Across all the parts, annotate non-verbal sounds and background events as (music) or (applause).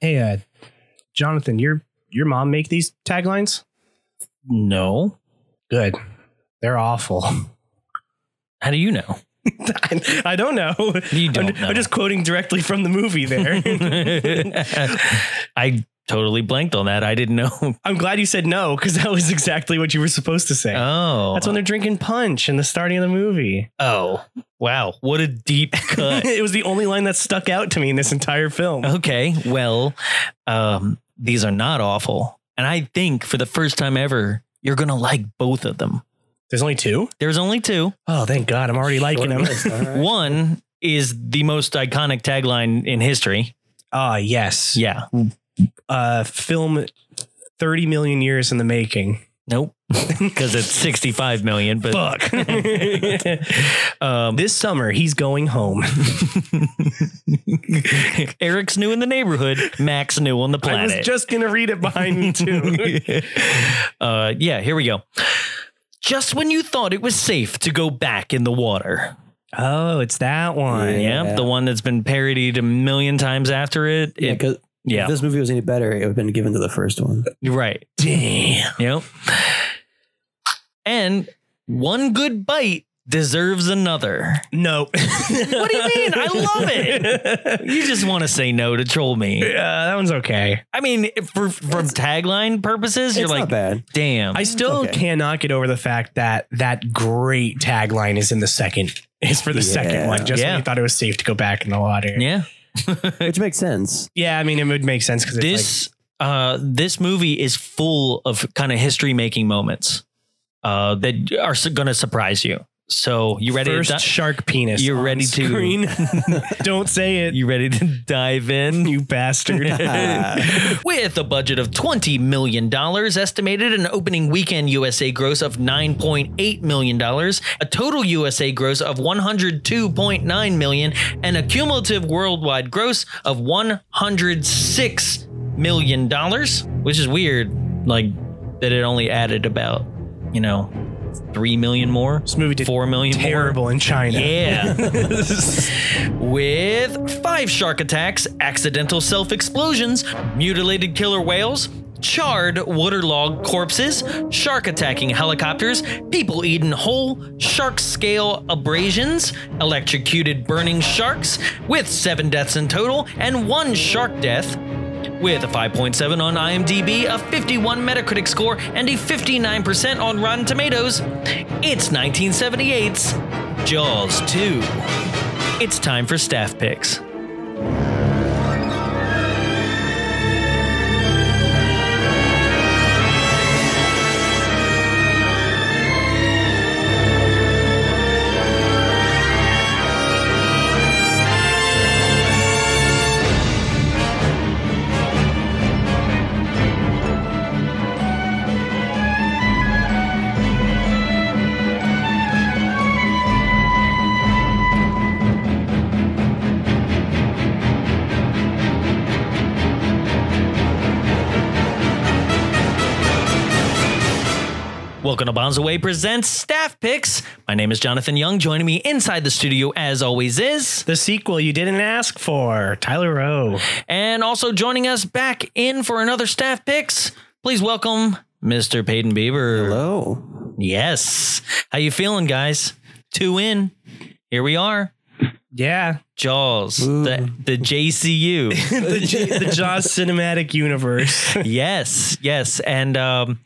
Hey, uh, Jonathan, your your mom make these taglines? No. Good. They're awful. (laughs) How do you know? I, I don't know. You I'm, don't I'm just (laughs) quoting directly from the movie (laughs) there. know. I totally blanked on that. I (laughs) didn't know. I'm glad you said no because that was exactly what you were supposed to say. Oh. That's when they're drinking punch in the starting of the movie. oh. Wow. What (laughs) a deep cut. it was the only line that stuck out to me in this entire film. okay. Well, um, these are not awful. And I think for the first time ever, you're going to like both of them. There's only two. There's only two. Oh, thank God! I'm already liking them. One is the most iconic tagline in history. (laughs) Ah, yes. Yeah. Uh, film thirty million years in the making. Nope. (laughs) Because it's 65 million, but Fuck. (laughs) (laughs) um, this summer, he's going home. (laughs) Eric's new in the neighborhood. Max new on the I planet. was just gonna read it behind me too. (laughs) uh, yeah, here we go. Just when you thought it was safe to go back in the water. (laughs) oh, it's that one. Yeah, the one that's been parodied a million times after it. Yeah, It- 'cause yeah, if this movie was any better, it would have been given to the first one. right. Damn. Yep. And one good bite deserves another. No. what do you mean? I love (laughs) it. You just want to say no to troll me. Yeah, uh, that one's okay. I mean, for from tagline purposes, (laughs) you're it's like, not (laughs) bad. damn. I still okay. cannot get over the fact that that great tagline is in the second. Is for the Yeah. second one. Just Yeah. when you thought it was safe to go back in the water. Yeah, yeah. Which makes sense. I mean it would make sense because this uh this movie is full of kind of history making moments uh that are su- gonna surprise you so you like ready first to di- shark penis. You're on ready to- screen. (laughs) Don't say it, you ready to (laughs) dive in you bastard. With a budget of $20 million, estimated an opening weekend USA gross of $9.8 million, a total USA gross of $102.9 million, and a cumulative worldwide gross of $106 million, which is weird, like that it only added about, you know, 3 million more, this movie did 4 million more. terrible in China. (laughs) Yeah. With five shark attacks, accidental self explosions, mutilated killer whales, charred waterlogged corpses, shark attacking helicopters, people eaten whole, shark scale abrasions, electrocuted burning sharks, with seven deaths in total and one shark death. With a 5.7 on IMDb, a 51 Metacritic score, and a 59% on Rotten Tomatoes, it's 1978's Jaws 2. It's time for staff picks. Welcome to Bonds Away presents Staff Picks. My name is Jonathan Young. Joining me inside the studio, as always, is The sequel you didn't ask for, Tyler Rowe. and also joining us back in for another Staff Picks. Please welcome Mr. Peyton Bieber. Hello. Yes. How you feeling, guys? Two in. Here we are. Yeah, Jaws, the, the JCU. (laughs) the, J- the Jaws cinematic (laughs) universe. yes, yes. And um,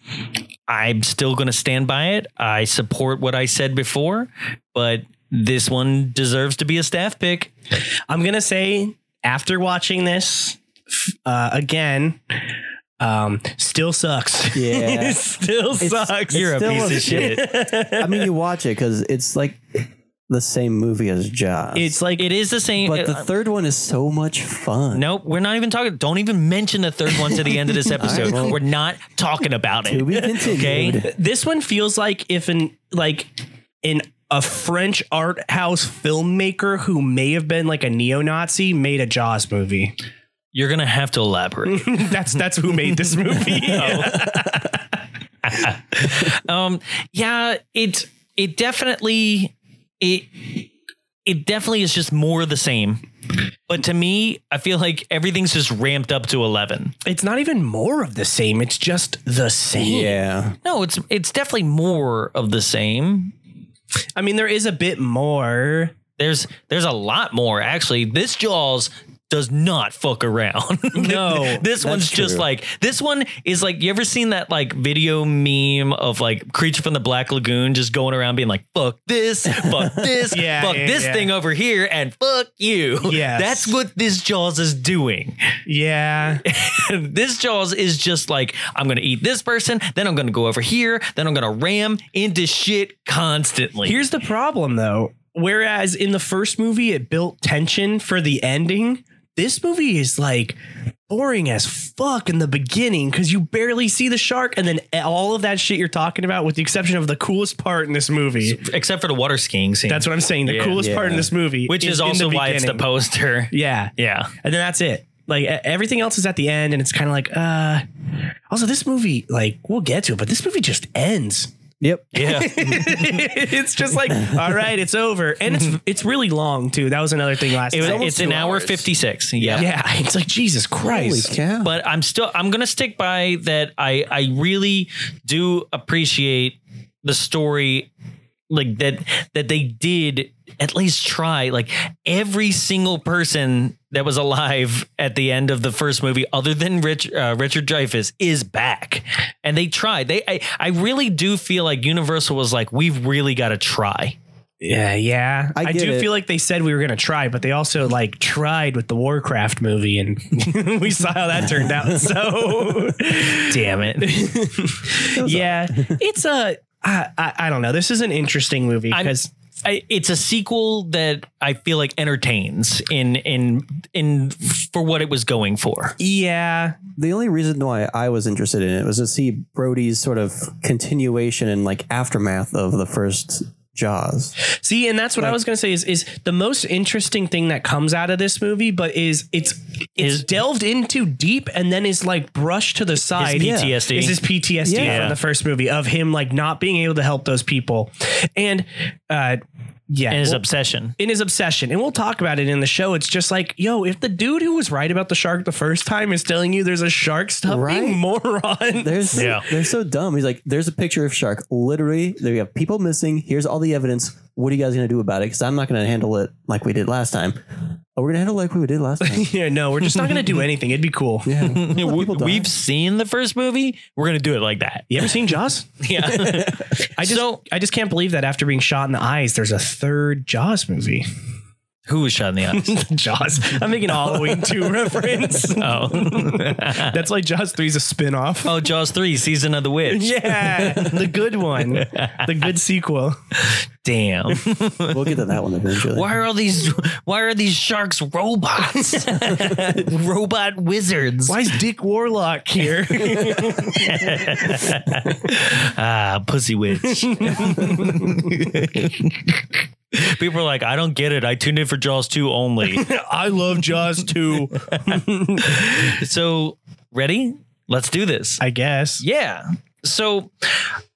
I'm still going to stand by it. I support what I said before, but this one deserves to be a staff pick. I'm gonna say after watching this f- uh, again, um, still (laughs) sucks. Yeah. (laughs) It still sucks. You're a still piece a- of (laughs) shit. I mean, you watch it because it's like the same movie as Jaws. it's like, it is the same. but the uh, third one is so much fun. nope, we're not even talking. Don't even mention the third one to the end (laughs) of this episode. well- we're not talking about it. To be (laughs) continued. Okay. this one feels like if an like in a French art house filmmaker who may have been like a neo-Nazi made a Jaws movie. You're going to have to elaborate. (laughs) that's that's who made (laughs) this movie. (laughs) um yeah it it definitely it it definitely is just more of the same But to me, I feel like everything's just ramped up to 11. It's not even more of the same. It's just the same. Yeah. No, it's it's definitely more of the same. I mean, there is a bit more. There's there's a lot more actually. This Jaws does not fuck around. (laughs) No, this one's just true. like this one is like you ever seen that like video meme of like creature from the black lagoon just going around being like fuck this, (laughs) fuck this, Yeah, fuck yeah, this yeah. thing over here and fuck you. Yes. That's what this Jaws is doing. (laughs) Yeah. this Jaws is just like, I'm going to eat this person, then I'm going to go over here, then I'm going to ram into shit constantly. Here's the problem, though. Whereas in the first movie, it built tension for the ending, this movie is like boring as fuck in the beginning because you barely see the shark and then all of that shit you're talking about, with the exception of the coolest part in this movie. except for the water skiing scene. That's what I'm saying. The Yeah. coolest part in Yeah. this movie, which is, in also the why it's the beginning. poster. (laughs) Yeah. Yeah. and then that's it. Like e- everything else is at the end, and it's kind of like, uh. Also, this movie, like, we'll get to it, but this movie just ends. Yep. (laughs) Yeah. it's just like, all right, it's over, and it's it's really long too. That was another thing last It- time. it's an hour 56. Yeah. yeah, it's like Jesus Holy Christ. cow. But I'm still I'm going to stick by that I I really do appreciate the story like that that they did at least try like every single person that was alive at the end of the first movie other than Rich, uh, Richard Dreyfuss is back and they tried they I, I really do feel like Universal was like we've really got to try Yeah, yeah. I, I get do it. feel like they said we were gonna try, but they also like tried with the Warcraft movie, and (laughs) we saw how that turned out. So, damn it (laughs) yeah, it's a. I, I, I don't know. This is an interesting movie I'm- because I, it's a sequel that I feel like entertains in in in for what it was going for yeah, the only reason why I was interested in it was to see Brody's sort of continuation and like aftermath of the first Jaws. See, and that's what I was going to say is is the most interesting thing that comes out of this movie, but is it's it's delved into deep and then is like brushed to the side. PTSD. Is his PTSD Yeah. from the first movie of him like not being able to help those people, and uh, yeah, and his well, (laughs) obsession. in his obsession, and we'll talk about it in the show. It's just like, yo, if the dude who was right about the shark the first time is telling you there's a shark, stop Right. being moron. They're so, Yeah. they're so dumb. He's like, there's a picture of shark. Literally, there we have people missing. Here's all the evidence. What are you guys gonna do about it? Because I'm not gonna handle it like we did last time. Oh, we're gonna handle it like we did (laughs) last time. (laughs) yeah, no, we're just not gonna do anything. It'd be cool. Yeah. Let We, people die. we've seen the first movie. We're gonna do it like that. You ever seen (laughs) Jaws? Yeah. I just So- I just can't believe that after being shot in the eyes, there's a third Jaws movie. Who was shot in the eyes? (laughs) Jaws. I'm making a Halloween (laughs) 2 reference. Oh. That's why Jaws 3 is a spin-off. oh, Jaws three, season of the witch. (laughs) Yeah. The good (laughs) one. The good sequel. Damn. we'll get to that one eventually. Why are all these? Why are these sharks robots? Robot wizards. Why is Dick Warlock here? Ah, pussy witch. People are like, I don't get it. I tuned in for Jaws 2 only. (laughs) I love Jaws 2. so, ready? Let's do this. I guess. Yeah. So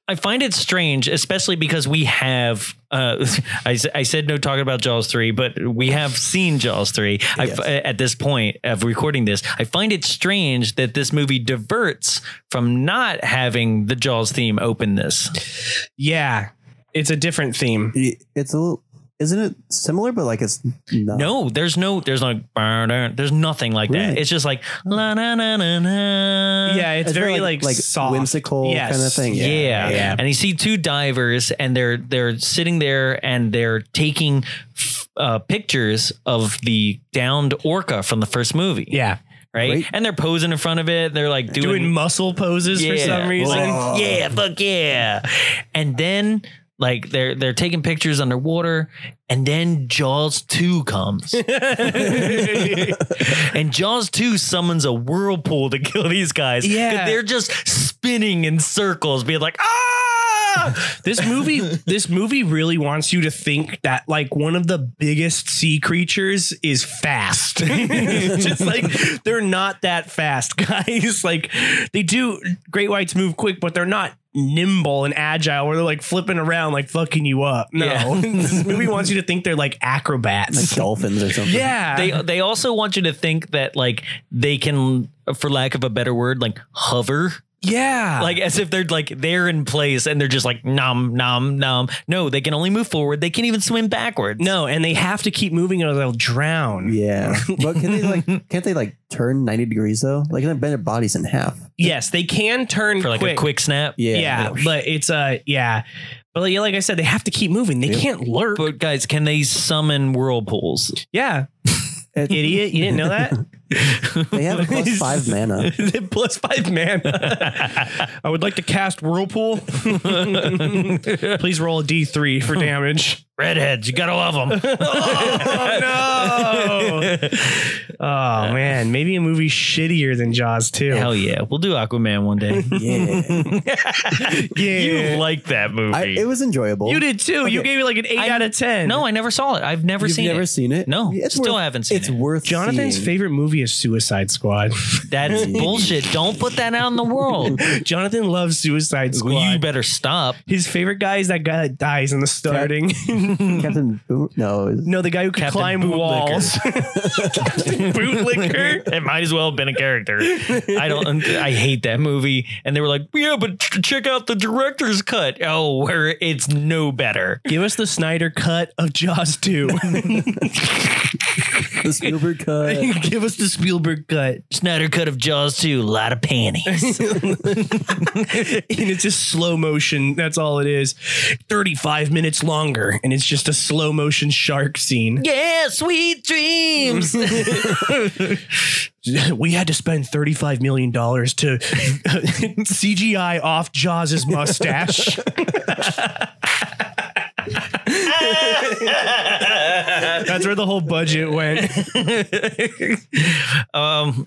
I find it strange, especially because we have, uh, (laughs) I, s- I said no talking about Jaws 3, but we have seen Jaws 3 I f- Yes. at this point of recording this. I find it strange that this movie diverts from not having the Jaws theme open this. Yeah. It's a different theme. It's a little, isn't it similar? But like it's not. No, there's no, there's like, there's nothing like that. Really? It's just like, la na na na na. Yeah, Uh, it's, very like, soft. whimsical Yes. kind of thing. Yeah. yeah. And you see two divers and they're they're sitting there and they're taking uh, pictures of the downed orca from the first movie. Yeah. Right? Great. And they're posing in front of it. They're like doing, Doing muscle poses for some reason. like, yeah, fuck yeah. And then like they're they're taking pictures underwater and then Jaws 2 comes. (laughs) and Jaws 2 summons a whirlpool to kill these guys. 'Cause Yeah. They're just spinning in circles being like, "Ah!" this (laughs) movie this movie really wants you to think that like one of the biggest sea creatures is (laughs) fast It's just like (laughs) they're not that fast guys like they do great whites move quick but they're not nimble and agile where they're like flipping around, like fucking you up. No, (laughs) Yeah. this movie wants you to think they're like like acrobats. dolphins or something. yeah, They uh, they also want you to think that like they can, for lack of a better word, like hover, Uh-huh. yeah, like as if they're like they're in place and they're just like nom nom nom. No, they can only move forward. They can't even swim backwards. no, and they have to keep moving or they'll drown. Yeah, but can they (laughs) like? Can't they like turn ninety degrees though? Like, can they bend their bodies in half? Yes, they can turn for like quick. a quick snap. yeah, but it's uh, yeah, but like, like I said, they have to keep moving. They Yeah. can't lurk. But guys, can they summon whirlpools? yeah, It- idiot, you didn't know that. (laughs) They have a plus five (laughs) mana. plus five (laughs) mana. I would like to cast (laughs) Whirlpool. Please roll a d3 (laughs) for damage. Redheads, you gotta love (laughs) them. oh no! Oh man, maybe a movie shittier than Jaws too. Hell yeah, we'll do Aquaman one day. Yeah, You like that movie? I, it was enjoyable. you did too. You Okay. gave it like an eight I'm- out of ten. no, I never saw it. I've never You've seen never it. seen it? No, it's still worth, haven't seen It's it. worth. Jonathan's seeing. favorite movie is Suicide (laughs) Squad. That's bullshit. Don't put that out in the world. Jonathan loves Suicide Squad. Well, you better stop. His favorite guy is that guy that dies in the starting. (laughs) Captain Boom. No, it's- (laughs) no, the guy who can Captain climb Bootlicker. (laughs) walls. Bootlicker. It might as well have been a character. I don't. I hate that movie. And they were like, "Yeah, but ch- check out the director's cut. Oh, where it's no better." Give us the Snyder cut of Jaws 2. the Spielberg cut. Give us the Spielberg cut. Snyder cut of Jaws two. Lot of (laughs) panties. and it's just slow motion. That's all it is. 35 minutes longer. And it's just a slow motion shark scene. yeah, sweet dreams. (laughs) We had to spend $35 million to (laughs) CGI off Jaws' mustache. That's where the whole budget went. um.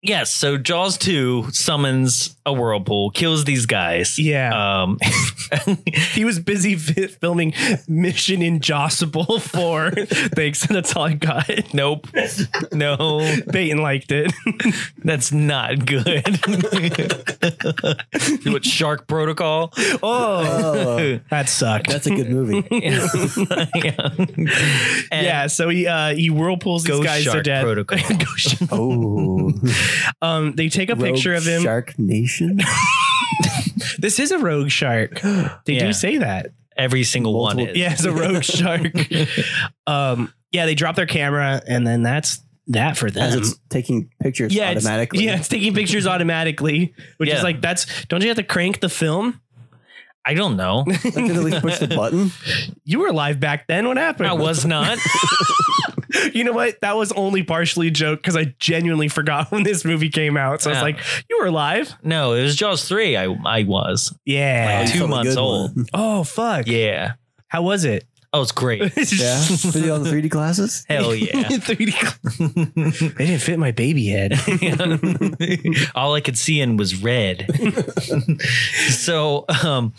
Yes, so Jaws 2 summons a whirlpool, kills these guys. Yeah. Um, (laughs) He was busy fi- filming Mission Impossible (laughs) 4. Thanks. That's all I got. nope. No. Peyton liked it. That's (laughs) not good. (laughs) what Shark Protocol? Oh, (laughs) Oh, (laughs) that sucked. that's a good (laughs) movie. yeah. And yeah, so he uh, he whirlpools these Ghost guys to Shark death. Protocol. (laughs) Ghost Shark- Oh, um, they take a picture Rogue of him. Shark Nation. This is a rogue shark. They Yeah. do say that. Every single one Multiple- is. Yeah, it's a (laughs) rogue shark. Um, yeah, they drop their camera, and then that's that for As them. it's (laughs) taking pictures Yeah, it's- automatically. yeah, it's taking pictures automatically, which Yeah. is like that's. Don't you have to crank the film? I don't know. (laughs) Like, did at least push (laughs) the button? You were alive back then. What happened? I was not. (laughs) You know what? That was only partially a joke because I genuinely forgot (laughs) when this movie came out. So I Yeah. was like, "You were alive." No, it was Jaws 3. I I was. Yeah. Like, Oh, two the months good old. one. Oh fuck. Yeah. How was it? Oh, it's great. Yeah, (laughs) video on the 3D glasses. (laughs) Hell yeah. (laughs) 3D. (laughs) they didn't fit my baby head. (laughs) All I could see in was red. (laughs) so um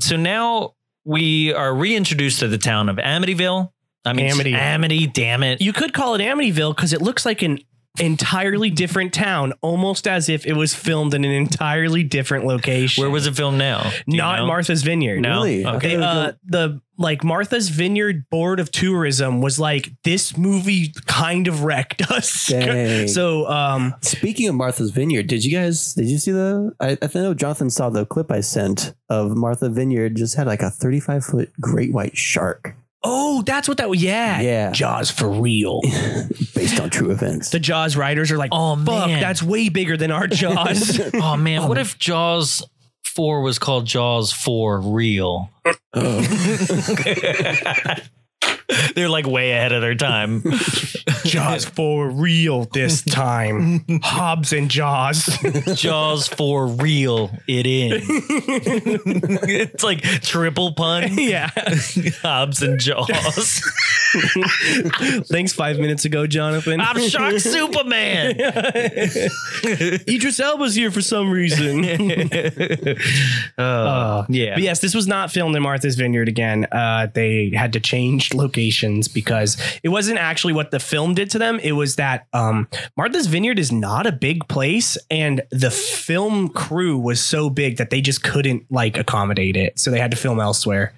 so now we are reintroduced to the town of Amityville. I mean Amity. Amity, damn it. you could call it Amityville because it looks like an entirely different town, almost as if it was filmed in an entirely different location. Where was it filmed now? Do you Not know? Martha's Vineyard. No. Really? They, Okay. I thought it uh, was the like Martha's Vineyard Board of Tourism was like this movie kind of wrecked (laughs) us. Dang. so um, good. speaking of Martha's Vineyard, did you guys did you see the? I, I think- I know Jonathan saw the clip I sent of Martha Vineyard just had like a 35 foot great white shark oh, that's what that was. Yeah, Yeah. Jaws for (laughs) real. based on true events. the Jaws writers are like, Oh, oh fuck, man. that's way bigger than our (laughs) Jaws. (laughs) Oh man, what if Jaws 4 was called Jaws 4 real? Oh. (laughs) They're like way ahead of their time. Jaws for real this (laughs) time. Hobbs and Jaws. Jaws 4 real it in. (laughs) it's like triple pun. (laughs) yeah. Hobbs and Jaws. (laughs) Thanks five minutes ago, Jonathan. I'm Shark Superman. (laughs) Idris Elba's here for some (laughs) reason. Uh, yeah. But yes, this was not filmed in Martha's Vineyard again. Uh, they had to change (laughs) allegations because it wasn't actually what the film did to them. It was that um, Martha's Vineyard is not a big place, and the film crew was so big that they just couldn't like accommodate it, so they had to film elsewhere.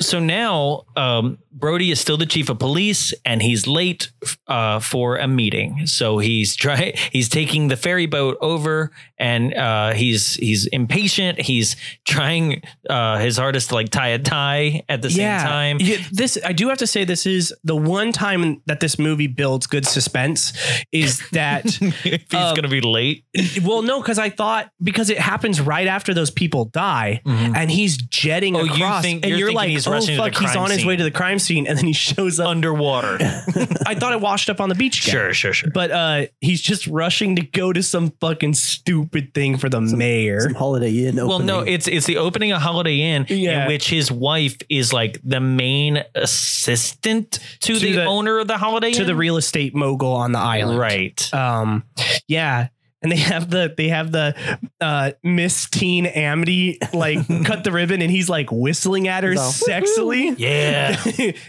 So now um, Brody is still the chief of police, and he's late uh, for a meeting. So he's try (laughs) he's taking the ferry boat over, and uh, he's he's impatient. He's trying uh, his hardest to like tie a tie at the (laughs) same time. Yeah, this I do have to say this is the one time that this movie builds good suspense is (laughs) that if he's Um, gonna be late, well no because I thought because it happens right after those people die and he's jetting Mm-hmm. Oh, you across think- and you're you're thinking like he's oh rushing to the fuck he's crime on his way scene. to the crime scene and then he shows up underwater. I thought it washed up on the beach again. Sure, sure, sure. but uh he's just rushing to go to some fucking stupid thing for the mayor Some Holiday Inn opening. Well, no, it's it's the opening of Holiday Inn, Yeah. in which his wife is like the main assistant to, To the, the- owner of the Holiday to Inn, the real estate mogul on the island right? um yeah and they have the they have the uh miss teen amity (laughs) like cut the ribbon and he's like whistling at her He's all, sexily (laughs) yeah,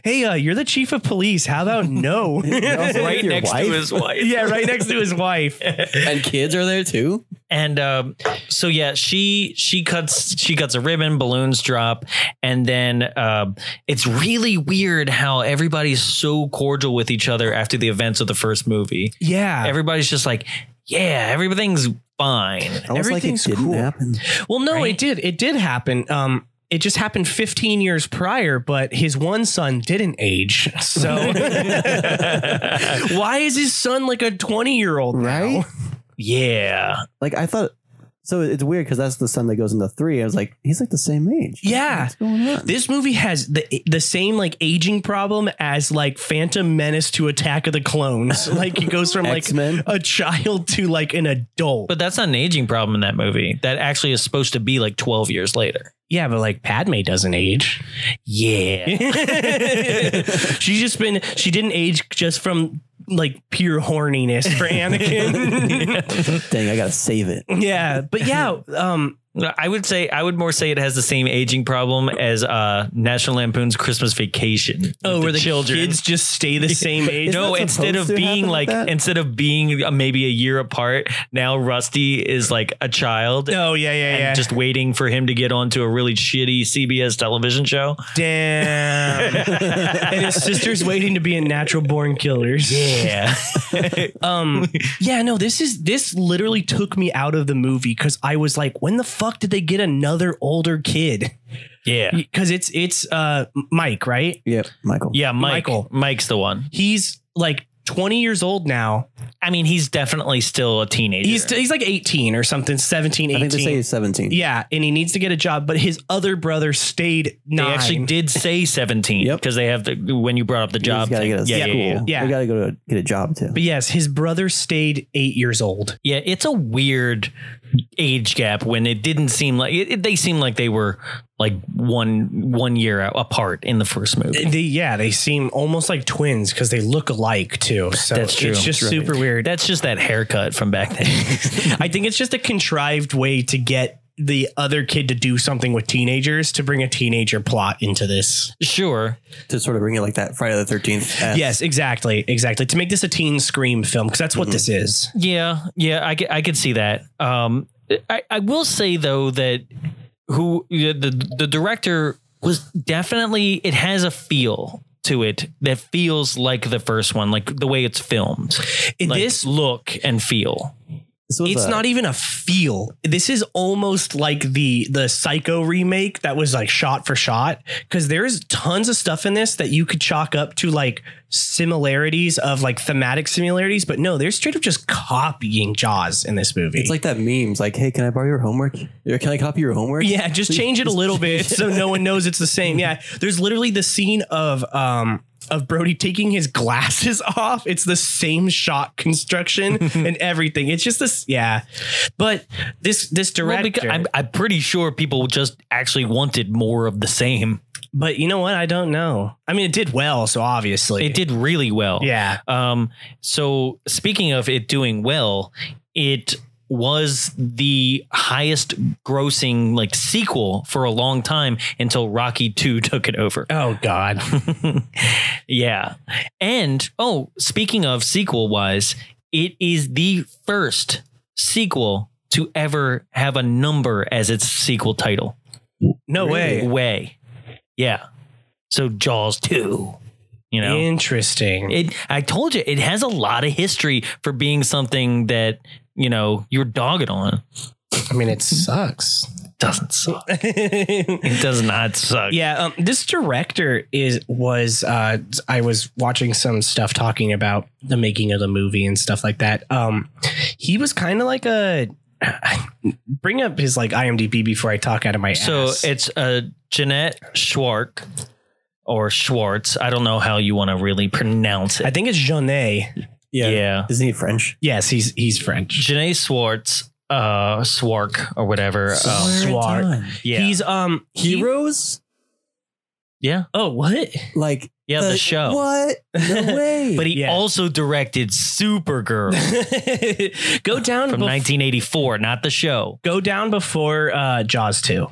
hey uh you're the chief of police how about no (laughs) (laughs) also right With your next to wife? his (laughs) wife. yeah right next to his wife and kids are there too. and um, so yeah, she she cuts she cuts a ribbon, balloons drop, and then um it's really weird how everybody's so cordial with each other after the events of the first movie. yeah Everybody's just like, yeah, everything's fine. Almost like it Everything's didn't cool. happen. well no Right? it did it did happen um it just happened 15 years prior, but his one son didn't age. So (laughs) why is his son like a 20 year old? Right? Yeah. Like I thought. So it's weird because that's the son that goes into three. I was like, he's like the same age. Yeah. What's going on? This movie has the the same like aging problem as like Phantom Menace to Attack of the Clones. (laughs) Like it goes from like X-Men. a child to like an adult. But that's not an aging problem in that movie. That actually is supposed to be like 12 years later. yeah, but like Padme doesn't age. (laughs) Yeah. She's just been she didn't age just from like pure horniness for Anakin. (laughs) Dang, I gotta save it. yeah, but yeah, um I would say, I would more say it has the same aging problem as uh, National Lampoon's Christmas Vacation. oh, With where the children. kids just stay the (laughs) same age. Isn't no, that instead of supposed to being happen like, like that? instead of being uh, maybe a year apart, now Rusty is like a child Oh yeah, yeah, and yeah. just waiting for him to get onto a really shitty CBS television show. (laughs) damn. and his sister's waiting to be in natural born killers. Yeah. Um, yeah, no, this is this literally took me out of the movie because I was like, when the fuck did they get another older kid? (laughs) yeah. Because it's it's uh Mike, right? Yep, Michael. Yeah. Mike, Michael. Mike's the one. He's like 20 years old now. I mean, he's definitely still a teenager. He's he's like 18 or something, 17, I 18. think they say he's seventeen. yeah, and he needs to get a job, but his other brother stayed nine. They actually did (laughs) say 17 Yep. because they have the, when you brought up the You job. just gotta thing. get a yeah, school. yeah, yeah. yeah. You gotta go to get a job too. But yes, his brother stayed eight years old. Yeah, it's a weird age gap when it didn't seem like it, it- they seemed like they were like one one year a- apart in the first movie. They, yeah, they seem almost like twins because they look alike too. So That's true. It's just That's super (laughs) weird. That's just that haircut from back (laughs) then. I think it's just a contrived way to get the other kid to do something with teenagers to bring a teenager plot into this. sure. to sort of bring it like that Friday the Thirteenth. Yes, exactly, exactly. To make this a teen scream film because that's what this is. Yeah, yeah, I, c- I could see that. Um, I, I will say though that who the the the director was definitely it has a feel to it that feels like the first one, like the way it's filmed, In like this, look and feel. this was uh, it's a- not even a feel. This is almost like the the Psycho remake that was like shot for shot because there's tons of stuff in this that you could chalk up to like similarities of like thematic similarities, but no, they're straight up just copying Jaws in this movie. It's like that memes, like, "Hey, can I borrow your homework? Or can I copy your homework?" Yeah, (laughs) just change it a little bit so no one knows it's the same. Yeah, there's literally the scene of um of Brody taking his glasses (laughs) off. It's the same shot (laughs) construction and everything. It's just this. Yeah, but this this Well, director. because I'm, I'm pretty sure people just actually wanted more of the same. but you know what? I don't know. I mean, it did well, so obviously It did really well. Yeah, Um, so speaking of it doing well, it was the highest grossing like sequel for a long time until Rocky 2 (laughs) took it over. Oh God. yeah. And oh, speaking of sequel wise, it is the first sequel to ever have a number as its sequel title. No way. Way. Yeah. So Jaws 2. You know. Interesting. It I told you it has a lot of history for being something that, you know, you're dogging on. I mean, it (laughs) sucks. Doesn't suck. It does not suck. yeah, um, this director is was uh, I was watching some stuff talking about the making of the movie and stuff like that. Um, he was kind of like a (sighs) bring up his like IMDb before I talk out of my So ass. it's uh, Jeanette Schwark or Schwartz. I don't know how you want to really pronounce I it. think it's Jeunet. Yeah. Isn't he French? Yes, he's he's French. Jeanette Schwartz, uh, Swark or whatever. Um, Swart. yeah. He's um oh, he- Heroes? yeah. oh what? (laughs) Like Yeah. The, show. (laughs) What? No way. But he Yeah. also directed (laughs) Supergirl go down from bef- 1984, not the show. go down before uh, Jaws two.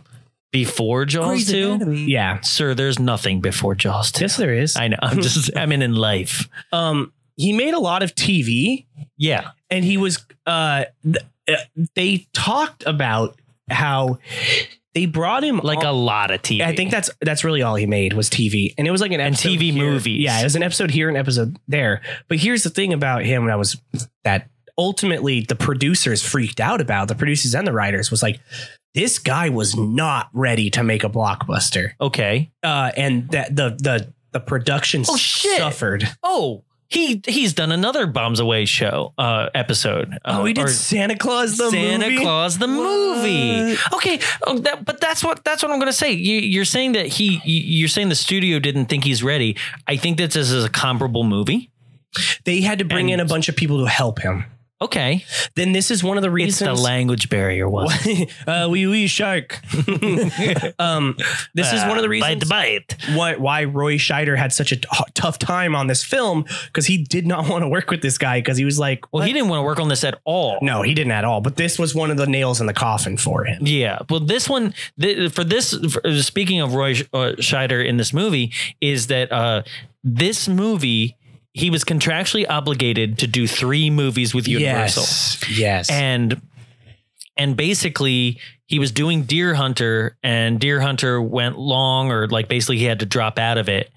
Before Jaws Grey's 2? Anatomy. Yeah. Sir, there's nothing before Jaws 2. Yes, there is. I know. I'm (laughs) just, I'm in, in life. um, he made a lot of TV, Yeah. and he was. Uh, th- uh, they talked about how they brought him Like a on- lot of TV. I think that's that's really all he made was TV, and it was like an episode TV here. movies. Yeah, it was an episode here, an episode there. But here's the thing about him that was that ultimately the producers freaked out about the producers and the writers was like this guy was not ready to make a blockbuster, Okay. uh, and that the the the production Oh, shit. suffered. Oh, he he's done another Bombs Away show uh, episode. oh, he Uh, did or Santa Claus the Santa movie? Claus the movie. Okay, oh, that, but that's what that's what I'm gonna say. You, you're saying that he you- you're saying the studio didn't think he's ready. I think that this is a comparable movie. They had to bring And- in a bunch of people to help him. Okay, Then this is one of the it's reasons. the language barrier. Was (laughs) uh, wee wee (laughs) shark. um, this is one of the reasons Bite bite. why why Roy Scheider had such a t- tough time on this film because he did not (laughs) want to work with this guy because he was like, Well, "What?" he didn't want to work on this at all. no, he didn't at all. But this was one of the nails in the coffin for him. Yeah. Well, this one th- for this. For, speaking of Roy Sch- uh, Scheider in this movie, is that uh, this movie he was contractually obligated to do three movies with Universal, Yes, yes. and and basically he was doing Deer Hunter, and Deer Hunter went long, or like basically he had to drop out of it,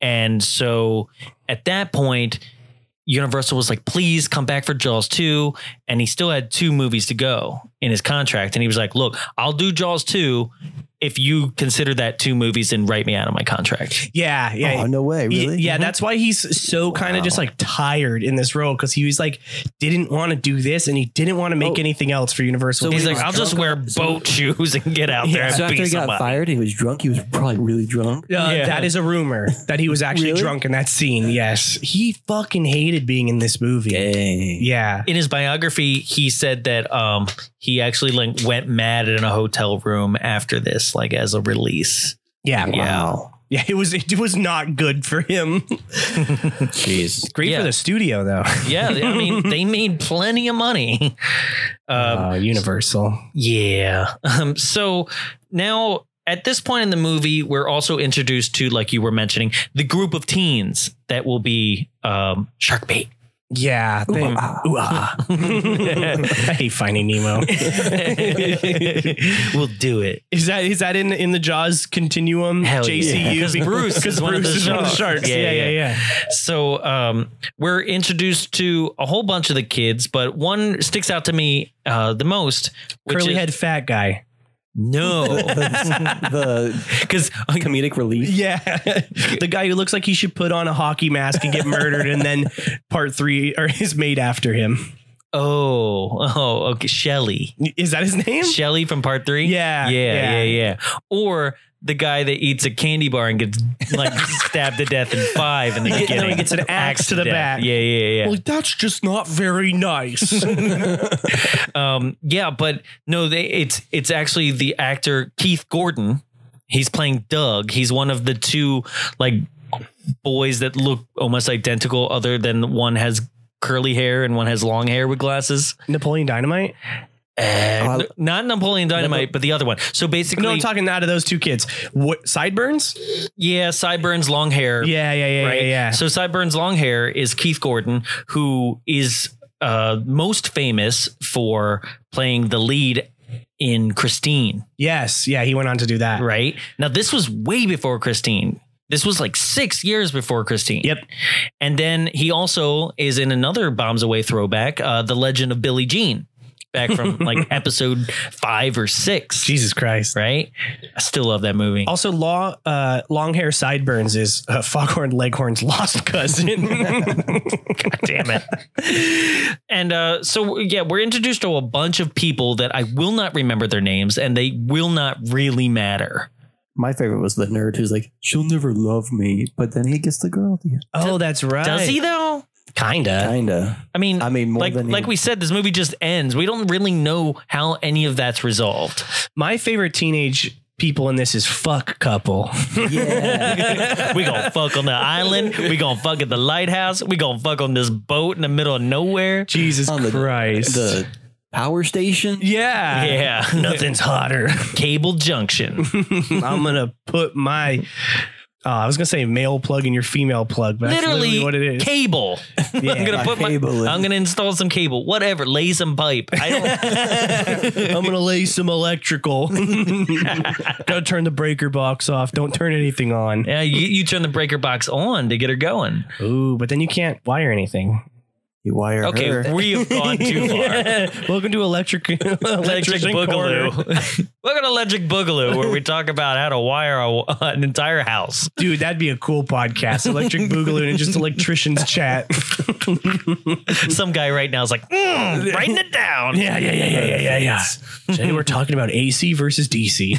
and so at that point. Universal was like, please come back for Jaws 2. And he still had two movies to go in his contract. And he was like, look, I'll do Jaws 2 if you consider that two movies and write me out of my contract. yeah, yeah. Oh, no way. Y- Really? Yeah, that's why he's so kind of just like tired in this role because he was like didn't want to do this and he didn't want to make Oh. anything else for Universal. So He's he like, was I'll just drunk wear on- so- boat (laughs) shoes and get out there Yeah. and So after beat he got somebody. fired and he was drunk, he was probably really drunk. Uh, Yeah. That is a rumor that he was actually Really? drunk in that scene. Yes, he fucking hated being in this movie. Dang. Yeah, In his biography, he said that um, he actually like went mad in a hotel room after this, like as a release. yeah, yeah. Wow. It was it was not good for (laughs) him. (laughs) Jeez. Great Yeah. for the studio though. Yeah, I mean, they made plenty of money. Um, uh, Universal. Yeah. Um, so now at this point in the movie, we're also introduced to, like you were mentioning, the group of teens that will be um, shark bait. Yeah. They, Ooh, ah. Ooh, ah. (laughs) I hate Finding Nemo. we'll do it. (laughs) Is that is that in in the Jaws continuum? Hell yeah. JCU Because Bruce is one of the sharks. sharks. Yeah, Yeah, yeah, yeah. yeah. So um, we're introduced to a whole bunch of the kids, but one sticks out to me uh, the most. which Curly is- head fat guy. (laughs) No, the (laughs) because comedic relief. Yeah, (laughs) the guy who looks like he should put on a hockey mask and get murdered, and then part three or (laughs) is made after him. oh, oh, okay, Shelly. Is that his name? Shelly from part three? Yeah, yeah. Yeah. yeah. Yeah. Or the guy that eats a candy bar and gets (laughs) like stabbed to death in five in the Yeah, no, he beginning. gets an axe to the death. back. Yeah. Yeah. Yeah. Well, that's just not very nice. um, yeah. But no, they, it's, it's actually the actor Keith Gordon. He's playing Doug. He's one of the two like boys that look almost identical, other than one has curly hair and one has long hair with glasses. (laughs) Napoleon Dynamite. Uh, I- n- not Napoleon Dynamite, but the other one. So (laughs) basically, No, I'm talking out of those two kids. What sideburns? yeah, sideburns, long hair. Yeah, yeah, yeah, right? yeah, yeah. So Sideburns Long Hair is Keith Gordon, who is uh, most famous for playing the lead in Christine, yes, yeah. He went on to do that. right? Now, this was way before Christine. This was like six years before Christine. Yep. And then he also is in another Bombs Away throwback, uh, The Legend of Billie Jean, back (laughs) from like episode five or six, Jesus Christ. right? I still love that movie. Also, law uh, long hair sideburns is uh, Foghorn Leghorn's lost cousin. (laughs) damn it. (laughs) and uh, so, yeah, we're introduced to a bunch of people that I will not remember their names and they will not really matter. My favorite was the nerd who's like, she'll never love me, but then he gets the girl at the end. oh, that's right. Does he, though? Kinda. Kinda. I mean, I mean, more like, than he- like we said, this movie just ends. We don't really know how any of that's (laughs) resolved. My favorite teenage people in this is fuck couple. (laughs) (laughs) Yeah. we gonna fuck on the island. We gonna fuck at the lighthouse. We gonna fuck on this boat in the middle of nowhere. Jesus the- Christ. the power station. yeah. (laughs) Yeah. Nothing's hotter. Cable Junction. I'm gonna put my. Oh, I was gonna say male plug in your female plug, but literally, that's literally what it is. cable. I'm (laughs) gonna Yeah. put my. cable in. I'm gonna install some cable. Whatever. Lay some pipe. I (laughs) don't. I'm gonna lay some electrical. (laughs) Don't turn the breaker box off. Don't turn anything on. Yeah, you, you turn the breaker box on to get her going. Ooh, but then you can't wire anything. (laughs) You wire Okay, (laughs) her. we have (laughs) gone too far. Welcome to electric (laughs) Electric electrician corner. (laughs) Boogaloo. Welcome to Electric Boogaloo, where we talk about how to wire a, an entire house. Dude, that'd be a cool podcast. Electric Boogaloo and just electricians chat. (laughs) Some guy right now is like, mm, writing it down. yeah, yeah, yeah, yeah, yeah, yeah, yeah. Today we're talking about AC versus (laughs) DC.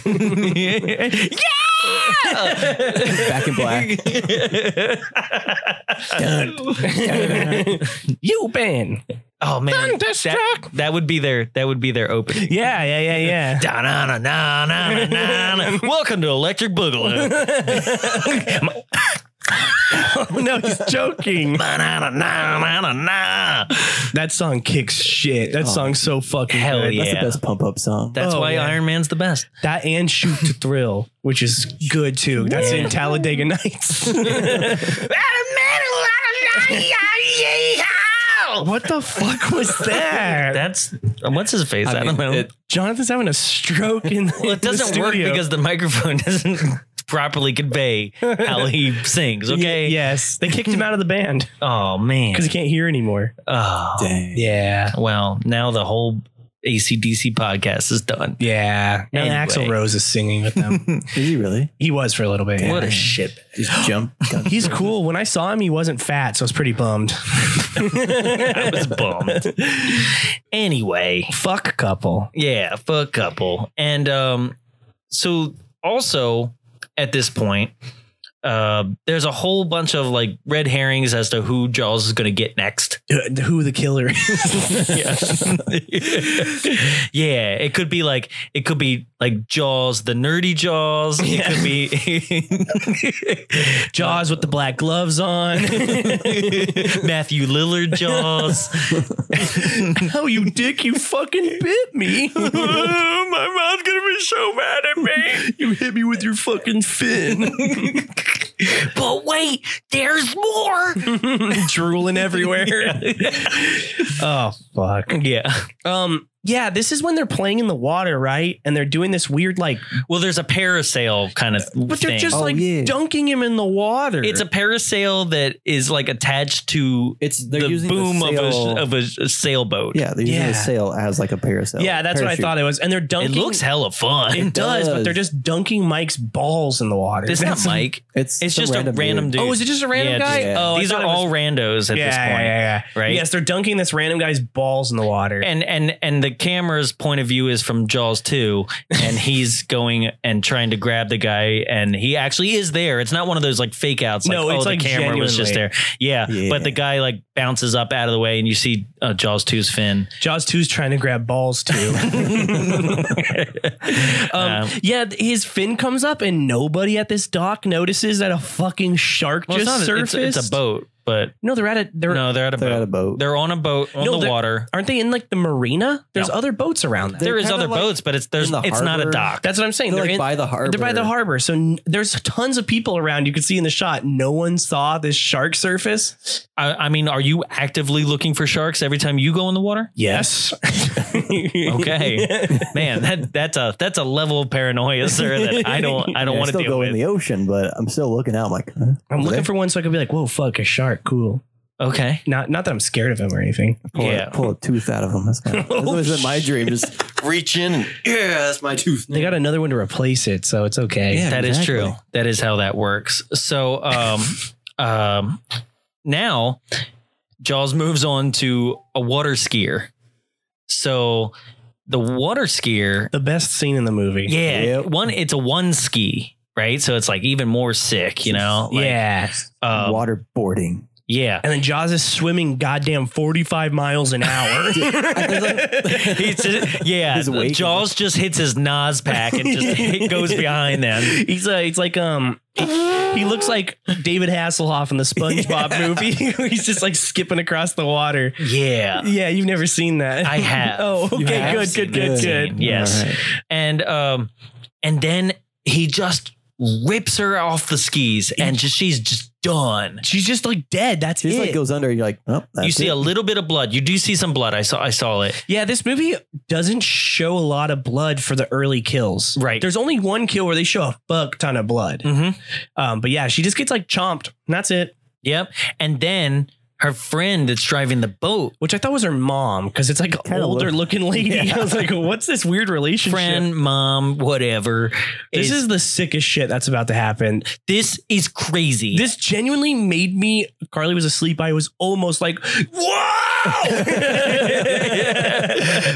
Back in black. you Ben. Oh man, that, Thunderstruck. that would be their that would be their opening. Yeah, yeah, yeah, yeah. Da-na-na-na-na-na-na. Welcome to Electric (laughs) Boogaloo. (laughs) no, he's joking. Ba-na-na-na-na-na. That song kicks shit. That song's so fucking Hell good. yeah. That's the best pump up song. That's Oh, why yeah. Iron Man's the best. That and Shoot to Thrill, which is good too. That's in Talladega (laughs) Nights. what the fuck was that? That's what's his face? I, mean, don't know. it- Jonathan's having a stroke in the well, it doesn't the work studio. because the microphone (laughs) doesn't properly convey how he sings. Okay. Y- yes, they kicked him out of the band Oh man. because he can't hear anymore. Oh. Dang. Yeah, Well, now the whole ACDC podcast is done. (laughs) yeah. Now Anyway. Axel Rose is singing with them. Is he really? he was for a little bit. What a shit. Just (gasps) jump. He's cool. When I saw him, he wasn't fat, so I was pretty bummed. I was bummed. anyway. Fuck couple. Yeah, fuck couple. And um so also at this point uh, there's a whole bunch of like red herrings as to who Jaws is going to get next. Uh, Who the killer (laughs) is? yeah. (laughs) yeah, it could be like it could be like Jaws, the nerdy Jaws. It could be Jaws with the black gloves (laughs) on. Matthew Lillard Jaws. oh, you dick! You fucking bit (laughs) me. My mom's gonna be so mad at me. you hit me with your fucking fin. But wait, there's more. (laughs) Drooling (laughs) everywhere. Oh fuck. (laughs) yeah. Um. Yeah, this is when they're playing in the water, right? And they're doing this weird like, Well, there's a parasail kind of but they're thing. just Oh, like yeah. dunking him in the water. it's a parasail that is like attached to It's they're the using boom the sail. of a of a sailboat. yeah, they're using Yeah. the sail as like a parasail. yeah, that's Parachute. what I thought it was. And they're It dunking. looks hella fun. It does, but does. they're just dunking Mike's balls in the water. (laughs) It's not That's- Mike. It's It's some just a random dude. Oh, is it just a random Yeah, guy? just- Oh, I These thought are it was- all randos at yeah, this point. yeah, yeah, yeah. right? Yes, they're dunking this random guy's balls in the water. And and and the camera's point of view is from Jaws 2 and (laughs) he's going and trying to grab the guy and he actually is there. It's not one of those like fake outs like No, oh it's, the like, camera was just there. genuinely. Yeah, Yeah. but the guy like bounces up out of the way and you see uh, Jaws 2's fin. Jaws 2's trying to grab balls (laughs) too. (laughs) um, Um, yeah, th- his fin comes up and nobody at this dock notices that a fucking shark well, it's just not- it's- surfaced. it's, a boat, but No, they're at it. They're no, they're at a They're boat. at a boat. They're on a boat on No, the they're- water. aren't they in like the marina? There's No. other boats around. That. They're There is kinda other like boats, but it's there's in the it's not a harbor. dock. That's what I'm saying. They're, like in- by the harbor. They're by the harbor, so n- there's tons of people around. You can see in the shot, no one saw this shark surface. I, I mean, are you actively looking for sharks every time you go in the water? (laughs) Yes. Okay. (laughs) Man, that that's a that's a level of paranoia, sir, that I don't I don't (laughs) Yeah, I want to still deal go with. in the ocean, but I'm still looking out. I'm like, huh? (laughs) I'm Over looking there? for one so I can be like, whoa, fuck, a shark. Cool. okay. Not not that I'm scared of him or anything. pull, a- yeah. pull a tooth out of them. That's, my, that's always been my dream. Just (laughs) reach in. And, yeah, that's my tooth. They got another one to replace it, so it's okay. Yeah. That is exactly. true. That is how that works. So (laughs) um um now Jaws moves on to a water skier. So the water skier, The best scene in the movie. yeah, Yep. one it's a one ski, right? So it's like even more sick, you know? Like, yeah. um, Waterboarding. Yeah. And then Jaws is swimming goddamn 45 miles an hour. (laughs) He's (laughs) just, yeah, His wake is- Jaws just hits his Nas pack and just (laughs) it goes behind them. (laughs) He's uh, it's like um he, he looks like David Hasselhoff in the (laughs) SpongeBob movie. He's just like skipping across the water. Yeah. Yeah, you've never seen that. I (laughs) have. oh, You okay, have good, seen good, good, that good. scene. Yes. All right. and um and then he just rips her off the skis and just she's just done She's just like dead. That's She just it. like goes under. And you're like, oh, that's you see it. a little bit of blood you do see some blood i saw i saw it yeah, this movie doesn't show a lot of blood for the early kills. Right. There's only one kill where they show a fuck ton of blood. mm-hmm. Um, but yeah, she just gets like chomped. And that's it. yep and then her friend that's driving the boat Which I thought was her mom because it's like an Kinda older look- looking (laughs) lady. (laughs) I was like, what's this weird relationship? friend mom whatever this is the sickest shit that's about to happen. this is crazy This genuinely made me. Carly was asleep. I was almost like, "Wow!"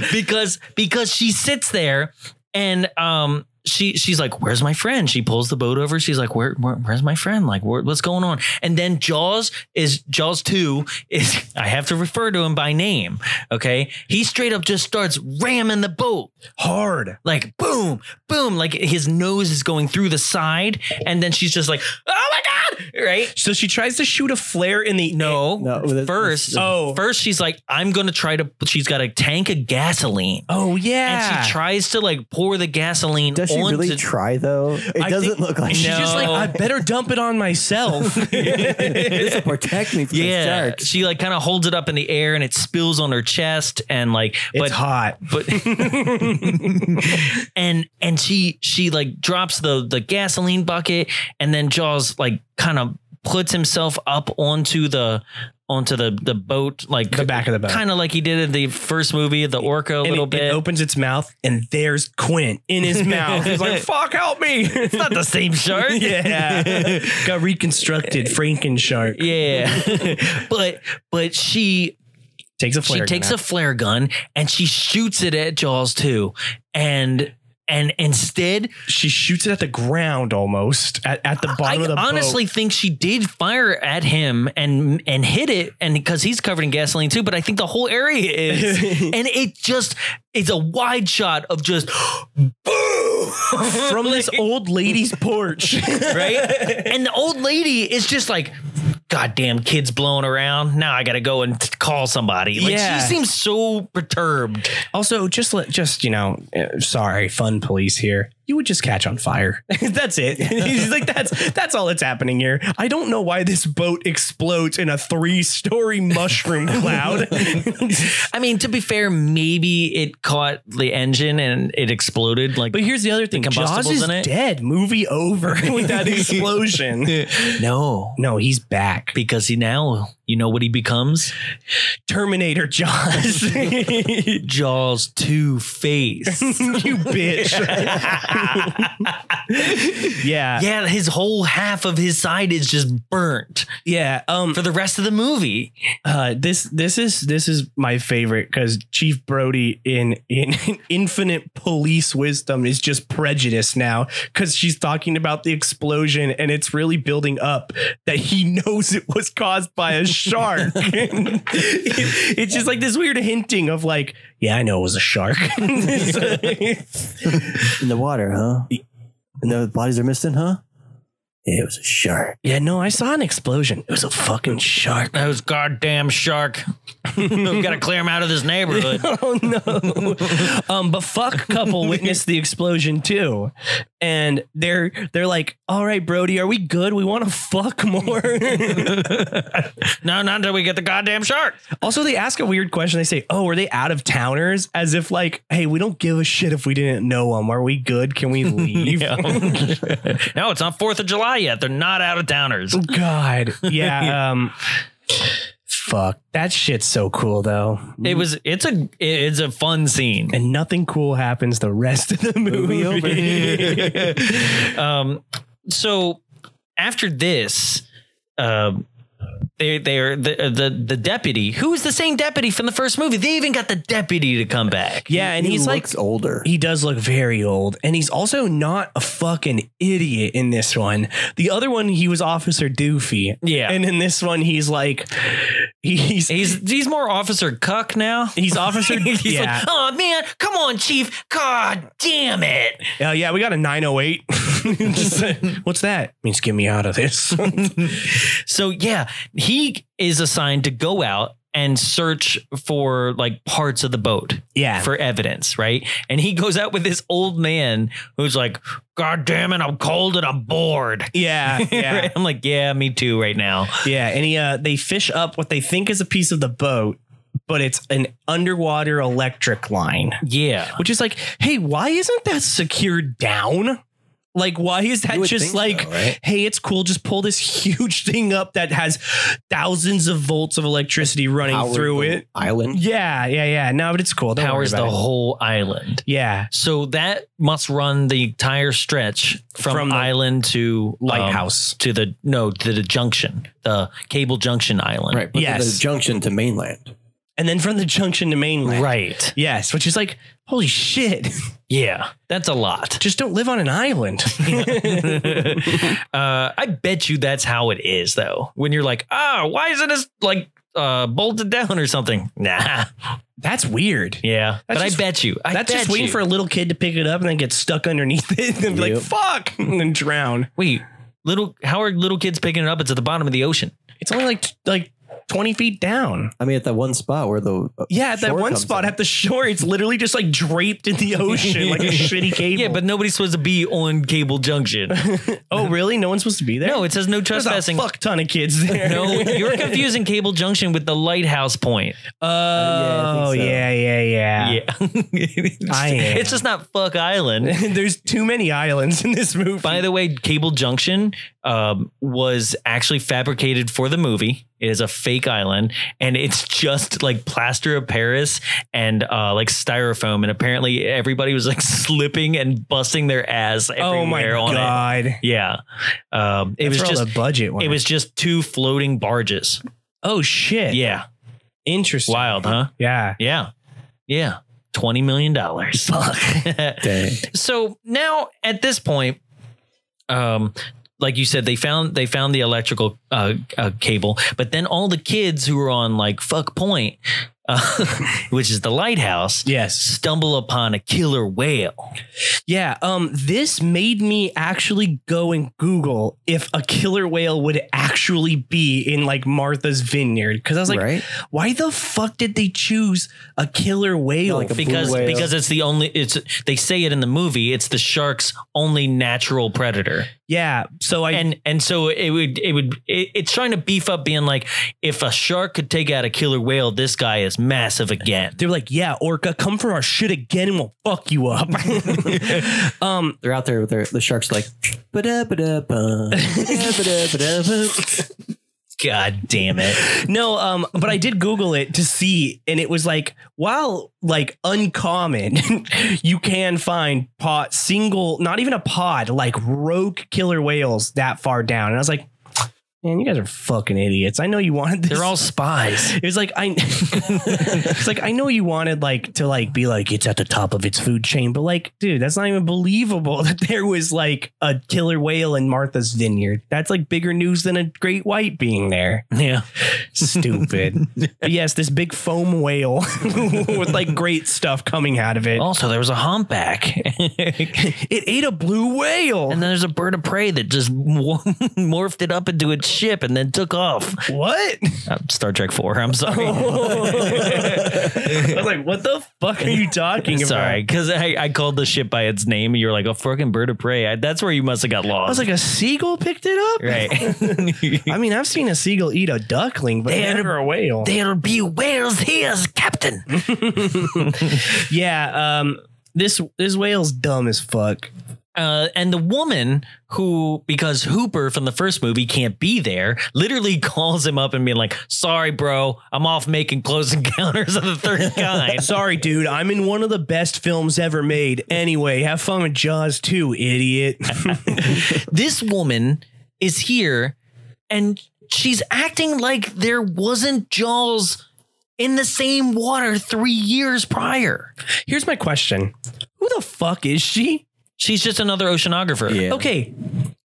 (laughs) because because she sits there and um she she's like where's my friend she pulls the boat over she's like where, where where's my friend like where, what's going on and then jaws is jaws 2 is (laughs) i have to refer to him by name okay he straight up just starts ramming the boat (laughs) Hard. like boom boom like his nose is going through the side and then she's just like oh my god right So she tries to shoot a flare in the no, No, with this- first this- Oh. first she's like i'm gonna try to she's got a tank of gasoline Oh yeah. and she tries to like pour the gasoline Does she onto really try though? It I doesn't think- (laughs) look like She's she No. just like, I better dump it on (laughs) myself. (laughs) this will protect me from the yeah sharks. she like kind of holds it up in the air and it spills on her chest and like but hot. (laughs) but and and she she like drops the the gasoline bucket and then jaws like kind of puts himself up onto the onto the the boat like The back of the boat. kind of like he did in the first movie the orca a And little it, bit it opens its mouth, and there's Quint in his mouth. He's like, "Fuck, help me!" it's not the same shark (laughs) yeah, Uh, got reconstructed Franken shark. (laughs) yeah but but she Takes a flare. she takes a flare gun and she shoots it at Jaws too, and and instead, she shoots it at the ground almost at, at the I bottom of the honestly think she did fire at him and and hit it, and because he's covered in gasoline too. But I think the whole area (laughs) is, and it just it's a wide shot of just (laughs) boat from this old lady's porch. right, and the old lady is just like. Goddamn kids blowing around. Now I gotta go and t- call somebody. Like Yeah. she seems so perturbed. also, just let just you know, uh, sorry, fun police here. You would just catch on fire. (laughs) that's it. He's like that's that's all that's happening here. I don't know why this boat explodes in a three-story mushroom (laughs) cloud. I mean, to be fair, maybe it caught the engine and it exploded. Like, but here's the other thing: Jaws combustibles is in it? dead. Movie over (laughs) with (laughs) that explosion. (gasps) no, No, he's back. because he now you know what he becomes: Terminator (laughs) Jaws. you Jaws Two Face. (laughs) (laughs) bitch. yeah. yeah, his whole half of his side is just burnt Yeah. Um. for the rest of the movie. Uh. This. This is. This is my favorite because Chief Brody in in infinite police wisdom is just prejudice now because she's talking about the explosion and it's really building up that he (laughs) knows it was caused by a shark. (laughs) It- it's just like this weird hinting of like, yeah, I know it was a shark. (laughs) In the water, huh? And the bodies are missing, huh? It was a shark. Yeah, no, I saw an explosion. It was a fucking shark. Those goddamn shark. (laughs) We've got to clear him out of this neighborhood. (laughs) oh no. (laughs) um, but fuck couple witnessed the explosion too. And they're they're like, all right, Brody, are we good? We want to fuck (laughs) more. no, not until we get the goddamn shark. also, they ask a weird question. They say, Oh, are they out of towners? As if like, hey, we don't give a shit if we didn't know them. Are we good? Can (laughs) we leave? No, it's not Fourth of July yet. They're not out of towners. God. (laughs) Yeah. Um fuck. That shit's so cool though. It was. It's a. It's a fun scene. and nothing cool happens the rest of the movie. um, so after this, um, they they are the, uh, the the deputy who is the same deputy from the first movie. They even got the deputy to come (laughs) back. yeah, and he he's like looks older. he does look very old and he's also not a fucking idiot in this one. The other one he was Officer Doofy. Yeah. And in this one he's like he's He's he's more Officer Cuck now. he's Officer He's Yeah. like, oh man, come on, Chief. God damn it. Oh yeah, we got a (laughs) 908. What's that? Means get me out of this. So yeah, he is assigned to go out and search for like parts of the boat. yeah. for evidence, right? And he goes out with this old man who's like, God damn it, I'm cold and I'm bored. yeah. Yeah. (laughs) Right? I'm like, yeah, me too, right now. Yeah, and he, uh, they fish up what they think is a piece of the boat, but it's an underwater electric line, Yeah. which is like, hey, why isn't that secured down? Like, why is that You would just think like, so, right? hey, it's cool, just pull this (laughs) huge thing up that has thousands of volts of electricity running Howard through the it? Island. Yeah, yeah, yeah. No, but it's cool. Don't worry Powers the about it. whole island. Yeah. So that must run the entire stretch from, From the island to um, lighthouse. to the no to the junction, the cable junction island. Right. But Yes. the junction to mainland. And then from the junction to mainland. Right. Yes, which is like, holy shit, (laughs) Yeah. That's a lot. just don't live on an island. (laughs) (laughs) uh, I bet you that's how it is, though. When you're like, ah, why isn't this like uh, bolted down or something? (laughs) Nah, That's weird. yeah. That's but just- I bet you. I That's bet just waiting you. for a little kid to pick it up and then get stuck underneath it and be like, Yep. fuck, (laughs) and then drown. wait. Little, how are little kids picking it up? It's at the bottom of the ocean. It's only like like 20 feet down. I mean, at that one spot where the uh, Yeah, at that shore one comes spot in. at the shore, it's literally just like draped in (laughs) the ocean like a shitty cable. Yeah, but nobody's supposed to be on Cable (laughs) Junction. oh, really? No one's supposed to be there? no, it says no there's a trespassing. fuck ton of kids there. No, (laughs) (laughs) you're Uh, confusing Cable Junction with the lighthouse point. Oh, I think so. yeah, yeah, yeah. Yeah, (laughs) it's, I am. it's just not fuck island. (laughs) there's too many islands in this movie. By the way, Cable Junction um, was actually fabricated for the movie. It is a fake island, and it's (laughs) just like plaster of Paris and uh, like styrofoam. And apparently, everybody was like (laughs) slipping and busting their ass everywhere oh my on it. god. Yeah, um, That's it was where all just the budget went. it was just two floating barges. oh shit. Yeah, Interesting. wild, huh? Yeah. Yeah, yeah. Twenty million dollars. Fuck. (laughs) (laughs) Dang. so now at this point um like you said they found they found the electrical uh, uh cable but then all the kids who were on like fuck point uh, (laughs) which is the lighthouse Yes. stumble upon a killer whale Yeah, um, this made me actually go and Google if a killer whale would actually be in like Martha's Vineyard because I was like, right? why the fuck did they choose a killer whale? like a blue because whale. because it's the only it's they say it in the movie it's the shark's only natural predator yeah, so I and and so it would it would it, it's trying to beef up being like if a shark could take out a killer whale this guy is massive again they were like, yeah, orca, come for our shit again and we'll fuck you up. (laughs) um, They're out there with their the sharks like ba-da, ba-da, ba, ba-da, ba-da, ba-da, (laughs) ba. god damn it no, um, but I did Google it to see, and it was like, while like uncommon, (laughs) you can find pot single, not even a pod, like rogue killer whales that far down. And I was like, Man, you guys are fucking idiots. I know you wanted this. (laughs) They're all spies. It was like I. (laughs) it's like I know you wanted like to like be like it's at the top of its food chain, but like, dude, that's not even believable (laughs) that there was like a killer whale in Martha's Vineyard. That's like bigger news than a great white being there. Yeah. Stupid. But yes, this big foam whale (laughs) with like great stuff coming out of it. Also, there was a humpback, (laughs) and It ate a blue whale. then there's a bird of prey that just mor- (laughs) morphed it up into a ship and then took off. what? (laughs) Uh, Star Trek Four. I'm sorry. Oh. I was like, what the fuck are you talking about? (laughs) Sorry, because I, I called the ship by its name. and You were like a fucking bird of prey. I, that's where you must have got lost. I was like, a seagull picked it up? (laughs) right. (laughs) I mean, I've seen a seagull eat a duckling, but They're- never a whale. There'll be whales here, Captain. (laughs) yeah, um, this this whale's dumb as fuck. Uh, and the woman who, because Hooper from the first movie can't be there, literally (laughs) calls him up and being like, "Sorry, bro, I'm off making Close (laughs) Encounters of the Third Kind." Sorry, dude, I'm in one of the best films ever made. Anyway, have fun with Jaws too, idiot. (laughs) this woman is here, and she's acting like there wasn't Jaws in the same water three years prior. Here's my question. Who the fuck is she? She's just another oceanographer. Yeah. Okay,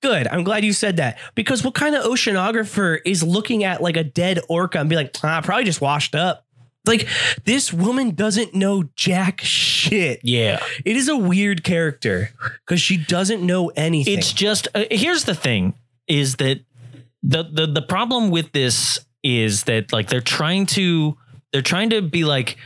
good. I'm glad you said that. Because what kind of oceanographer is looking at like a dead orca and be like, ah, probably just washed up? Like, this woman doesn't know jack shit. Yeah. It is a weird character because she doesn't know anything. It's just uh, here's the thing is that the the the problem with this is that like they're trying to they're trying to be like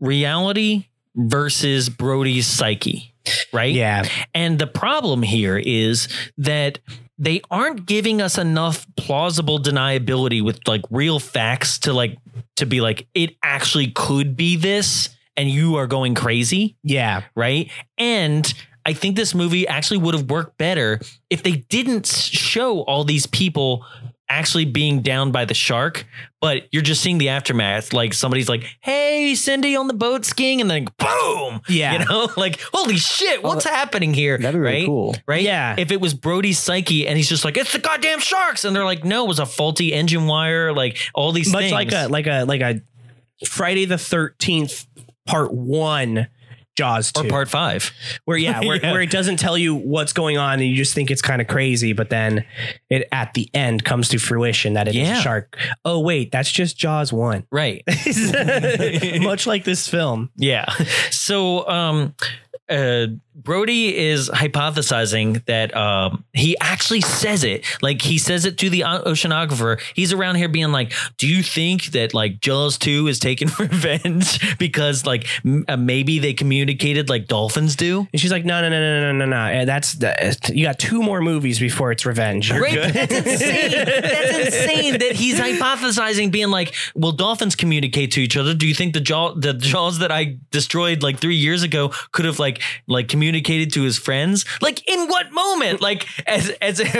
reality versus Brody's psyche, right? yeah. And the problem here is that they aren't giving us enough plausible deniability with like real facts to like to be like it actually could be this and you are going crazy Yeah. right? And I think this movie actually would have worked better if they didn't s- show all these people actually being down by the shark, but you're just seeing the aftermath. Like somebody's like, "Hey, Cindy on the boat skiing," and then boom, Yeah. you know, (laughs) like, "Holy shit, what's happening here?" That'd be really right? cool. Right? Yeah. If it was Brody's psyche and he's just like, it's the goddamn sharks. And they're like, no, it was a faulty engine wire, like all these Much things. like a like a like a Friday the thirteenth part one Jaws or two. part five. where yeah, where, (laughs) Yeah. where it doesn't tell you what's going on and you just think it's kind of crazy, but then it at the end comes to fruition that it is Yeah. a shark. Oh wait, that's just Jaws (laughs) one. Right. Much like this film. Yeah. (laughs) So um uh Brody is hypothesizing that um he actually says it. Like he says it to the o- oceanographer. He's around here being like, "Do you think that like Jaws 2 is taking (laughs) revenge because like m- uh, maybe they communicated like dolphins do?" And she's like, no, no, no, no, no, no, no. Eh, That's that, you got two more movies before it's revenge. You're Right? good. That's insane. That's insane that he's hypothesizing being like, well, dolphins communicate to each other. Do you think the jaw the jaws that I destroyed like three years ago could have like like communicated to his friends? Like in what moment? Like as as if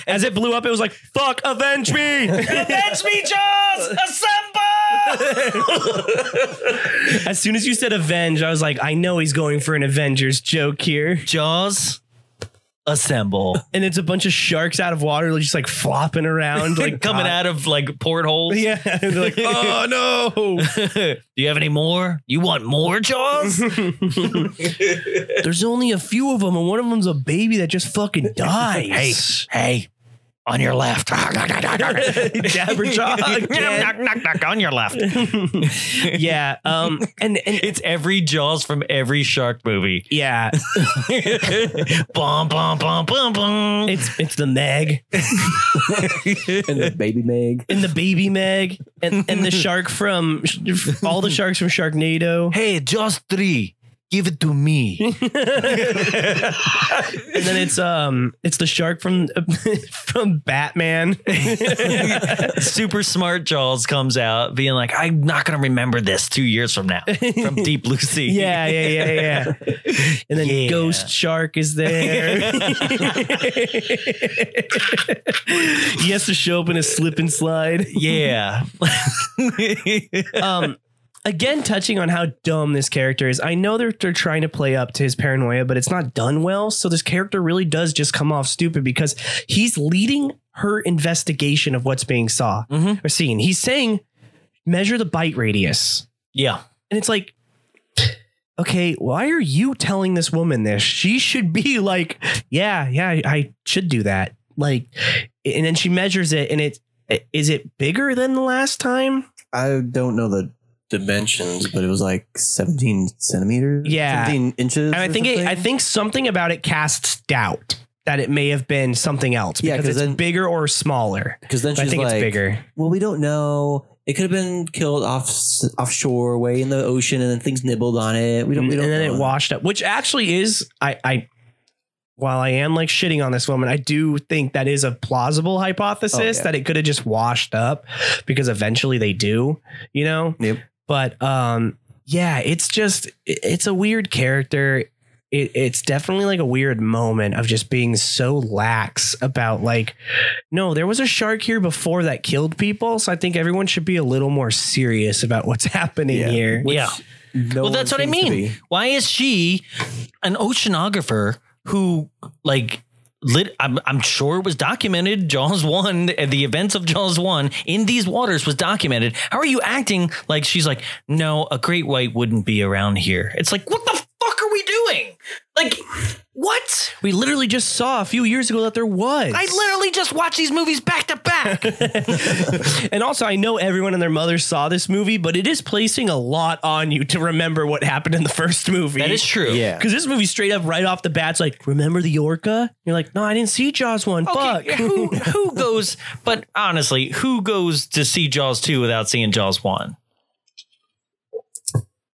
(laughs) As it blew up, it was like, fuck, avenge me. Avenge me, Jaws! Assemble! as soon as you said avenge, I was like, I know he's going for an Avengers joke here. Jaws assemble. And it's a bunch of sharks out of water, just like flopping (laughs) around, like Coming out of like (laughs) portholes. Yeah. They're like, oh no. Do you have any more? You want more Jaws? There's only a few of them, and one of them's a baby that just fucking dies. hey, on your left. (laughs) Jabberjaw again. knock, knock, knock, on your left. yeah. Um. And and It's every Jaws from every shark movie. yeah. bum, bum, bum, bum, bum. It's it's the Meg And the baby Meg. and the baby Meg and and the shark from all the sharks from Sharknado. hey, Jaws 3, give it to (laughs) me. And then it's um it's the shark from (laughs) from Batman. Super smart Jaws comes out being like, I'm not going to remember this two years from now (laughs) from Deep Blue Sea. Yeah, yeah, yeah, yeah. And then Yeah. Ghost Shark is there. he has to show up in a slip and slide. Yeah. Um, again touching on how dumb this character is. I know they're they're trying to play up to his paranoia, but it's not done well. So this character really does just come off stupid because he's leading her investigation of what's being saw Mhm. or seen. He's saying measure the bite radius. (laughs) Yeah. And it's like, okay, why are you telling this woman this? She should be like, yeah, yeah, I- I should do that. Like, and then she measures it, and it is it bigger than the last time? I don't know the dimensions, but it was like 17 centimeters. Yeah. 17 inches. And I or think it, something. I think something about it casts doubt that it may have been something else Yeah, because 'cause it's then- bigger or smaller. because then But I she's think like, it's bigger. well, we don't know. It could have been killed off offshore, way in the ocean, and then things nibbled on it. We don't. We don't and then know. it washed up, which actually is I I while I am like shitting on this woman, I do think that is a plausible hypothesis Oh, yeah. that it could have just washed up because eventually they do, you know? Yep. But um yeah, it's just it- it's a weird character. It, it's definitely like a weird moment of just being so lax about like no, there was a shark here before that killed people, so I think everyone should be a little more serious about what's (laughs) happening Yeah. here. yeah. No well, one that's what I seems to mean. be. Why is she an oceanographer who like lit I'm, I'm sure it was documented Jaws 1 and the events of Jaws 1 in these waters was documented. How are you acting like she's like no, a great white wouldn't be around here. It's like what the fuck are we doing? Like what? We literally just saw a few years ago that there was. I literally just watched these movies back to (laughs) back. (laughs) and also, I know everyone and their mother saw this movie, but it is placing a lot on you to remember what happened in the first movie. That is true. Yeah. Because this movie, straight up, right off the bat's like, remember the orca? You're like, no, I didn't see Jaws one. Fuck. Okay, who who goes? But honestly, who goes to see Jaws two without seeing Jaws one?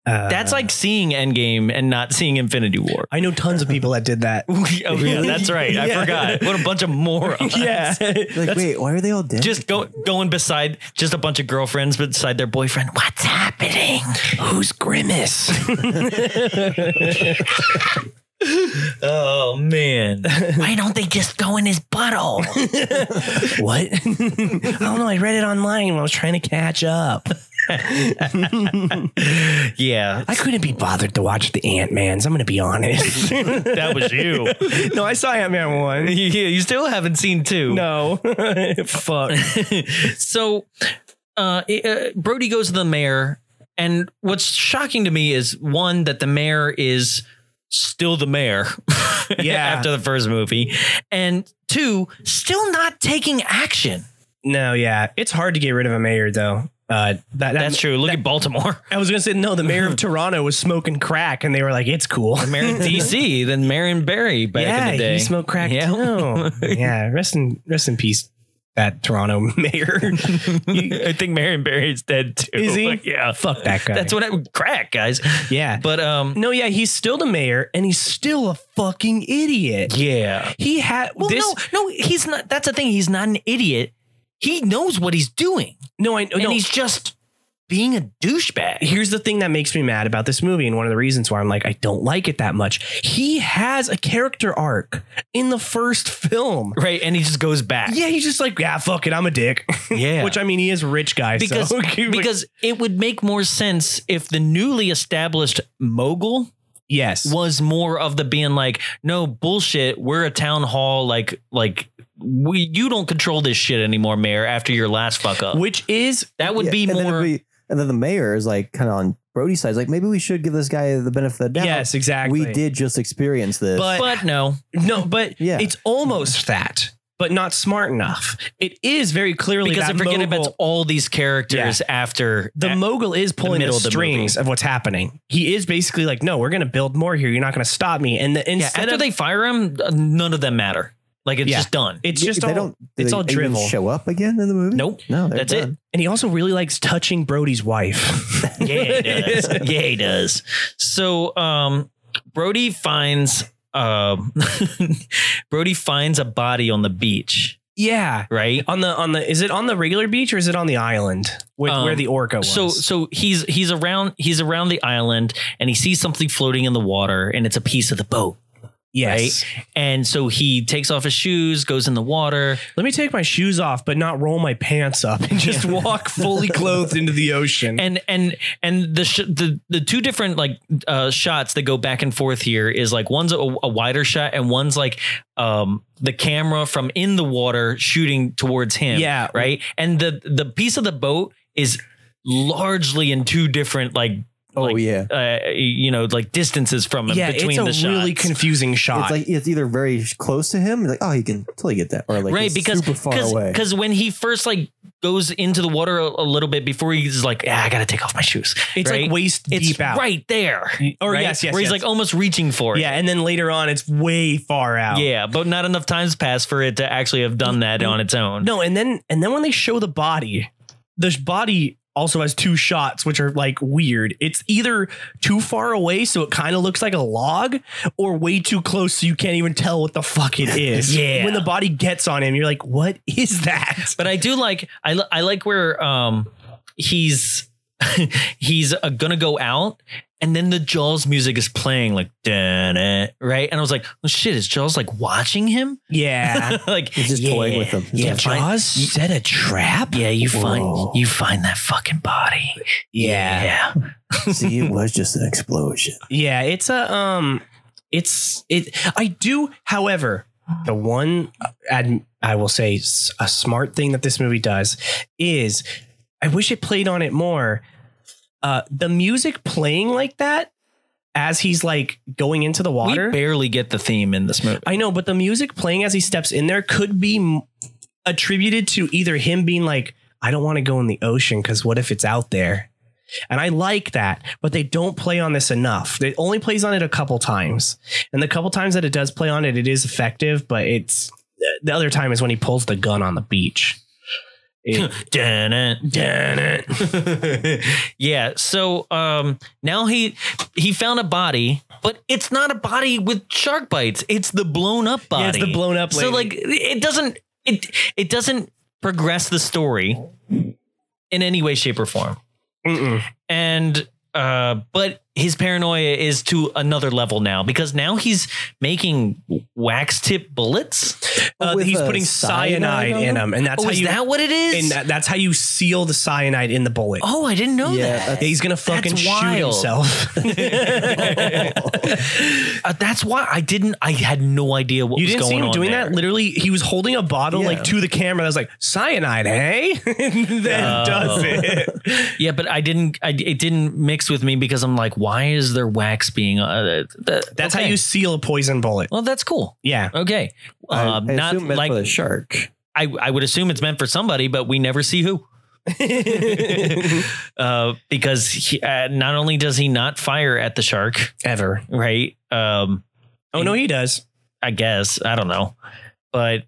Uh, That's like seeing Endgame and not seeing Infinity War. I know tons of people that did that. (laughs) oh yeah, that's right. I Yeah. forgot. What a bunch of morons. yeah. Like, That's- wait, why are they all dead? Just go, going beside just a bunch of girlfriends beside their boyfriend. What's happening? who's (laughs) Grimace? Oh man! Why don't they just go in his butthole? (laughs) what? (laughs) I don't know. I read it online when I was trying to catch up. (laughs) yeah, I couldn't be bothered to watch the Ant Man's. I'm going to be honest. (laughs) that was you. no, I saw Ant Man one. yeah, you still haven't seen two. No. Fuck. (laughs) so uh, it- uh, Brody goes to the mayor, and what's shocking to me is one that the mayor is still the mayor. (laughs) Yeah. after the first movie, and two, still not taking action. (laughs) No, yeah. It's hard to get rid of a mayor though. Uh that, That's that's true. Look at Baltimore. I was gonna say no, the mayor of Toronto was smoking crack and they were like, It's cool. The (laughs) mayor in D.C. than mayor in Barry back yeah, in the day. he smoked crack Yeah. (laughs) too. yeah, rest in rest in peace, that Toronto (laughs) (laughs) mayor. I think Marion Barry is dead too. Is he? (laughs) Yeah. Fuck that guy. That's what I would crack, guys. yeah. But um no, yeah, he's still the mayor and he's still a fucking idiot. yeah. He had Well, this no, no, he's not. That's the thing. He's not an idiot. He knows what he's doing, no, I and no, he's just being a douchebag. here's the thing that makes me mad about this movie and one of the reasons why I'm like I don't like it that much. He has a character arc in the first film. (laughs) Right, and he just goes back. Yeah, he's just like, yeah, fuck it, I'm a dick. (laughs) yeah. Which I mean, he is a rich guy. because so. (laughs) because it would make more sense if the newly established mogul yes, was more of the being like, no bullshit. We're a town hall. Like like we you don't control this shit anymore, mayor. After your last fuck up, which is that would Yeah, be and then more. it'd be- and then the mayor is like kind of on Brody's side. He's like, maybe we should give this guy the benefit of the doubt. yes, exactly. we did just experience this. but, but no, no, but Yeah. it's almost that, but not smart enough. It is very clearly because that if we're getting mogul, about all these characters after the a- mogul is pulling the, middle of the strings movie. of what's happening. He is basically like, no, we're going to build more here. You're not going to stop me. And the, Yeah, instead after of they fire him, uh, none of them matter. Like it's Yeah. just done. it's Yeah, just they all don't. do it's they all even drivel. Show up again in the movie? nope. No, they're That's it. done. And he also really likes touching Brody's wife. (laughs) Yeah, (laughs) he does. yeah, he does. So, um, Brody finds um, (laughs) Brody finds a body on the beach, yeah. right? On the on the is it on the regular beach or is it on the island where, Um, where the orca was? So, so he's he's around he's around the island, and he sees something floating in the water, and it's a piece of the boat. Yes. right? And so he takes off his shoes, goes in the water. Let me take my shoes off, but not roll my pants up and just walk (laughs) fully clothed into the ocean. and and and the sh- the the two different like uh shots that go back and forth here is like one's a, a wider shot and one's like um the camera from in the water shooting towards him Yeah. right and the the piece of the boat is largely in two different like Oh like, yeah. uh, you know like distances from him yeah, between it's a the shots really confusing It's shot. like it's either very close to him, like oh, he can totally get that, or like right it's because super far cause, away. 'cause when he first like goes into the water a, a little bit before he's like yeah i gotta take off my shoes it's right? like waist it's deep out. right there Or right? yes, yes, where he's yes. like almost reaching for it. Yeah, and then later on, it's way far out. yeah, but not enough times passed for it to actually have done that on its own. No, and then and then when they show the body, the sh- body also has two shots which are like weird. It's either too far away so it kind of looks like a log or way too close so you can't even tell what the fuck (laughs) it is. Yeah. When the body gets on him, you're like, "What is that?" but I do like I li- I like where um he's (laughs) he's uh, gonna go out. And then the Jaws music is playing like dun it right, and I was like, "Oh shit, is Jaws like watching him? (laughs) (laughs) Yeah. like He's just toying with him. He's Yeah, like, fine. set a trap? yeah, you Whoa. find you find that fucking body. Yeah. yeah. (laughs) See, it was just an explosion. Yeah, it's a um, it's it. I do, however, the one ad, I will say s- a smart thing that this movie does is I wish it played on it more. Uh, the music playing like that as he's like going into the water. We barely get the theme in this movie. I know, but the music playing as he steps in there could be m- attributed to either him being like, I don't want to go in the ocean because what if it's out there? And I like that, but they don't play on this enough. It only plays on it a couple times. And the couple times that it does play on it, it is effective, but it's the other time is when he pulls the gun on the beach. It- Dun it, dun it. (laughs) yeah. So um, now he he found a body, but it's not a body with shark bites. It's the blown up body. Yeah, it's the blown up So lady. like it doesn't it it doesn't progress the story in any way, shape, or form. Mm-mm. And uh, but his paranoia is to another level now because now he's making wax tip bullets. Uh, With, he's uh, putting cyanide, cyanide on in them? him, and that's oh, how is you that what it is? and that, that's how you seal the cyanide in the bullet. oh, I didn't know Yeah, that. Yeah, he's gonna fucking shoot wild. himself. (laughs) (laughs) Uh, that's why I didn't. I had no idea what You was didn't going see him on doing there. that. Literally, he was holding a bottle Yeah. like to the camera. That was like cyanide, hey? (laughs) and then Oh. (laughs) does it. Yeah, but I didn't. I, it didn't mix with me because I'm like, why is there wax being? Uh, th- That's okay. how you seal a poison bullet. Well, that's cool. (laughs) Yeah, Okay, I- um, I not assume meant like for the shark. I. I would assume it's meant for somebody, but we never see who. uh, because he, uh, not only does he not fire at the shark, ever. right? Um, Oh no, he does. I guess I don't know, but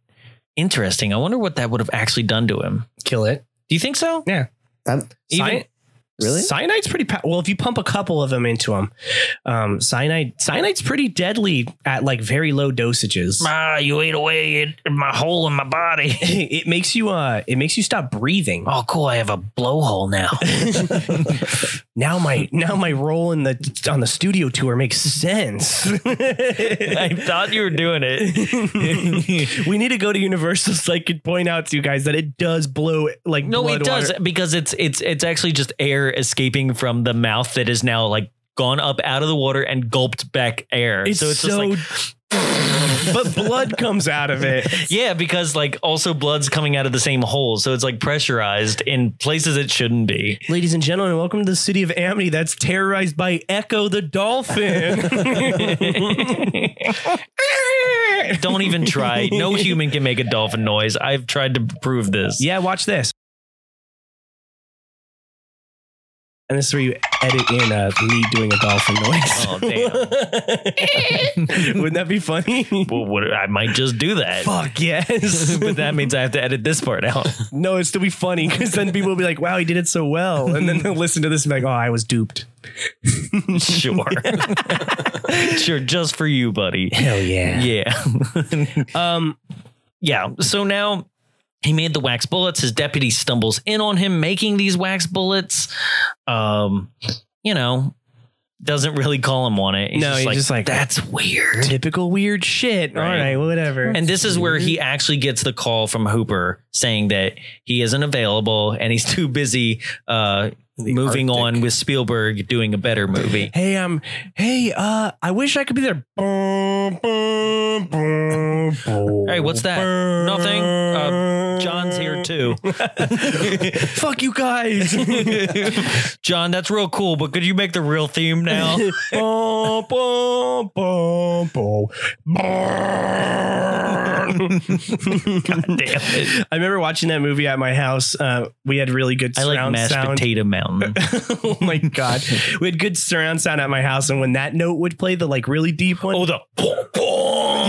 interesting. I wonder what that would have actually done to him. Kill it. Do you think so? I'm- Even- Cyan- Um, really? Cyanide's pretty pow- well. If you pump a couple of them into him, um, cyanide cyanide's pretty deadly at like very low dosages. Ah, you ate away at my hole in my body. (laughs) it makes you uh, it makes you stop breathing. Oh, cool! I have a blowhole now. Now my now my role in the on the studio tour makes sense. (laughs) (laughs) I thought you were doing it. we need to go to Universal so I could point out to you guys that it does blow like no, blood it does water. because it's it's it's actually just air escaping from the mouth that is now like gone up out of the water and gulped back air. It's so, so it's just (laughs) like (laughs) but blood comes out of (laughs) it. yeah, because like also blood's coming out of the same hole, so it's like pressurized in places it shouldn't be. Ladies and gentlemen, welcome to the city of Amity that's terrorized by Echo the dolphin. (laughs) Don't even try. (laughs) No human can make a dolphin noise. I've tried to prove (laughs) this. yeah, watch this. And this is where you edit in uh, me doing a dolphin noise. Oh damn. (laughs) Wouldn't that be funny? well, what, I might just do that. Fuck yes. (laughs) but that means I have to edit this part out. No, it's to be funny because then people will be like, wow, he did it so well. And then they'll listen to this and be like, oh, I was duped. Sure. (laughs) sure, just for you, buddy. Hell yeah. Yeah. (laughs) Um, yeah. So now he made the wax bullets. His deputy stumbles in on him making these wax bullets. Um, you know, doesn't really call him on it. He's No, just he's like, just like, that's weird. Typical weird shit. Right. All right, whatever. And this is where he actually gets the call from Hooper saying that he isn't available and he's too busy uh, The moving Arctic. on with Spielberg doing a better movie. hey, um, hey, uh, I wish I could be there. Hey, what's that? Nothing. Uh, John's here too. (laughs) Fuck you (laughs) guys. John, that's real cool, but could you make the real (laughs) theme now? Bum, bum, bum, bum. God damn it. I remember watching that movie at my house. Uh, we had really good I surround like mashed sound. potato mountain. (laughs) oh my god, we had good surround sound at my house, and when that note would play, the like really deep one, Oh, the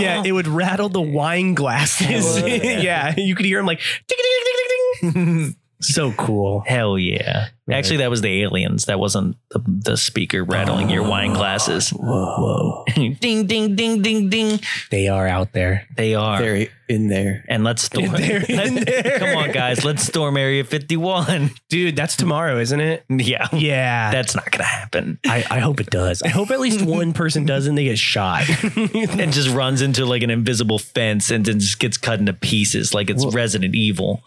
(laughs) yeah, it would rattle the wine glasses. Oh, yeah. (laughs) yeah, you could hear them like ding, ding, ding, ding, ding, (laughs) ding. so cool. Hell yeah. Right. Actually, that was the aliens. That wasn't the, the speaker rattling your (gasps) wine glasses. Whoa. (laughs) ding, ding, ding, ding, ding. They are out there. They are. Very in there. (laughs) and let's storm. They're (laughs) in there. Come on, guys. Let's storm Area 51. Dude, that's tomorrow, isn't it? (laughs) Yeah. Yeah. That's not going to happen. I, I hope it does. I hope at least one person does and they get shot. (laughs) And just runs into like an invisible fence and then just gets cut into pieces like it's Resident Evil.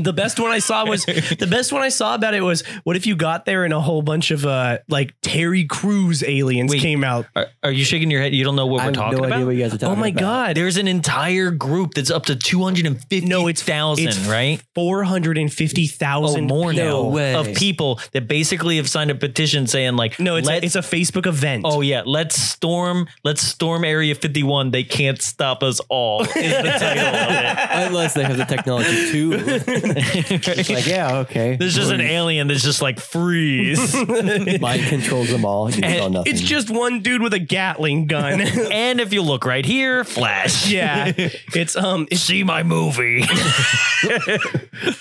the best one I saw was the best one I saw about it was what if you got there and a whole bunch of uh like Terry Crews aliens Wait. came out. Are, are you shaking your head? You don't know what we're I have talking no about? idea what you guys are talking Oh my about. god. There's an entire group that's up to 250,000, No, it's- it's right? Four hundred and fifty Oh, thousand more no now way. of people that basically have signed a petition saying like No, it's a, let's- it's a Facebook event. Oh yeah, let's storm. Let's storm Area 51. They can't stop us (laughs) all. Is the title Unless they have the (laughs) technology too. of It's it. like, yeah, okay. There's just an alien that's just like (laughs) freeze, Mind controls them all. You saw nothing. Eh, it's just one dude with a Gatling gun. (laughs) and if you look right here, Flash. yeah, it's um. It's, see my movie.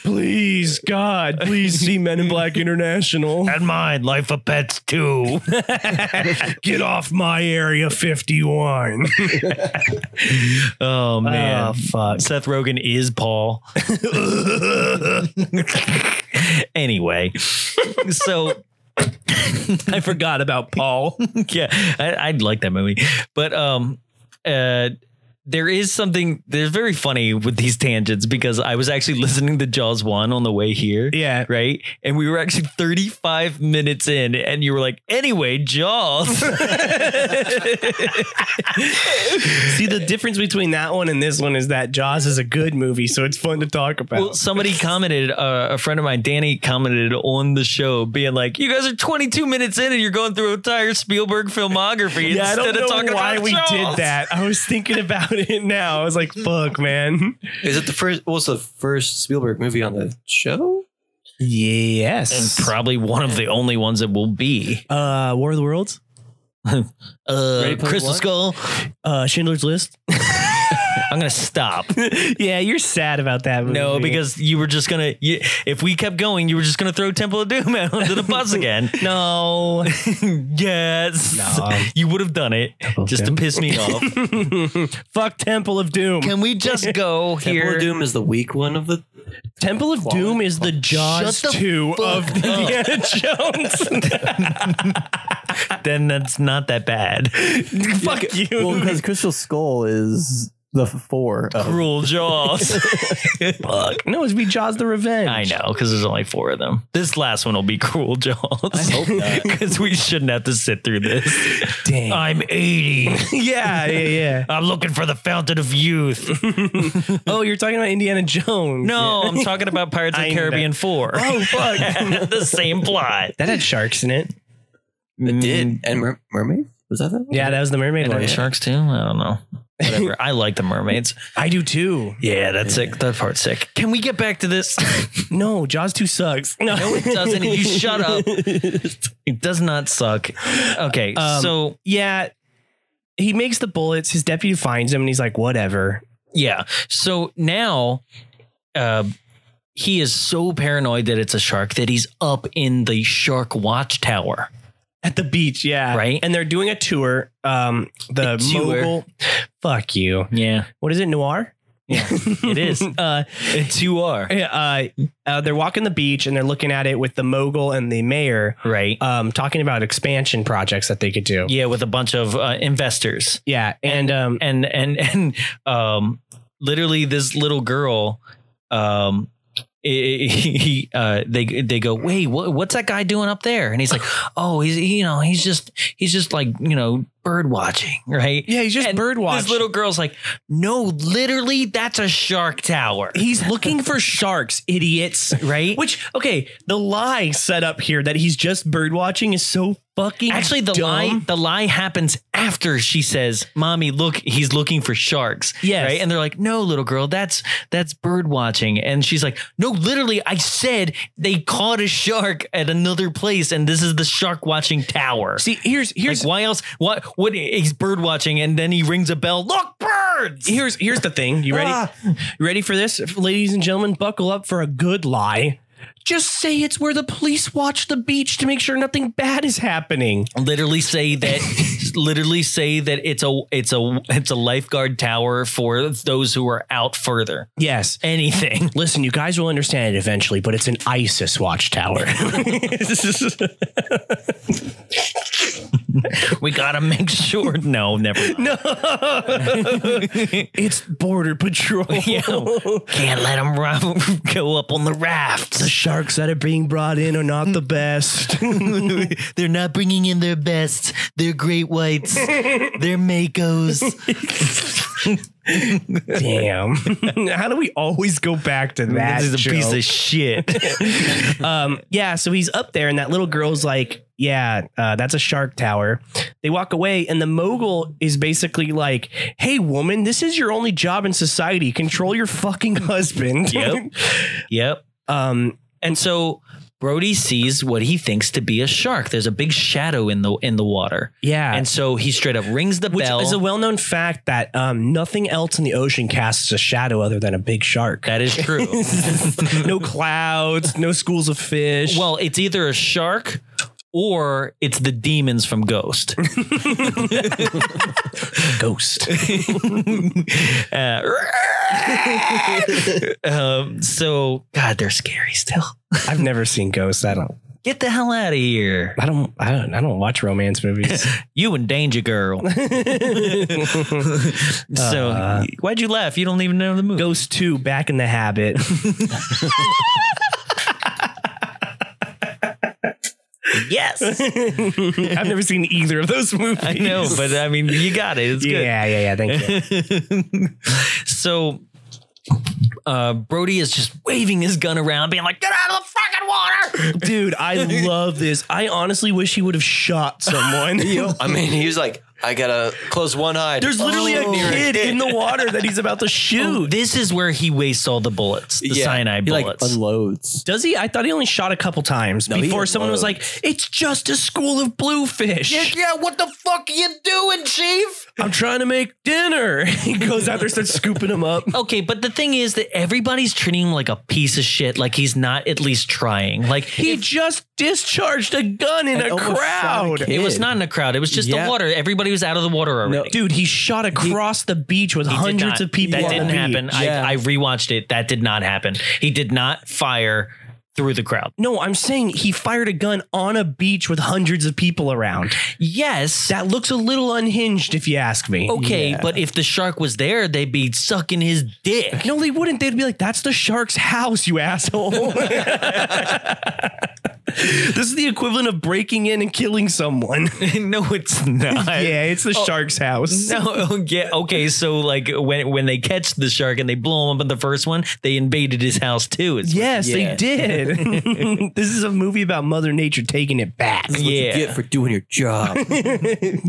please, God, please see Men in Black International. and mine, Life of Pets too. Get off my area, fifty one. Oh man, Oh, fuck. Seth Rogen is Paul. (laughs) anyway, so (laughs) I forgot about Paul. yeah, I, I'd like that movie. But um, uh, there is something they're very funny with these tangents because I was actually listening to Jaws one on the way here. Yeah. Right. And we were actually 35 minutes in, and you were like, anyway, (laughs) Jaws. See, the difference between that one and this one is that Jaws is a good movie, so it's fun to talk about. (laughs) Well, somebody commented, uh, a friend of mine, Danny, commented on the show, being like, "You guys are 22 minutes in, and you're going through entire Spielberg filmography yeah, I don't instead of know talking why about we Jaws." did that. I was thinking about it now. I was like, fuck, man. Is it the first? What's the first Spielberg movie on the show? And Yes. probably one of the only ones that will be uh, War of the Worlds, uh, Ready, Player Crystal One? Skull. uh, Schindler's List. (laughs) I'm gonna stop. yeah, you're sad about that. Movie. No, because you were just gonna. You, if we kept going, you were just gonna throw Temple of Doom (laughs) out under the bus again. (laughs) no. (laughs) yes, No. you would have done it of just Doom? to piss me (laughs) off. (laughs) Fuck Temple of Doom. Can we just go here? Temple of Doom is the weak one of the. Temple of Doom is the Jaws Shut the 2 of fuck Indiana (laughs) Jones. then that's not that bad. fuck you. well because Crystal Skull is the f- four. Oh, of- (laughs) Cruel Jaws. fuck. No, it's be Jaws the Revenge. I know, because there's only four of them. This last one will be Cruel Jaws. I hope (laughs) not. Because we shouldn't have to sit through this. Dang. I'm 80. yeah, yeah, yeah. I'm looking for the fountain of youth. Oh, you're talking about Indiana Jones. No, I'm talking about Pirates of I the know. Caribbean 4. (laughs) Oh fuck. (laughs) the same plot. (laughs) that had sharks in it. It did. And mer- mermaid? Was that that one? Yeah, that was the mermaid one. Sharks too? I don't know. Whatever. I like the mermaids. I do too. Yeah, that's sick. That part's sick. Can we get back to (laughs) this? No, Jaws 2 sucks. No, it doesn't. You shut (laughs) up. It does not suck. Okay, Um, so (laughs) Yeah. He makes the bullets, his deputy finds him and he's like, whatever. Yeah. So now, uh, he is so paranoid that it's a shark that he's up in the shark watchtower. At the beach, yeah. Right. And they're doing a tour. Um the A tour. mogul. Fuck you. Yeah. What is it, Noir? (laughs) It (laughs) is. Uh, you are. uh, uh, they're walking the beach and they're looking at it with the mogul and the mayor, Right. um, talking about expansion projects that they could do. yeah, with a bunch of uh, investors. Yeah, and um, and and and um literally this little girl um he, he uh they they go wait what, what's that guy doing up there and he's like oh he's you know he's just he's just like you know bird watching right yeah, he's just and bird this little girl's like no literally that's a shark tower He's looking for sharks, (laughs) idiots. right Which okay, the lie set up here that he's just bird watching is so fucking actually the dumb. lie the lie happens after she says mommy look he's looking for sharks Yes. right and they're like no little girl that's that's bird watching and she's like no literally i said they caught a shark at another place and this is the shark watching tower See, here's here's like why else what what he's bird watching and then he rings a bell look birds here's here's the thing. You ready? Ah. You ready for this, ladies and gentlemen? Buckle up for a good lie. Just say it's where the police watch the beach to make sure nothing bad is happening. literally say (laughs) that literally say that it's a it's a it's a lifeguard tower for those who are out further Yes. anything Listen, you guys will understand it eventually, but it's an ISIS watchtower. We gotta make sure. (laughs) No, never. Mind. No, (laughs) it's border patrol. can't let them (laughs) go up on the The rafts. sharks that are being brought in are not the best. (laughs) They're not bringing in their best. They're great whites. They're makos. Damn. (laughs) How do we always go back to that? this is a joke? piece (laughs) of shit. um, yeah, so he's up there, and that little girl's like, "Yeah, uh, that's a shark tower." They walk away, and the mogul is basically like, "Hey, woman, this is your only job in society. Control your fucking husband." Yep. yep. um, And so Brody sees what he thinks to be a shark. There's a big shadow in the in the water, (laughs) yeah. and so he straight up rings the which bell. is a well-known fact that um, nothing else in the ocean casts a shadow other than a big (laughs) shark. that is true. no clouds, no schools of fish. Well, it's either a shark or it's the demons from (laughs) Ghost. ghost. Uh, (laughs) um, so, God, they're scary still. (laughs) I've never seen ghosts. I don't. Get the hell out of here. I don't. I don't. I don't watch romance (laughs) movies. You in danger, (laughs) girl. so, Uh. why'd you laugh? You don't even know the movie. Ghost 2 back in the (laughs) habit. yes. I've never seen either of those movies. (laughs) I know, but I mean, you got it. It's yeah, good. yeah, yeah. Thank you. (laughs) so uh, Brody is just waving his gun around, being like, "Get out of the fucking water!" Dude, I love this. I honestly wish he would have shot (laughs) someone. I mean, he was like, I gotta close one eye. There's (laughs) literally Oh. a kid in the water that he's Oh, about to shoot. This is where he wastes all the bullets, the Yeah. cyanide He like bullets. unloads. Does he? I thought he only shot a couple times he before didn't someone was load. like, it's just a school of bluefish. yeah, what the fuck are you doing, Chief? I'm trying to make dinner. (laughs) He goes out there, starts scooping him up. Okay, but the thing is that everybody's treating him like a piece of shit, like he's not at least trying. Like He just discharged a gun in And a almost shot a crowd. kid. it was not in a crowd, it was just Yeah. the water. Everybody was out of the water already. No, Dude, he shot across the beach with He did hundreds not. of people. That on the didn't beach. happen. Yeah. I, I rewatched it. That did not happen. He did not fire through the crowd. No, I'm saying he fired a gun on a beach with hundreds of people around. Yes. That looks a little unhinged, if you ask me. okay, Yeah. but if the shark was there, they'd be sucking his (laughs) dick. No, they wouldn't. They'd be like, that's the shark's house, you (laughs) asshole. this is the equivalent of breaking in and killing someone. no, it's not. (laughs) yeah, oh, it's the shark's house. (laughs) No, oh, yeah, okay. So, like, when when they catch the shark and they blow him up in the first one, they invaded his house too. It's- Yes, they (laughs) Yeah. did. this is a movie about Mother Nature taking it back. That's what you Yeah. get for doing your (laughs) job.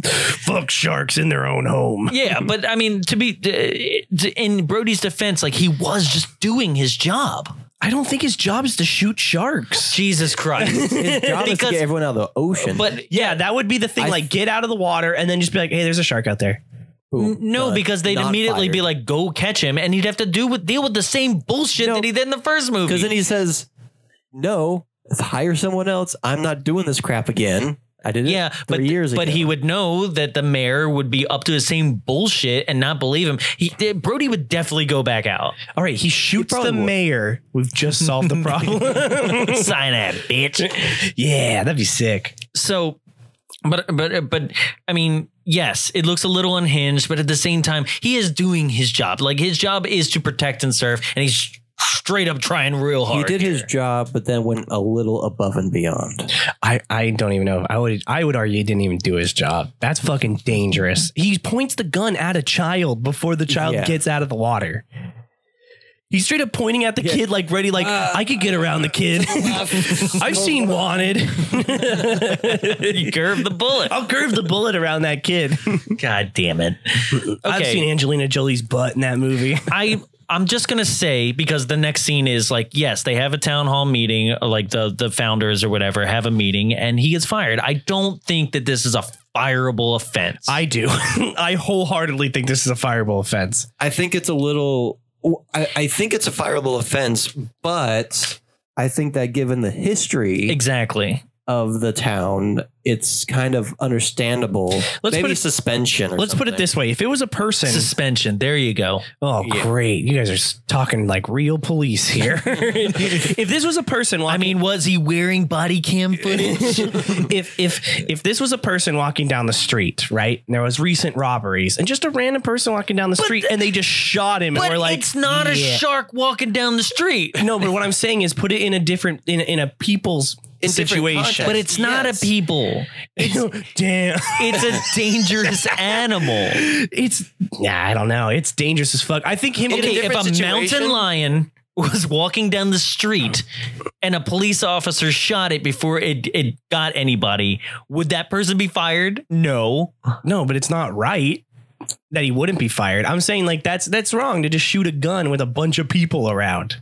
Fuck sharks in their own home. yeah. But I mean, to be to- in Brody's defense, like he was just doing his job. I don't think his job is to shoot sharks. Jesus Christ! His job (laughs) is to Because- get everyone out of the ocean. but Yeah, that would be the thing. I- like, get out of the water and then just be like, hey, there's a shark out there. Who no, does because they'd not immediately fire. be like, "Go catch him," and he'd have to do with deal with the same bullshit No. that he did in the first movie. Because then he says, "No, hire someone else. I'm not doing this crap again." I did it. Yeah, three but years but ago. he would know that the mayor would be up to the same bullshit and not believe him. He Brody would definitely go back (laughs) out. All right, he shoots probably the would. mayor. We've just solved (laughs) the problem. Sign that, bitch. yeah, that'd be sick. So, but but but I mean, yes, it looks a little unhinged, but at the same time, he is doing his job. Like his job is to protect and serve, and he's straight up trying real hard. He did his here. job, but then went a little above and beyond. I, I don't even know. I would I would argue he didn't even do his job. That's fucking dangerous. He points the gun at a child before the child Yeah. gets out of the water. He's straight up pointing at the kid like ready, like I could get around the kid. Uh, (laughs) I've seen Wanted. (laughs) (laughs) He curved the bullet. I'll curve the bullet around that kid. (laughs) God damn it. I've Okay. seen Angelina Jolie's butt in that movie. I I'm just gonna say because the next scene is like yes they have a town hall meeting uh, like the the founders or whatever have a meeting and he gets fired. I don't think that this is a fireable offense. I do. (laughs) I wholeheartedly think this is a fireball offense. I think it's a little. I, I think it's a fireable offense, but I think that given the history exactly. of the town, it's kind of understandable. Let's Maybe put it- suspension. Or Let's put it something. this way: if it was a person, Suspension. There you go. Oh, Yeah. great. You guys are s- talking like real police here. (laughs) if this was a person, I walking, mean, was he wearing body (laughs) cam footage? if if if this was a person walking down the street, right? And there was recent robberies and just a random person walking down the street and they just shot him and but we're like it's not a "Yeah." shark walking down the street. No, but what I'm saying is put it in a different in a, in a people's In different situation. context. (laughs) But it's not a Yes. people. But it's, (laughs) damn. It's (laughs) a dangerous animal. It's nah, I don't know. It's dangerous as fuck. I think him okay, if a different mountain situation- lion was walking down the street and a police officer shot it before it, it got anybody, would that person be fired? No. No, but it's not right that he wouldn't be fired. I'm saying like that's that's wrong to just shoot a gun with a bunch of people around.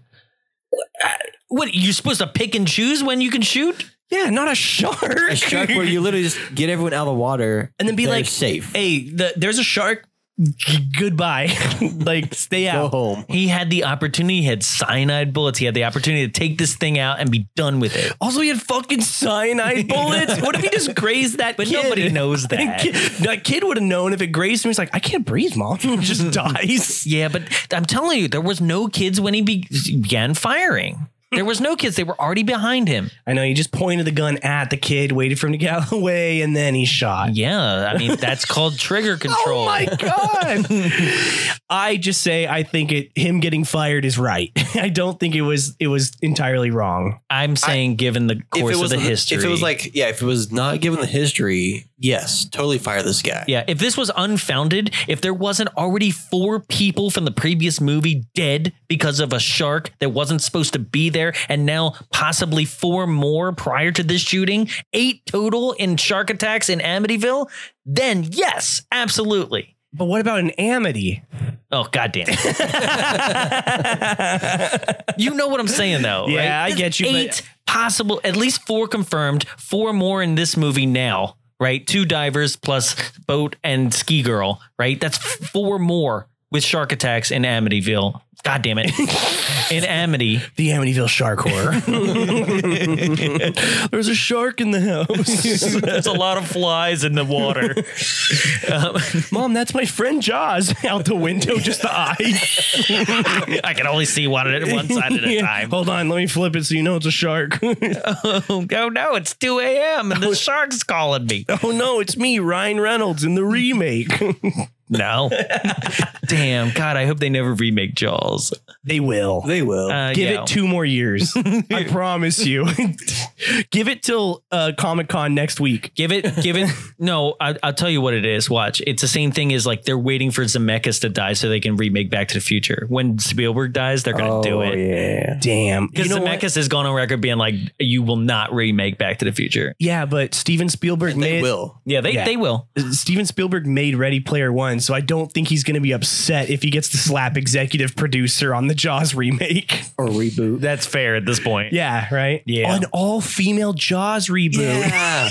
What you're supposed to pick and choose when you can shoot? Yeah, not a shark. a shark where you literally just get everyone out of the water And then be they're like, safe. hey, the, there's a shark. G- (laughs) goodbye. (laughs) like stay Go Oh, out. home. He had the opportunity. He had cyanide bullets. He had the opportunity to take this thing out and be done with it. Also, he had fucking (laughs) cyanide bullets. what if he (laughs) just grazed that? But kid? nobody knows That that. kid, that kid would have known if it grazed him. He's like, I can't breathe, mom. (laughs) He (laughs) just dies. Yeah, but I'm telling you, there was no kids when he be- began firing. There was no kids. They were already behind him. I know. He just pointed the gun at the kid, waited for him to get away, and then he shot. Yeah, I mean that's (laughs) called trigger control. Oh my god! (laughs) I just say I think it him getting fired is right. (laughs) I don't think it was it was entirely wrong. I'm saying, given the If course it of was the a- history, if it was like, yeah, if it was not given the history, yes, totally fire this guy. yeah, if this was unfounded, if there wasn't already four people from the previous movie dead because of a shark that wasn't supposed to be there, and now possibly four more prior to this shooting, eight total in shark attacks in Amityville, then yes, absolutely. But what about an Amity? Oh (laughs) goddamn! you know what I'm saying though, right? Yeah, I There's get you, but- Eight possible, at least four confirmed, four more in this movie now, right? Two divers plus boat and ski girl, right? That's four more with shark attacks in Amityville. God damn (laughs) it! in Amity, The Amityville shark (laughs) horror. There's a shark in the (laughs) house. there's a lot of flies in the water. Um, Mom, that's my friend Jaws (laughs) out the window, just the eye. (laughs) I can only see one at one side (laughs) at a Yeah. time. Hold on, let me flip it so you know it's a shark. (laughs) Oh no, it's two a.m. and the shark's calling me. oh no, it's me, Ryan Reynolds in the remake. (laughs) No. Damn. God, I hope they never remake Jaws. they will. They will. Uh, Give yeah. it two (laughs) more years. I promise you. (laughs) Give it till uh, Comic Con next week. Give it, give it. No, I, I'll tell you what it is. Watch. It's the same thing as like they're waiting for Zemeckis to die so they can remake Back to the Future. When Spielberg dies, they're going to do it. Oh, yeah. Damn. Because Zemeckis has gone on record being like, you will not remake Back to the Future. Yeah, but Steven Spielberg they made will. Yeah, they, Yeah. they will. Steven Spielberg made Ready Player One, so I don't think he's going to be upset if he gets to slap executive producer on the Jaws remake. (laughs) Or reboot. That's fair at this point. yeah, right. Yeah. an all female Jaws reboot. (laughs) Yeah.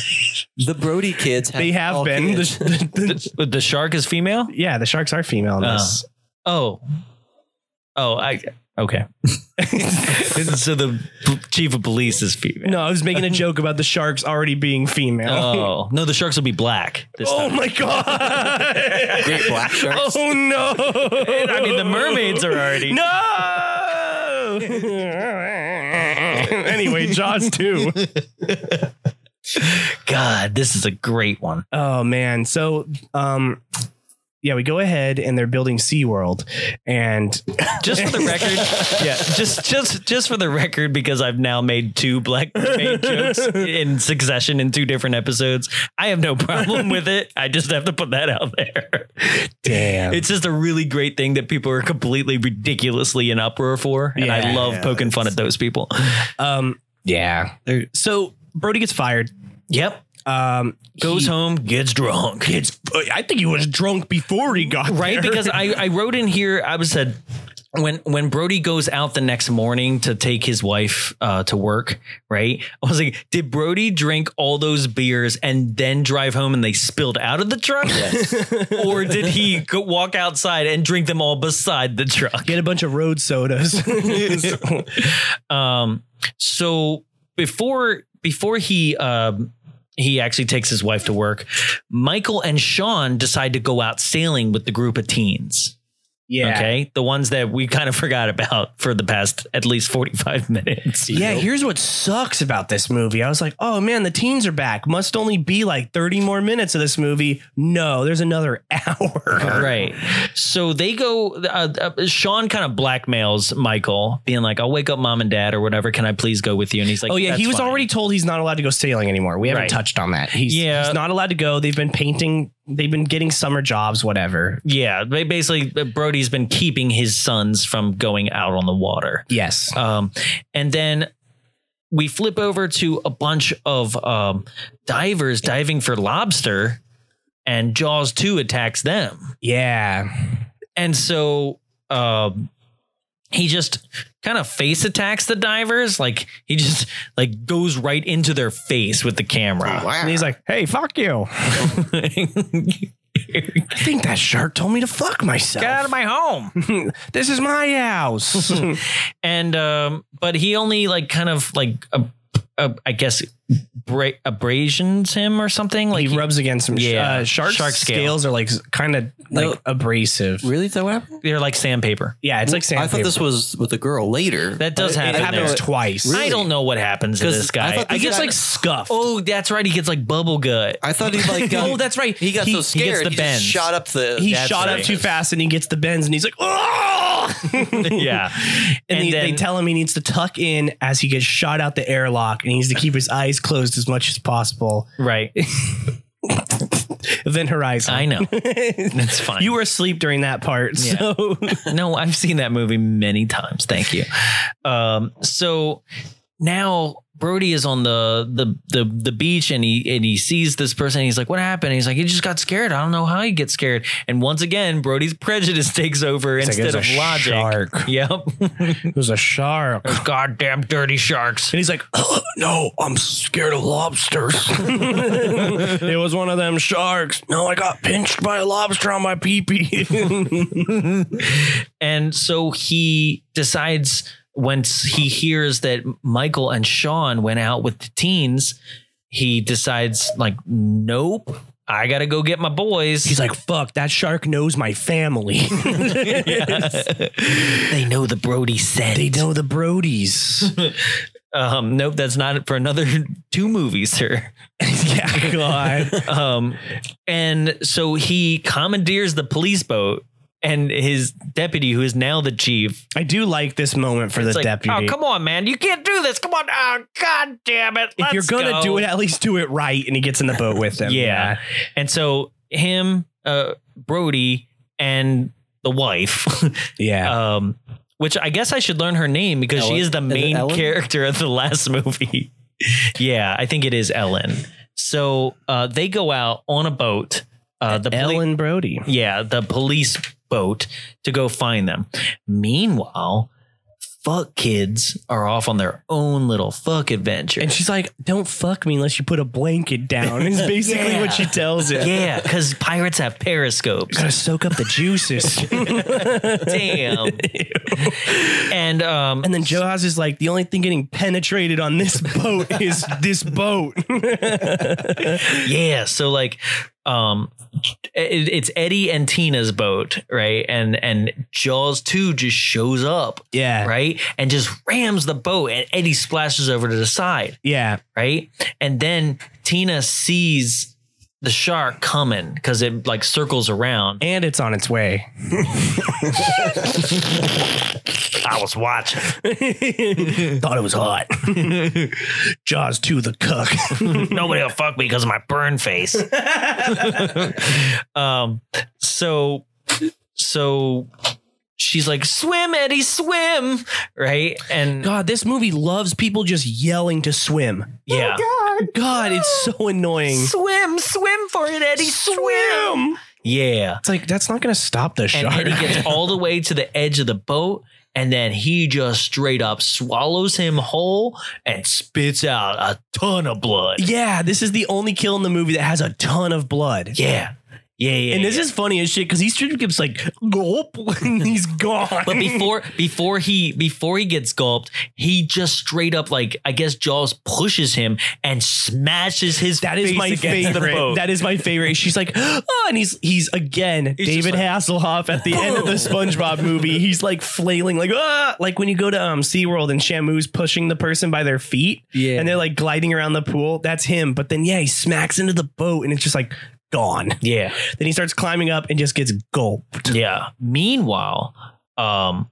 the Brody kids. Have (laughs) They have been. The, (laughs) kids. the- the- The, the shark is female? Uh. yeah, the sharks are female in this. Oh. Oh, I okay. so the p- chief of police is (laughs) female. No, I was making a joke about the sharks already being female. Oh no, the sharks will be black this (laughs) oh time. my god! Great black (laughs) sharks. Oh (laughs) no! I mean, the mermaids are already. No. (laughs) anyway, Jaws two. God, this is a great one. (laughs) Oh man. So um yeah, we go ahead and they're building SeaWorld (laughs) and Just for the record, (laughs) yeah, just just just for the record, because I've now made two black mermaid jokes in succession in two different episodes. I have (laughs) no problem with it. I just have to put that out there. damn. It's just a really great thing that people are completely ridiculously in uproar for, and I Yeah. love poking fun at those people. um yeah. So Brody gets fired. Yep, Um goes he- home, gets drunk. It's I think he was drunk before he got (laughs) right there. because I, I wrote in here i was said when when brody goes out the next morning to take his wife uh, to work right i was like did brody drink all those beers and then drive home and they spilled out of the truck (laughs) or did he go walk outside and drink them all beside the truck get a bunch of road sodas. um so before before he um he actually takes his wife to work michael and sean decide to go out sailing with the group of teens (laughs) yeah. Okay. The ones that we kind of (laughs) forgot about for the past at least 45 (laughs) minutes. Yeah, here's what sucks about this movie. I was like, oh man, the teens are back. Must only be like 30 more minutes of this movie. No, there's another (laughs) hour. Right. So they go, uh, uh, Sean kind of blackmails Michael, being like, I'll wake up mom and dad or whatever. Can I please go with you? And he's like, Oh yeah, he "That's was fine." already told he's not allowed to go sailing anymore. We haven't Right. touched on that. He's, Yeah. he's not allowed to go. They've been painting. They've been getting summer jobs, whatever. Yeah. They basically, uh, Brody's been keeping his sons from going out on the water. Yes. Um, and then we flip over to a bunch of um, divers diving for lobster, and Jaws 2 attacks them. Yeah. and so um he just kind of face attacks the divers like he just like goes right into their face with the camera And he's like, "Hey, fuck you! I think that shark told me to fuck myself. my home (laughs) this is my (laughs) house." (laughs) and um but he only like kind of like uh, uh, i guess bra- abrasions him or something like he he- rubs against some Yeah. uh, shark. Shark scale. scales are like kind of like No. abrasive. Really? Is that what happened? they're like sandpaper Yeah, it's like I sandpaper. thought this was with the girl later. that does it happen happens there. twice. i don't know what happens to 'Cause this I guy thought i this guess guy- like scuffed. oh that's right he gets like bubble gut I thought he like got, oh that's right He got so he gets scared. the He, bends. just shot up the. he That's shot up right. too fast and he gets the bends and he's like, oh! (laughs) (laughs) (laughs) yeah. And, they, they then- tell him he needs to tuck in as he gets shot out the airlock and he needs to keep his eyes closed as much as possible. (laughs) right. Event Horizon. (laughs) I know. That's fine. You were asleep during that part. Yeah. So no, I've seen that movie many times. Thank you. Um, so now Brody is on the the the the beach and he and he sees this person. he's like, "What happened?" he's like, "He just got scared. I don't know how he gets scared." And once again, Brody's prejudice (laughs) takes over It's like, instead "There's of a logic. shark. Yep. (laughs) it was a shark. And Goddamn dirty sharks. he's like, "Oh, no, I'm scared of (laughs) lobsters. (laughs) it was one of them sharks. No, I got pinched by a lobster on my pee (laughs) pee. And so he decides once he hears that Michael and Sean went out with the teens, he decides like, nope, I gotta go get my boys. He's like, fuck, that shark knows my (laughs) family. they know the Brody scent. they know the Brodies. Um, nope, that's not it for another (laughs) two movies, sir. (laughs) yeah, God. Um, and so he commandeers the police boat and his deputy, who is now the chief, I do like this moment for It's the like, deputy. Oh, come on, man. You can't do this. Come on. Oh, God damn it. if you're Let's gonna go. do it, at least do it right. And he gets in the boat with them. Yeah. And so him, uh, Brody, and the wife, (laughs) yeah. um, which I guess I should learn her name because she Ellen- is the is it main Ellen? character of the last movie. (laughs) yeah, I think it is Ellen. So uh, they go out on a boat. Uh, the poli- Ellen Brody. yeah, the police boat to go find them. Meanwhile, fuck kids are off on their own little fuck adventure. And she's like, "Don't fuck me unless you put a blanket down." (laughs) Is basically Yeah. what she tells (laughs) him. yeah, because pirates have periscopes. Gotta soak up the juices. (laughs) Damn. and (laughs) um, and then Joaz is like, the only thing getting penetrated on this boat is this (laughs) boat. yeah so like um it, it's eddie and tina's boat right and and jaws 2 just shows up yeah. right and just rams the boat and eddie splashes over to the side Yeah. right and then tina sees the shark coming because it like circles around And it's on its way. i was watching (laughs) Thought it was (laughs) hot. Jaws to the cuck. nobody will fuck me because of my burn face. (laughs) um, so, so she's like, swim, Eddie, swim, right? (laughs) And God, this movie loves people just yelling to swim. yeah, God, it's so annoying. swim, swim for it, Eddie, swim. Yeah, It's like that's not gonna stop the and shark. Eddie (laughs) gets all the way to the edge of the boat. And then he just straight up swallows him whole and spits out a ton of blood. yeah, this is the only kill in the movie that has a ton of blood. Yeah. Yeah. Yeah. And this yeah. is funny as shit because he straight up gives like gulp (laughs) and he's gone. (laughs) But before before he before he gets gulped, he just straight up like I guess Jaws pushes him and smashes his that is face my against the favorite. boat. That is my favorite. She's like, oh, and he's he's again He's just David like, Hasselhoff at the end (laughs) of the SpongeBob movie. He's like flailing like ah, like when you go to um SeaWorld and Shamu's pushing the person by their feet. Yeah. And they're like gliding around the pool. That's him. But then yeah, he smacks into the boat and it's just like gone. yeah, Then he starts climbing up and just gets gulped. yeah. Meanwhile, um,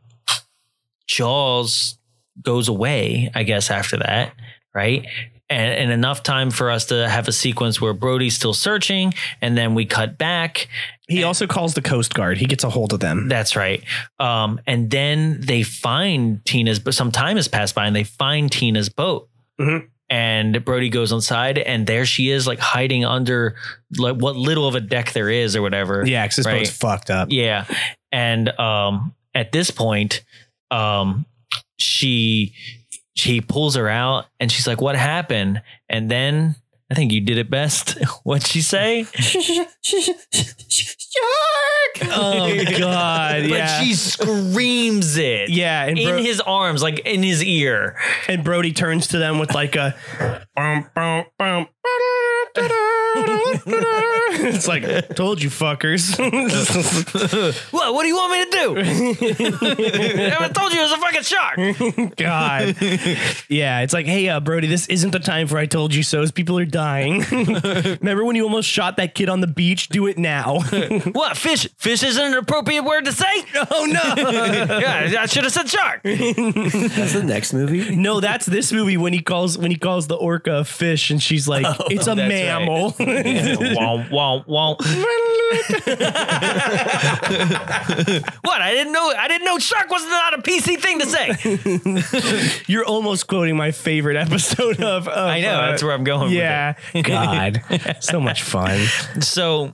Jaws goes away. I guess after that, right? And, and enough time for us to have a sequence where Brody's still searching, and then we cut back, He also calls the Coast Guard. He gets a hold of them. That's right. Um, and then they find Tina's, but some time has passed by and they find Tina's boat. Mhm. And Brody goes inside, and there she is, like hiding under like what little of a deck there is, or whatever. Yeah, because this Right. boat's fucked (laughs) up. Yeah. And um, at this point, um, she she pulls her out, and she's like, "What happened?" And then I think you did it best. (laughs) What'd she say? Shark! (laughs) Oh God! but Yeah, she screams it. yeah, and, Bro- in his arms, like in his ear. and Brody turns to them with like a. bum, bum, bum, it's like told you, fuckers. (laughs) What? What do you want me to (laughs) do? I told you it was a fucking shark. God, yeah, it's like, hey, uh, Brody, this isn't the time for I told you so's. People are dying. (laughs) Remember when you almost shot that kid on the beach? Do it now. (laughs) What? Fish? Fish isn't an appropriate word to (laughs) say. oh no! Yeah, I should have said shark. That's the next movie. No, that's this movie when he calls when he calls the orca a fish, and she's like, it's a Oh, that's right. mammal. (laughs) (laughs) womp womp womp. (laughs) what? I didn't know. I didn't know shark was not a PC thing to say. You're almost quoting my favorite episode of. of I know. uh, That's where I'm going. with it. Yeah. (laughs) God. so much fun. so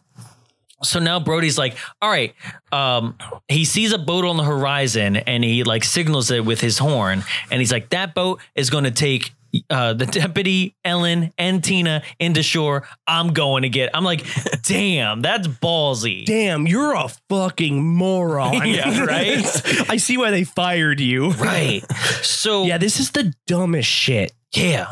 so now Brody's like, all right. Um, he sees a boat on the horizon and he like signals it with his horn, and he's like, that boat is going to take uh, the deputy, Ellen, and Tina into shore. I'm going to get. I'm like, damn, that's ballsy. Damn, you're a fucking moron. (laughs) Yeah, (laughs) right? I see why they fired you. Right. So Yeah, yeah, this is the dumbest shit. yeah,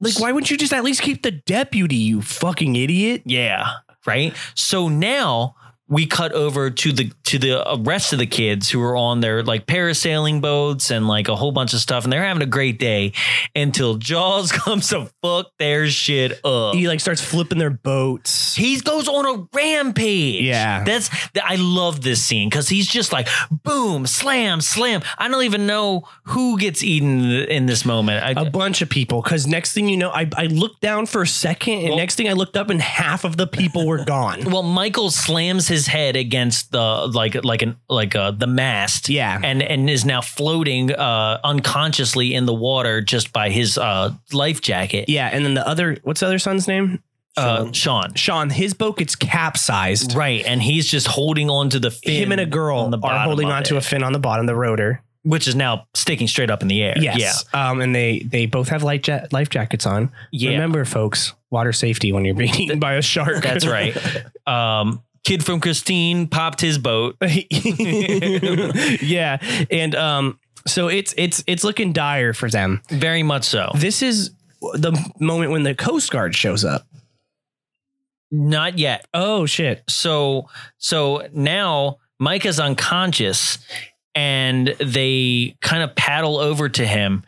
Like, why wouldn't you just at least keep the deputy, you fucking idiot? yeah, right. So now. We cut over to the to the uh, rest of the kids who are on their like parasailing boats and like a whole bunch of stuff, and they're having a great day until Jaws (laughs) comes to fuck their shit up. He like starts flipping their boats. He goes on a rampage. Yeah. That's th- I love this scene because he's just like boom, slam, slam. I don't even know who gets eaten in this moment. I, A bunch of people, because next thing you know, I, I looked down for a second, and next thing I looked up, and half of the people were (laughs) gone. well, Michael slams his head against the like like an like uh the mast. Yeah. And and is now floating uh unconsciously in the water just by his uh life jacket. Yeah, and then the other, what's the other son's name? Uh, Sean. Sean. His boat gets capsized. Right. And he's just holding on to the fin. him and a girl on the are bottom holding of on to it. a fin on the bottom, the rotor. which is now sticking straight up in the air. Yes. Um, and they they both have life, ja- life jackets on. Yeah. Yeah. Remember, folks, water safety when you're being eaten by a shark. That's (laughs) right. Um, kid from Christine popped his boat. (laughs) yeah. And um, so it's it's it's looking dire for them. Very much so. This is the moment when the Coast Guard shows up. Not yet. Oh shit. So so now Micah's unconscious and they kind of paddle over to him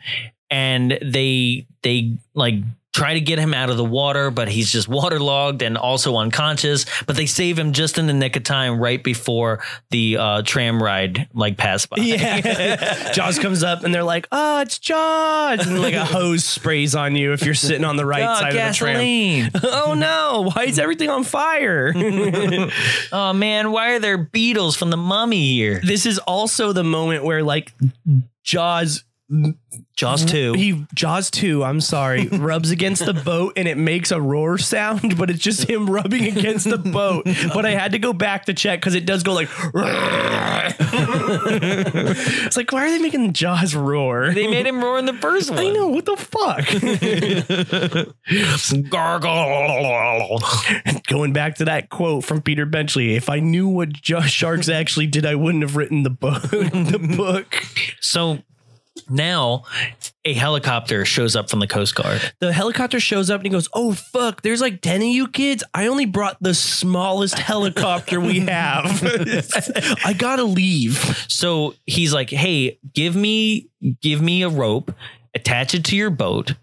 and they they like try to get him out of the water but he's just waterlogged and also unconscious but they save him just in the nick of time right before the uh, tram ride like passed by Yeah. (laughs) Jaws comes up and they're like, oh, it's Jaws. And like a hose sprays on you if you're sitting on the right Oh, side gasoline. of the tram. (laughs) oh no, why is everything on fire? (laughs) oh man, why are there beetles from the mummy here? this is also the moment where like Jaws Jaws 2. he Jaws 2, I'm (laughs) sorry, rubs against the boat and it makes a roar sound, but it's just him rubbing against the boat. But I had to go back to check because it does go like (laughs) It's like, why are they making Jaws roar? they made him roar in the first (laughs) one. I know, what the (laughs) fuck? (laughs) Gargle. Going back to that quote from Peter Benchley, if I knew what Jaws sharks actually did, I wouldn't have written the book. (laughs) the book. So now a helicopter shows up from the Coast Guard. the helicopter shows up and he goes, "Oh fuck, there's like 10 of you kids. I only brought the smallest helicopter we have. (laughs) I got to leave." So he's like, "Hey, give me give me a rope, attach it to your boat."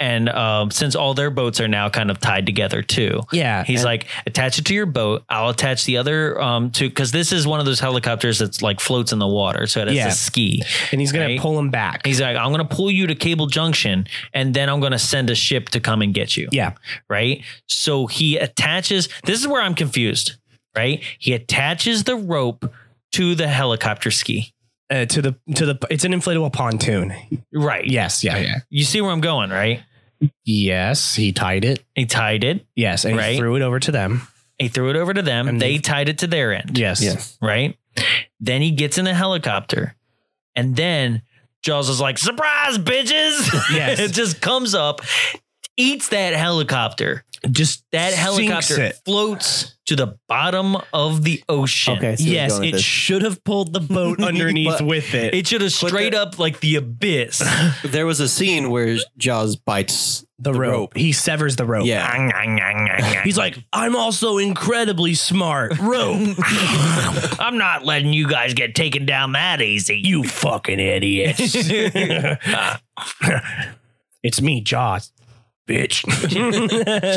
And um, since all their boats are now kind of tied together too, Yeah. He's like, attach it to your boat. I'll attach the other um to because this is one of those helicopters that's like floats in the water, so it has Yeah. to ski. And he's going Right. to pull him back. He's like, I'm gonna pull you to Cable Junction, and then I'm gonna send a ship to come and get you. yeah. Right. So he attaches. This is where I'm confused. Right. He attaches the rope to the helicopter ski. Uh, to the to the it's an inflatable pontoon. Right. Yes, yeah, Oh, yeah. You see where I'm going, right? Yes, he tied it. He tied it. Yes, and Right. he threw it over to them. He threw it over to them. And they they- tied it to their end. Yes. Yes. right? Then he gets in a helicopter, and then Jaws is like, "Surprise, bitches!" (laughs) Yes. it just comes up, eats that helicopter. Just That sinks helicopter it. floats to the bottom of the ocean. Okay. I see where you're Yes, going with it this. should have pulled the (laughs) boat underneath But with it. It should have straight up like (laughs) the abyss. There was a scene where Jaws bites. the, rope. rope. He severs the rope. Yeah. He's like, I'm also incredibly smart. Rope. Oh. (laughs) I'm not letting you guys get taken down that easy. (laughs) You fucking (laughs) idiots. it's me, Jaws. Bitch.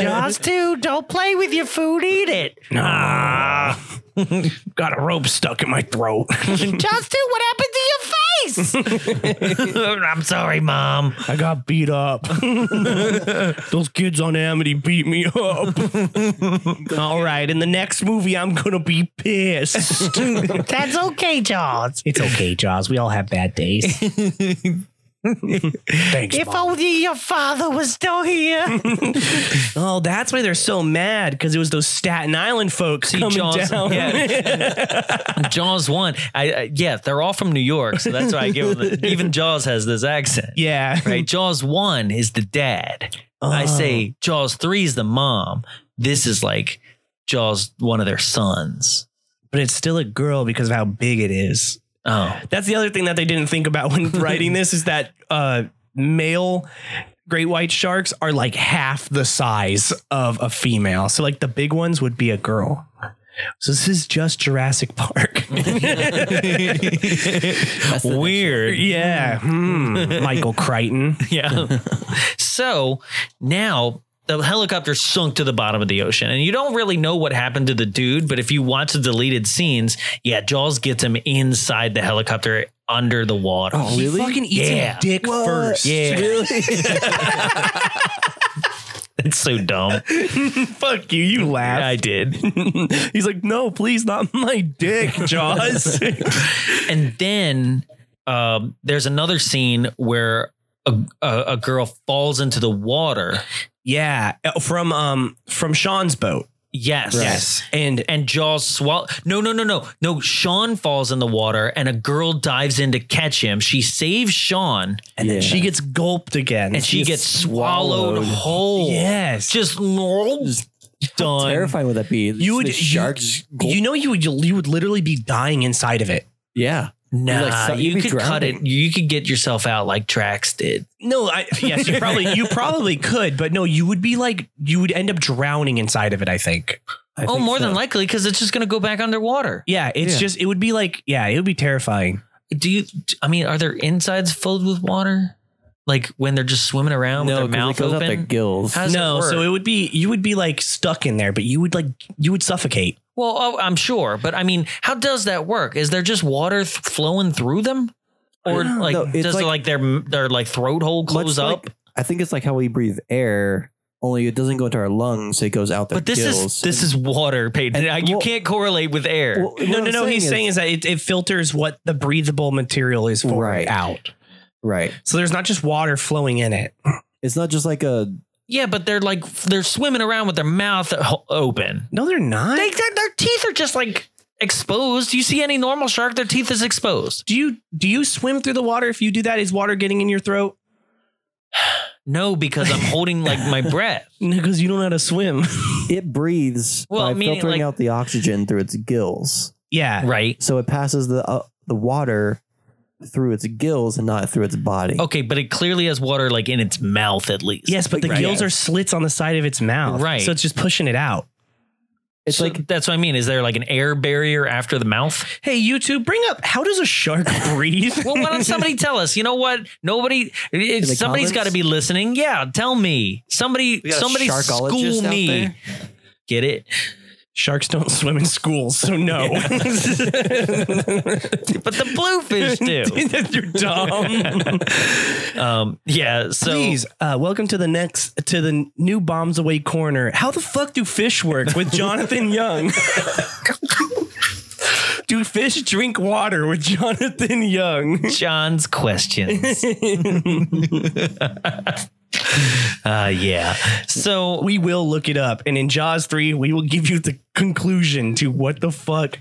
(laughs) Jaws too. Don't play with your food. Eat it. nah. Got a rope stuck in my throat. Jaws too. What happened to (laughs) your face? I'm sorry, mom. I got beat (laughs) up. Those kids on Amity beat me up. (laughs) All right, in the next movie, I'm gonna be (laughs) pissed. That's okay, Jaws. it's okay, Jaws. We all have bad (laughs) days. Thanks, Mom. only your father was still here. Oh, that's why they're so mad because it was those Staten Island folks coming Jaws, down. yeah. (laughs) Jaws one. I, I yeah, they're all from New York, so that's why I give them. The, even Jaws has this accent. (laughs) Yeah. Right. Jaws one is the dad. I say Jaws three is the mom. This is like Jaws one of their sons. But it's still a girl because of how big it is. Oh, That's the other thing that they didn't think about (laughs) when writing this is that uh, male great white sharks are like half the size of a female. So like the big ones would be a girl. So this is just Jurassic (laughs) Park. That's the- weird. yeah. Hmm. Michael Crichton. Yeah. so now the helicopter sunk to the bottom of the ocean, and you don't really know what happened to the dude. But if you watch the deleted scenes, yeah, Jaws gets him inside the helicopter under the water. (laughs) Oh, really? He fucking eats Yeah. a dick What? first. Yeah. Really? It's so dumb. (laughs) Fuck you. You laugh. I did. (laughs) He's like, no, please, not my dick, (laughs) Jaws. And then um, there's another scene where a, a, a girl falls into the water. yeah, uh, from um from Sean's boat. Yes. Right. Yes. And And Jaws swallow. No, no, no, no. No, Sean falls in the water and a girl dives in to catch him. She saves Sean and Yeah. then she gets gulped again. and she gets swallowed, swallowed. whole. Yes. Just, done. Terrifying would that be? You would- The you- sharks. you know you would you would literally be dying inside of it. yeah. Nah, Like, so- you'd you be could cut it. drowning. You could get yourself out like Trax did. No, I yes, you probably you (laughs) probably could, but no, you would be like you would end up drowning inside of it, I think. I oh, think more so. than likely because it's just going to go back underwater. Yeah, it's Yeah. just it would be like yeah, it would be terrifying. Do you? I mean, are their insides filled with water? Like when they're just swimming around with No, 'cause it their mouth goes out open? the gills. How does it no, work? so it would be you would be like stuck in there, but you would like you would suffocate. Well, oh, I'm sure, but I mean, how does that work? Is there just water th- flowing through them, or No, like it's does like, like- like their their like throat hole Much close like- up? I think it's like how we breathe air, only it doesn't go into our lungs; it goes out the but this gills. is this is water, Peyton. And- you well- can't correlate with air. Well, what No, no, I'm no. he's saying is that it, it filters what the breathable material is for Right. out. right. So there's not just water flowing in it. It's not just like a yeah, but they're like they're swimming around with their mouth ho- open. No, they're not. They, their, their teeth are just like exposed. You see any normal shark, their teeth is exposed. do you do you swim through the water? If you do that, is water getting in your throat? No, because I'm holding like my breath. No, because you don't know how to swim. it breathes Well, by meaning, filtering like- out the oxygen through its gills, (laughs) yeah. Right. so it passes the uh, the water through its gills and not through its body. Okay, but it clearly has water like in its mouth at least. Yes, but the Right. gills are slits on the side of its mouth. Right. So it's just pushing it out. It's So like that's what I mean. Is there like an air barrier after the mouth? Hey, YouTube, bring up how does a (laughs) shark breathe? Well, why don't somebody tell us? You know what? Nobody. It, the somebody's comments? got to be listening. Yeah, tell me. Somebody. We got a Somebody sharkologist school out me. there? Get it? Sharks don't swim in schools, so no. But the bluefish do. (laughs) You're dumb. um, yeah. So Please, uh, welcome to the next to the new bombs away corner. How the fuck do fish work (laughs) with Jonathan Young? do fish drink water with Jonathan Young? John's questions. uh, yeah. So we will look it up. And in Jaws 3, we will give you the conclusion to what the fuck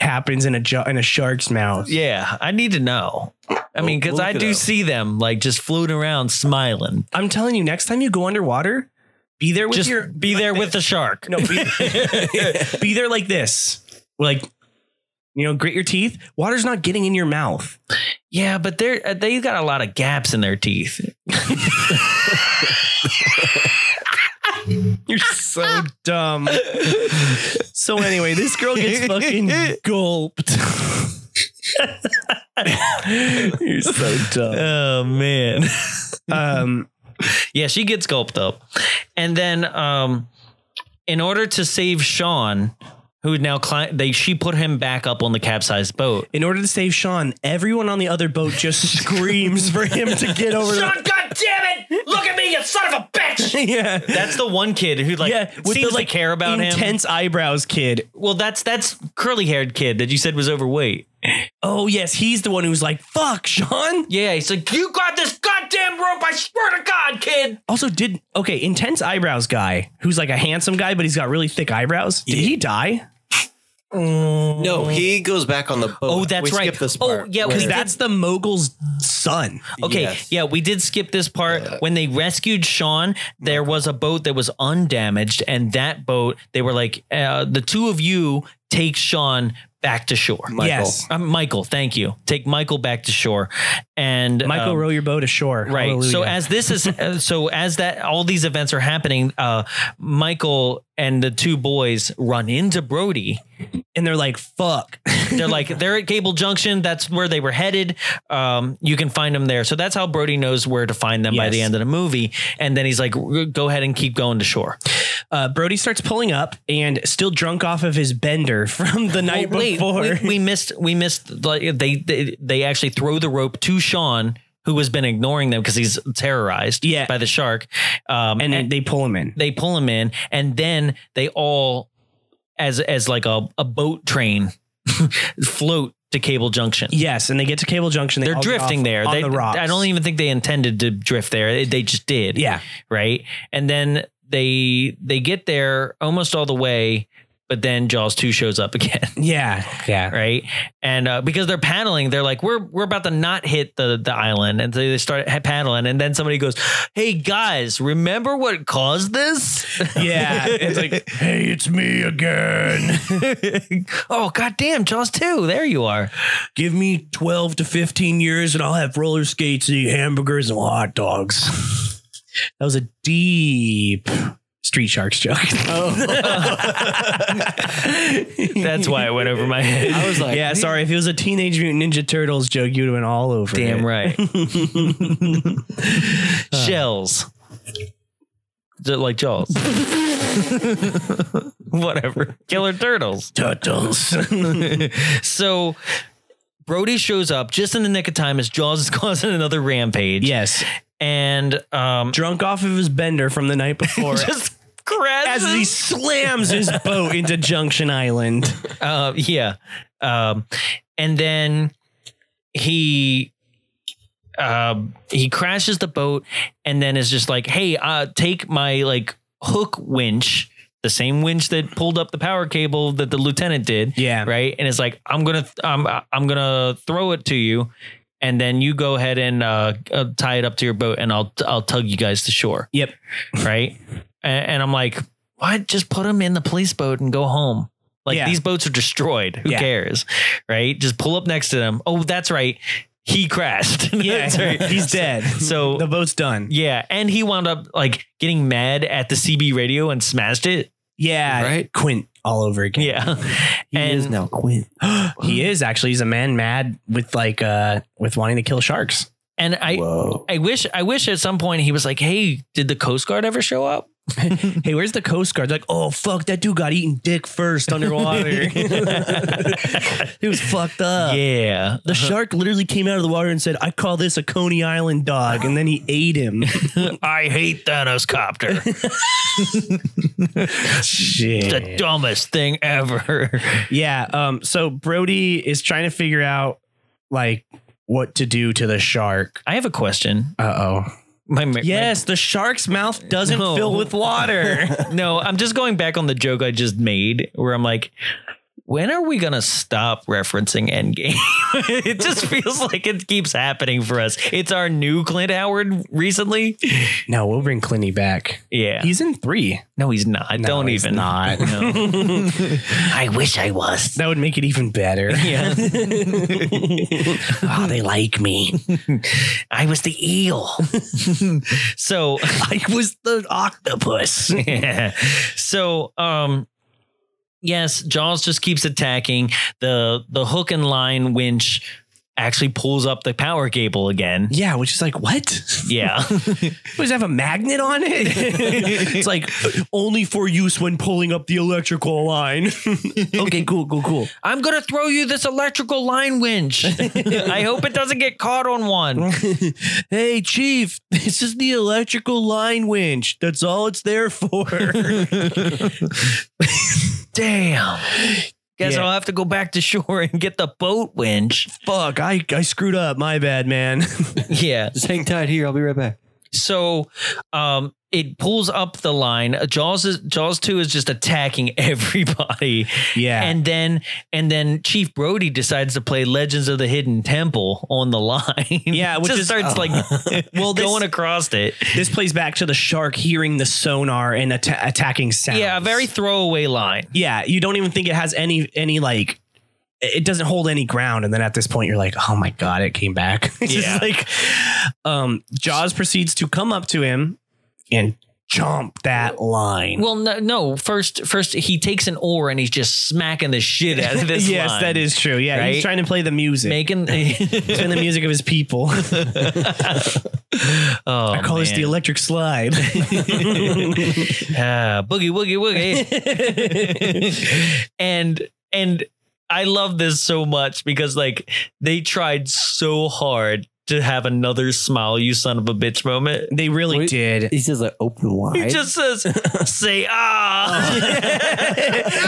happens in a jo- in a shark's mouth. yeah, I need to know. I mean, because We'll I look it do up. see them like just floating around smiling. I'm telling you, next time you go underwater, be there with Just your be there with the shark. no (laughs) be, be there like this. Like you know, grit your teeth. Water's not getting in your mouth. Yeah, but they're uh, they got a lot of gaps in their teeth. You're (laughs) so dumb. So anyway, this girl gets (laughs) fucking gulped. You're so dumb. Oh man. Um yeah, she gets gulped up. And then um in order to save Sean, who now cli- they she put him back up on the capsized boat. In order to save Sean, everyone on the other boat (laughs) just screams for him to get over. God damn it! Look at me, you son of a bitch! the- (laughs) yeah, That's the one kid who like yeah. seems to care about him. intense eyebrows, kid. Well, that's that's curly haired kid that you said was overweight. Oh yes, he's the one who's like, "Fuck, Sean." Yeah, he's like, you got this goddamn rope! I swear to God, kid. Also, did okay, intense eyebrows guy who's like a handsome guy, but he's got really thick eyebrows. Did he die? No, he goes back on the boat. Oh, that's we right. Skip this oh, part. yeah, we Because did that's the mogul's son. Okay, Yes. yeah, we did skip this part. When they rescued Sean, there was a boat that was undamaged, and that boat, they were like, uh, the two of you take Sean back to shore. Michael. Yes, Uh, Michael, thank you. Take Michael back to shore, and Michael, um, row your boat ashore. Right. So Hallelujah. as this is, uh, so as that all these events are happening, uh, Michael and the two boys run into Brody. and they're like, "Fuck." They're like they're at Cable Junction. That's where they were headed. Um, you can find them there. So that's how Brody knows where to find them by Yes. the end of the movie. And then he's like, "Go ahead and keep going to shore." Uh, Brody starts pulling up and still drunk off of his bender (laughs) from the night Oh, wait, before. we, we missed. We missed. Like they, they they actually throw the rope to Sean, who has been ignoring them because he's terrorized Yeah. by the shark. Um, and, and, then they pull him in. they pull him in, and then they all, as as like a a boat train, (laughs) float to Cable Junction. Yes, and they get to Cable Junction. They They're all get drifting off there. on They, the rocks. I don't even think they intended to drift there. They just did. Yeah, Right. And then they they get there almost all the way, but then Jaws two shows up (laughs) again. Yeah, yeah. right? And uh, because they're paddling, they're like, we're we're about to not hit the the island, and so they start ha- paddling, and then somebody goes, "Hey guys, remember what caused this?" (laughs) (laughs) Yeah, it's like, (laughs) hey, it's me again. oh goddamn, Jaws two, there you are. (laughs) Give me 12 to 15 years and I'll have roller skates and eat hamburgers and hot dogs. (laughs) That was a deep Street Sharks joke. That's why it went over (laughs) my head. I was like, yeah, sorry. If it was a Teenage Mutant Ninja Turtles joke, you'd have been all over Damn it. right. (laughs) (laughs) Shells. Just like Jaws. (laughs) Whatever. Killer turtles. (laughs) Turtles. So Brody shows up just in the nick of time as Jaws is (laughs) causing another rampage. (laughs) yes. And um Drunk off of his bender from the night (laughs) before. (laughs) just crashes. as he slams his boat into Junction Island. uh, yeah. Um, and then he um, he crashes the boat and then is just like, hey, uh, take my like hook winch, the same winch that pulled up the power cable that the lieutenant did. Yeah. Right. And it's like, I'm gonna th- I'm uh, I'm gonna throw it to you. And then you go ahead and uh, uh, tie it up to your boat, and I'll I'll tug you guys to shore, Yep. right? and, and I'm like, why just put them in the police boat and go home? Like Yeah. these boats are destroyed. Who Yeah. cares? Right? Just pull up next to them. Oh, that's right. He crashed. (laughs) Yeah. That's right. (laughs) He's dead. So The boat's done. yeah, and he wound up like getting mad at the CB radio and smashed it. Yeah. Right? Quint all over again. Yeah, (laughs) He and is now Quinn. (gasps) he is actually. He's a man mad with like uh with wanting to kill sharks. and I Whoa. I wish I wish at some point he was like, hey, did the Coast Guard ever show up? Hey, where's the Coast Guard? Like, oh fuck, that dude got eaten dick first (laughs) underwater. he was fucked Uh, up. yeah, The shark literally came out of the water and said, "I call this a Coney Island dog," and then he ate him. (laughs) I hate Thanos copter. the (laughs) Shit. dumbest thing (laughs) ever. Yeah. Um. So Brody is trying to figure out like what to do to the shark. I have a question. Uh oh. My, my- Yes, the shark's mouth doesn't No. fill with water. (laughs) no, I'm just going back on the joke I just made where I'm like, when are we going to stop referencing Endgame? (laughs) it just feels like it keeps happening for us. It's our new Clint Howard (laughs) recently. (laughs) no, we'll bring Clinty back. Yeah. He's in three. no, he's not. No, Don't he's even. not. (laughs) (laughs) No. I wish I was. That would make it even better. Yeah. (laughs) oh, they like me. I was the (laughs) eel. so I was the octopus. (laughs) yeah. So, um, yes, Jaws just keeps attacking. the The hook and line winch actually pulls up the power (laughs) cable again. (laughs) Yeah, which is like, what? Yeah, (laughs) Does it have a magnet on it? (laughs) it's like (laughs) only for use when pulling up the electrical line. (laughs) okay, cool, cool, cool. I'm gonna throw you this electrical line winch. (laughs) I hope it doesn't get caught (laughs) on one. hey, Chief, this is the electrical line winch. That's all it's there (laughs) for. Damn. Guess Yeah. I'll have to go back to shore and get the boat winch. (laughs) Fuck, I, I screwed up. My bad, man. (laughs) Yeah. Just hang tight here. I'll be right back. So um it pulls up the line. Jaws is, Jaws 2 is just attacking (laughs) everybody. Yeah. And then and then Chief Brody decides to play Legends of the Hidden Temple on the (laughs) line. Yeah, which just is- oh. starts like (laughs) Well, this- going across it. this plays back to the shark hearing the sonar and atta- attacking sounds. Yeah, a very throwaway line. yeah. You don't even think it has any any like. It doesn't hold any ground, and then at this point, you're like, "Oh my god, it came back!" (laughs) It's Yeah. just like, um, Jaws proceeds to come up to him and chomp that line. Well, no, no. First, first he takes an oar and he's just smacking the shit out (laughs) of this. yes, line, that is true. Yeah, right? he's trying to play the music, (laughs) making. playing (laughs) the music of his people. oh, I call this the electric (laughs) slide. Ah, boogie woogie (laughs) woogie. and and I love this so much because like they tried so hard to have another smile, you son of a bitch moment. they really Wait. did. (laughs) (laughs) He says like open wide. He just says, "Say ah."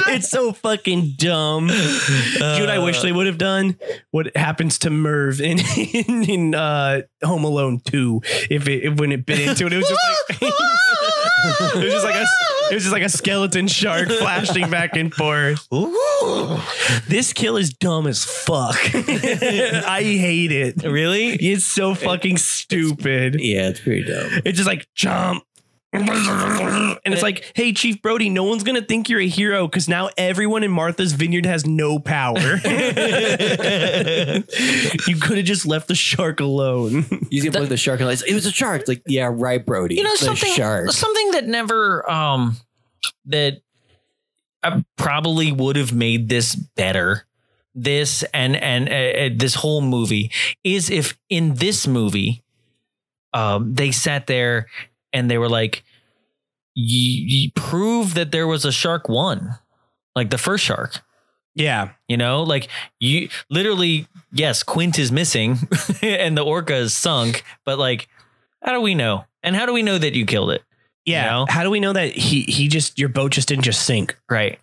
it's so fucking dumb. (laughs) you know what I wish Uh, they would have done? What happens to Merv in in, in uh, Home Alone Two? If it if- when it bit into it, it was just like (laughs) It was just like a it was just like a skeleton shark flashing back and forth. This kill is dumb as fuck. (laughs) I hate it. Really? It's so fucking stupid. Yeah, it's pretty dope. (laughs) It's just like jump. And it's like, hey, Chief Brody, no one's gonna think you're a hero because now everyone in Martha's Vineyard has no (laughs) power. you could have just left the shark alone. You can play the shark and like it was a shark. It's like yeah, right, Brody. You know the something shark. something that never um that I probably would have made this better. This and and uh, uh, this whole movie is if in this movie um they sat there and they were like you prove that there was a shark one like the first shark Yeah. You know, like you literally, yes, Quint is missing (laughs) and the orca is sunk, but like, how do we know? And how do we know that you killed it? Yeah. You know? How do we know that he he just your boat just didn't just sink? Right.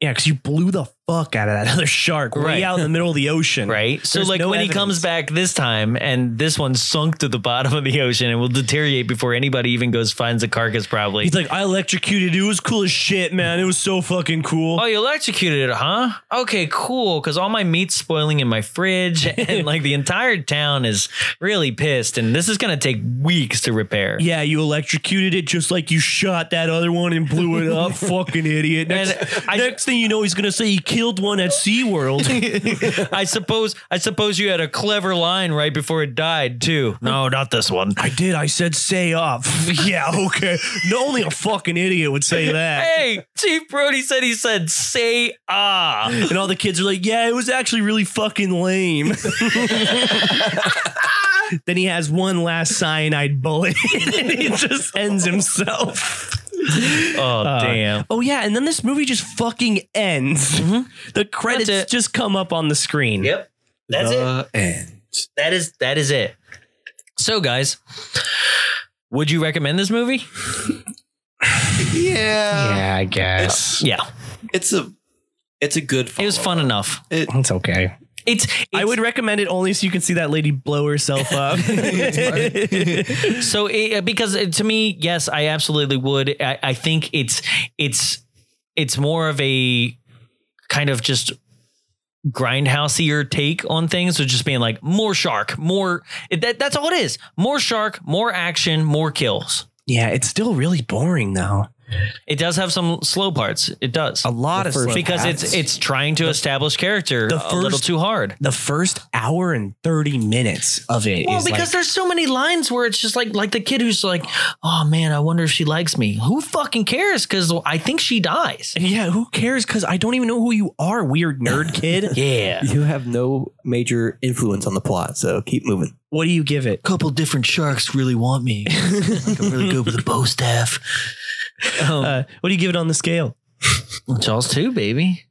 Yeah, because you blew the fuck out of that (laughs) other shark way Right. out in the middle of the ocean. Right. So, There's like, no when he evidence. comes back this time and this one sunk to the bottom of the ocean and will deteriorate before anybody even goes finds a carcass, probably. He's like, I electrocuted. It It was cool as shit, man. It was so fucking cool. Oh, you electrocuted it, huh? Okay, cool. Because all my meat's spoiling in my fridge, (laughs) and like the entire town is really pissed, and this is going to take weeks to repair. (laughs) Yeah, you electrocuted it just like you shot that other one and blew it (laughs) up. fucking idiot. Next, And I- next thing you know, he's going to say he killed one at (laughs) SeaWorld. I suppose I suppose you had a clever line right before it died too. No, not this one. I did. I said, say up. (laughs) yeah, okay. No, only a fucking idiot would say (laughs) that. Hey, Chief Brody said he said say (laughs) ah. And all the kids are like, yeah, it was actually really fucking lame. (laughs) then he has one last cyanide bullet (laughs) and he just ends himself. Oh damn. Oh, yeah. And then this movie just fucking ends. The credits Mm-hmm. it. just come up on the screen. Yep. That's it. And That is that is it. So guys, would you recommend this movie? yeah, I guess. Yeah. it's a it's a good. It was fun enough. It's okay. It's, I would recommend it only so you can see that lady blow herself (laughs) up. so it, uh, because it- to me yes i absolutely would I, I think it's it's it's more of a kind of just grindhouseier take on things so just being like more shark more it, that, that's all it is more shark more action more kills (laughs) yeah, it's still really boring though. it does have some slow parts it does A lot The of first- slow because it's pats. it's trying to establish character the a little first- too hard the first hour and 30 minutes of it. Well, is, because like, there's so many lines where it's just like like the kid who's like, oh man, I wonder if she likes me. Who fucking cares? Because I think she dies. yeah, who cares? Because I don't even know who you are, weird (laughs) nerd kid. Yeah. You have no major influence on the plot, so keep moving. what do you give it? Couple different sharks really want me. like I'm really good with a bow staff. Um, (laughs) Uh, what do you give it on the scale? Jaws two, baby.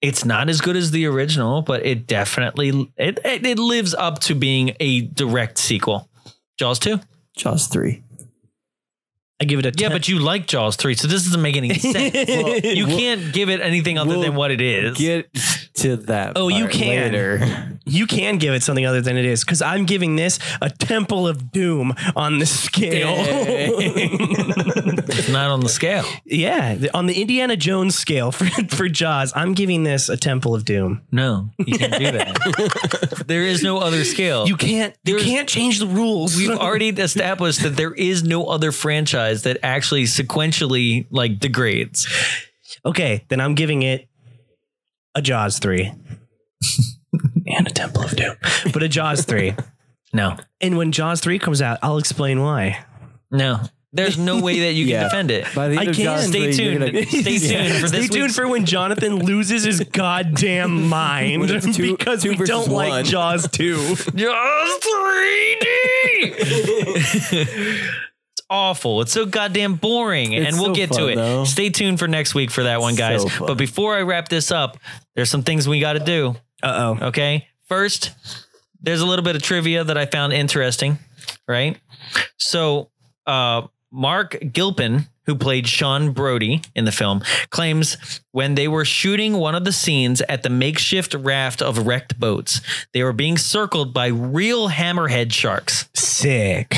It's not as good as the original, but it definitely it it, it lives up to being a direct sequel. Jaws two. Jaws three. I give it a 10. Yeah, but you like Jaws three, so this doesn't make any (laughs) sense. you can't give it anything other we'll than what it is. Get to that. Oh, you part can. later. you can give it something other than it is because I'm giving this a Temple of Doom on the scale. It's not on the scale. (laughs) Yeah, the- on the Indiana Jones scale for, (laughs) for Jaws, I'm giving this a Temple of Doom. No, you can't do that. (laughs) there is no other scale. You can't. You There's- can't change the rules. (laughs) We've already established that there is no other franchise that actually sequentially like degrades. okay, then I'm giving it a Jaws three and a Temple of Doom, but a Jaws three. No, And when Jaws three comes out, I'll explain why. no. There's no way that you can Yeah. defend it. (laughs) By the end I of Jaws can. Stay three, you're tuned. gonna- Stay tuned for Stay this tuned week's- for when Jonathan loses his goddamn mind When it's two- because two we versus don't like one. Jaws two. Just 3D. It's Awful. It's so goddamn boring, It's and we'll so get to fun, it. though. Stay tuned for next week for that one, guys. So fun. but before I wrap this up, there's some things we got to do. Uh oh. Okay. First, there's a little bit of trivia that I found interesting, right? So, uh, Mark Gilpin, who played Sean Brody in the film, claims when they were shooting one of the scenes at the makeshift raft of wrecked boats, they were being circled by real hammerhead sharks. Sick.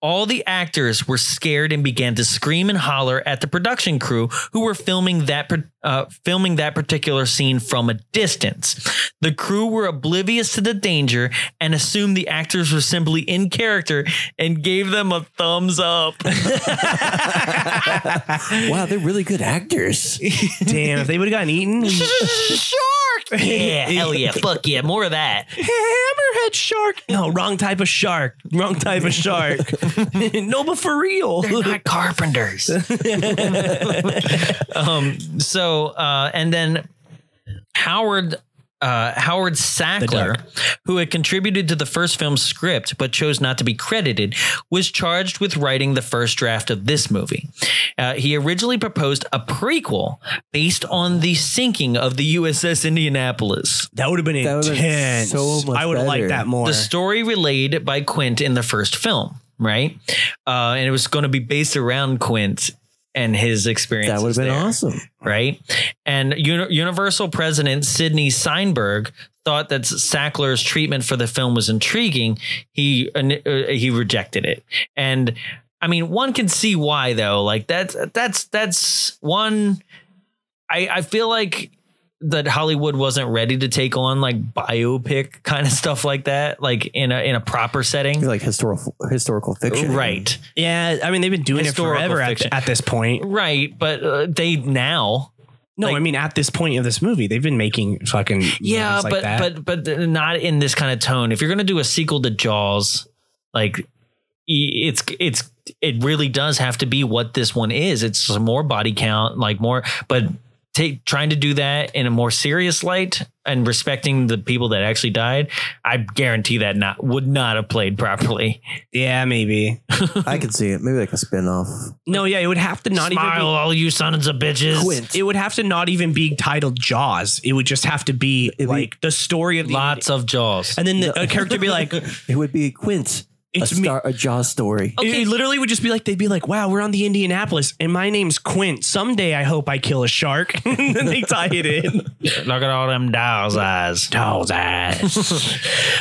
All the actors were scared and began to scream and holler at the production crew who were filming that par- uh, filming that particular scene from a distance. The crew were oblivious to the danger and assumed the actors were simply in character and gave them a thumbs up. Wow, they're really good (laughs) actors. Damn, if they would have gotten eaten. shark. (laughs) Yeah, hell yeah, fuck yeah, more of that. Hammerhead shark. No, wrong type of shark. Wrong type of shark. no, but for real. They're not carpenters. um. So, uh, and then Howard. Uh, Howard Sackler, who had contributed to the first film's script but chose not to be credited, was charged with writing the first draft of this movie. Uh, he originally proposed a prequel based on the sinking of the USS Indianapolis. That would have been That would've been intense. so much I would have liked better. that more. the story relayed by Quint in the first film, right? Uh, and it was going to be based around Quint and his experience. That would have been awesome. right? And Uni- Universal president Sidney Seinberg thought that Sackler's treatment for the film was intriguing. He uh, he rejected it, and I mean, one can see why though. Like that's that's that's one. I I feel like that Hollywood wasn't ready to take on like biopic kind of stuff like that, like in a in a proper setting. Like historical historical fiction. Right. yeah, I mean, they've been doing it Historical forever at, fiction. at this point. Right, but uh, they now No, Like- I mean, at this point of this movie, they've been making fucking. Yeah, movies like but that. but but not in this kind of tone. If you're gonna do a sequel to Jaws, like e- it's it's it really does have to be what this one is. It's some more body count, like more, but take trying to do that in a more serious light and respecting the people that actually died. I guarantee that not would not have played properly. yeah, maybe. I could see it. Maybe like a spin-off. No, yeah, it would have to (laughs) not Smile, even. all you sons of bitches. Be, it would have to not even be titled Jaws. It would just have to be be- like the story of the. Lots of Jaws. and then the a character would be (laughs) like, It would be Quint. It's a me- star, a Jaws story. Okay. It literally would just be like they'd be like, "Wow, we're on the Indianapolis, and my name's Quint. Someday I hope I kill a shark." (laughs) and then they tie it (laughs) in. Look at all them doll's eyes. Doll's eyes.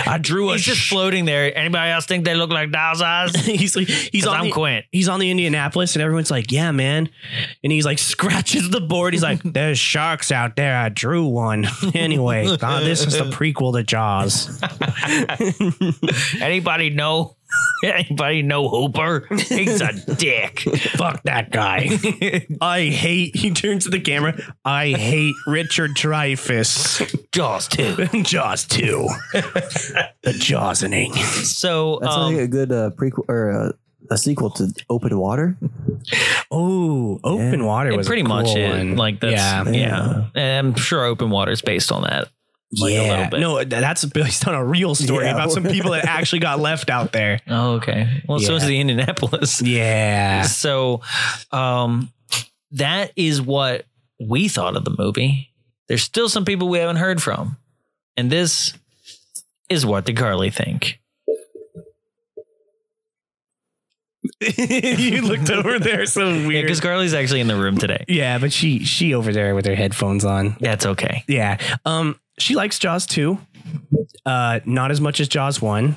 I drew a. He's just sh- floating there. Anybody else think they look like doll's eyes? (laughs) he's like, he's 'Cause on. I'm the, Quint. He's on the Indianapolis, and everyone's like, "Yeah, man," and he's like (laughs) scratches the board. He's (laughs) like, "There's sharks out there. I drew one." (laughs) anyway, (laughs) uh, this is the prequel to Jaws. Anybody know? (laughs) Anybody know Hooper? He's (laughs) a dick. Fuck that guy. (laughs) I hate. He turns to the camera. I hate Richard Dreyfuss. Jaws too. (laughs) Jaws two. the Jawsening. So That's um, like a good uh, prequel or uh, a sequel to Open (laughs) Water. Oh, open Yeah. water it was pretty a much cool it. one. Like that's yeah. yeah, And I'm sure Open Water is based on that. like a yeah. little bit. No, th- that's based on a real story Yeah. about some people that actually got left out there. Oh, okay. Well, so is Yeah. the (laughs) Indianapolis. Yeah, So um, that is what we thought of the movie. There's still some people we haven't heard from, and this is what did Carly think? (laughs) you looked over there so Yeah, weird. because Carly's actually in the room today. Yeah, but she she over there with her headphones on. That's okay. Yeah. Um she likes Jaws 2. Uh not as much as Jaws 1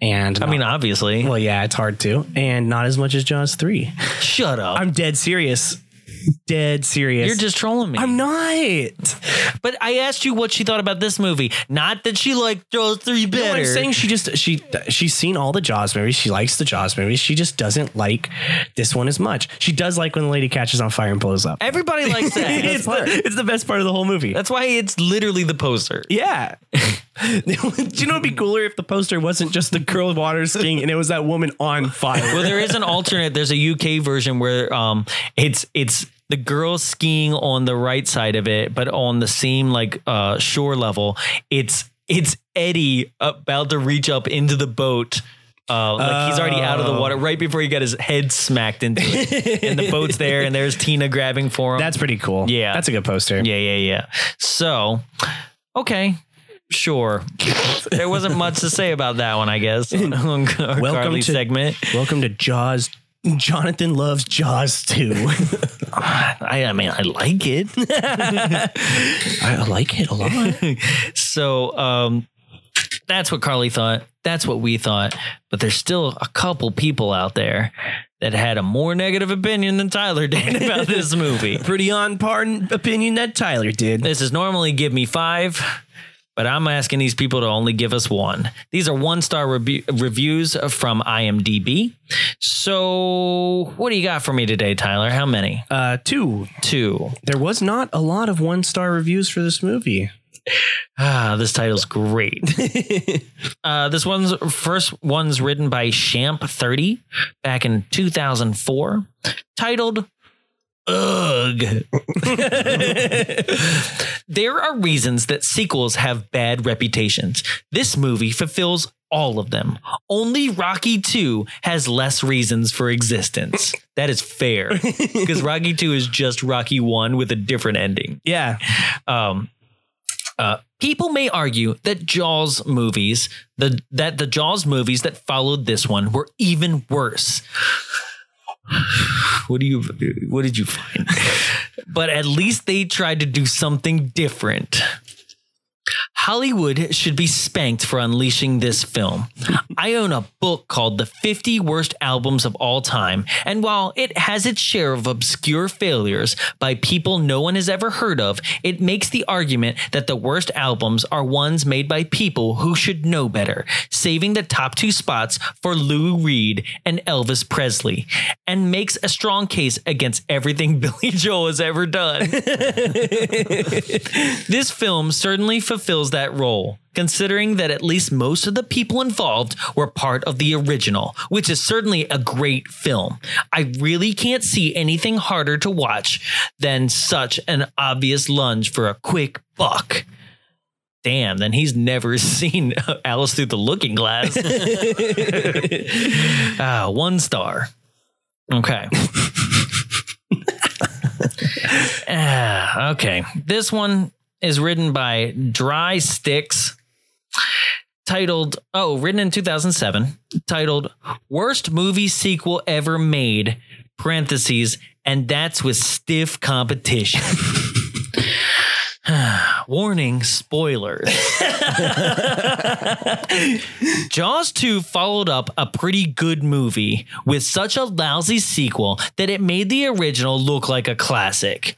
and I not- mean, obviously. well yeah, it's hard to. And not as much as Jaws 3. Shut up. I'm dead serious. Dead serious. You're just trolling me. I'm not. but I asked you what she thought about this movie. Not that she liked Jaws 3 better. No, I'm saying she just she she's seen all the Jaws movies. She likes the Jaws movies. She just doesn't like this one as much. She does like when the lady catches on fire and blows up. Everybody (laughs) likes that. it's, the, it's the best part of the whole movie. That's why it's literally the poster. yeah. (laughs) Do you know it'd be cooler if the poster wasn't just the girl water skiing and it was that woman on fire? Well, there (laughs) is an alternate. There's a UK version where um, it's it's the girl skiing on the right side of it, but on the same like uh, shore level, it's it's Eddie about to reach up into the boat. Uh, like he's already out of the Oh. water right before he got his head smacked into it, and the boat's there, and there's Tina grabbing for him. That's pretty cool. Yeah. That's a good poster. Yeah, yeah, yeah. So, okay, sure. there wasn't much to say about that one, (laughs) I guess. On, on our Welcome Carly to- segment. Welcome to Jaws. Jonathan loves Jaws (laughs) too. I, I mean, I like (laughs) it. I like it a lot. so, um, That's what Carly thought. That's what we thought. But there's still a couple people out there that had a more negative opinion than Tyler did (laughs) about this movie. Pretty on par n- opinion that Tyler did. This is normally give me five, but I'm asking these people to only give us one. These are one star rebu- reviews from IMDb. So, what do you got for me today, Tyler? How many? Uh, two. Two. There was not a lot of one star reviews for this movie. Ah, this title's great. uh, this one's first one's written by Champ Thirty back in 2004, titled "Ugh." there are reasons that sequels have bad reputations. This movie fulfills all of them. Only Rocky Two has less reasons for existence. That is fair because Rocky Two is just Rocky One with a different ending. (laughs) Yeah. Um, uh, people may argue that Jaws movies, the that the Jaws movies that followed this one were even worse. (sighs) What do you what did you find? (laughs) but at least they tried to do something different. Hollywood should be spanked for unleashing this film. I own a book called The 50 Worst Albums of All Time, and while it has its share of obscure failures by people no one has ever heard of, it makes the argument that the worst albums are ones made by people who should know better, saving the top two spots for Lou Reed and Elvis Presley, and makes a strong case against everything (laughs) Billy Joel has ever done. This film certainly fulfills that role, considering that at least most of the people involved were part of the original, which is certainly a great film. I really can't see anything harder to watch than such an obvious lunge for a quick buck. Damn, then he's never (laughs) seen Alice Through the Looking Glass. ah, one star. Okay. Ah, okay. This one is written by Dry Sticks, titled, oh, written in 2007, titled Worst Movie Sequel Ever Made, parentheses, and that's with stiff competition. (sighs) Warning spoilers. (laughs) Jaws 2 followed up a pretty good movie with such a lousy sequel that it made the original look like a classic.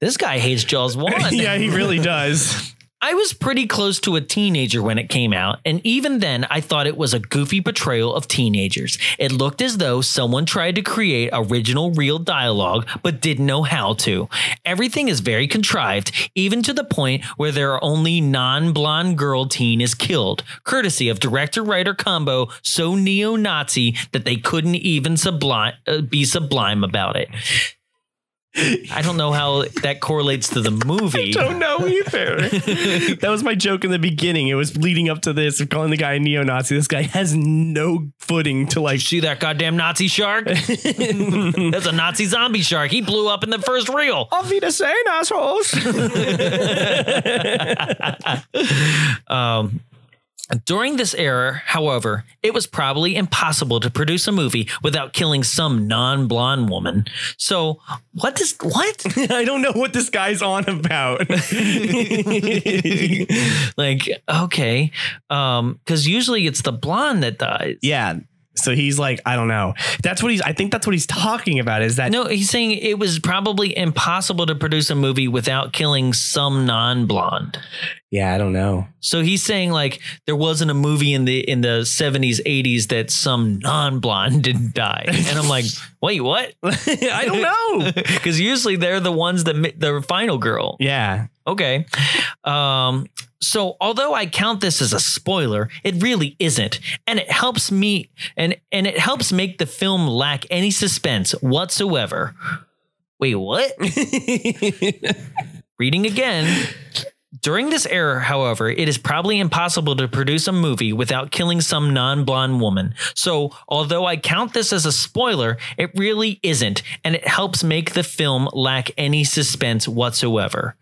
This guy hates Jaws 1. he really does. I was pretty close to a teenager when it came out, and even then, I thought it was a goofy portrayal of teenagers. It looked as though someone tried to create original, real dialogue, but didn't know how to. Everything is very contrived, even to the point where there are only non blonde girl teen is killed, courtesy of director writer combo so neo Nazi that they couldn't even sublime, uh, be sublime about it. I don't know how that correlates to the movie. (laughs) Don't know either. (laughs) that was my joke in the beginning. It was leading up to this of calling the guy a neo Nazi. This guy has no footing to (laughs) like. See that goddamn Nazi shark? That's a Nazi zombie shark. He blew up in the first reel. Auf Wiedersehen, assholes. Um, during this era, however, it was probably impossible to produce a movie without killing some non-blonde woman. So, what does (laughs) what? (laughs) I don't know what this guy's on (laughs) about. like, okay, um, because usually it's the blonde that dies. yeah. So he's like, I don't know. That's what he's. I think that's what he's talking about. Is that No, he's saying it was probably impossible to produce a movie without killing some non-blonde. Yeah, I don't know. So he's saying like there wasn't a movie in the in the seventies, eighties that some non-blonde didn't die, and I'm like, wait, what? (laughs) (laughs) I don't (laughs) know. Because usually they're the ones that mi- the final girl. yeah. Okay. Um, so although I count this as a spoiler, it really isn't. And it helps me and and it helps make the film lack any suspense whatsoever. Wait, what? Reading again. During this era, however, it is probably impossible to produce a movie without killing some non blonde woman. So, although I count this as a spoiler, it really isn't, and it helps make the film lack any suspense whatsoever.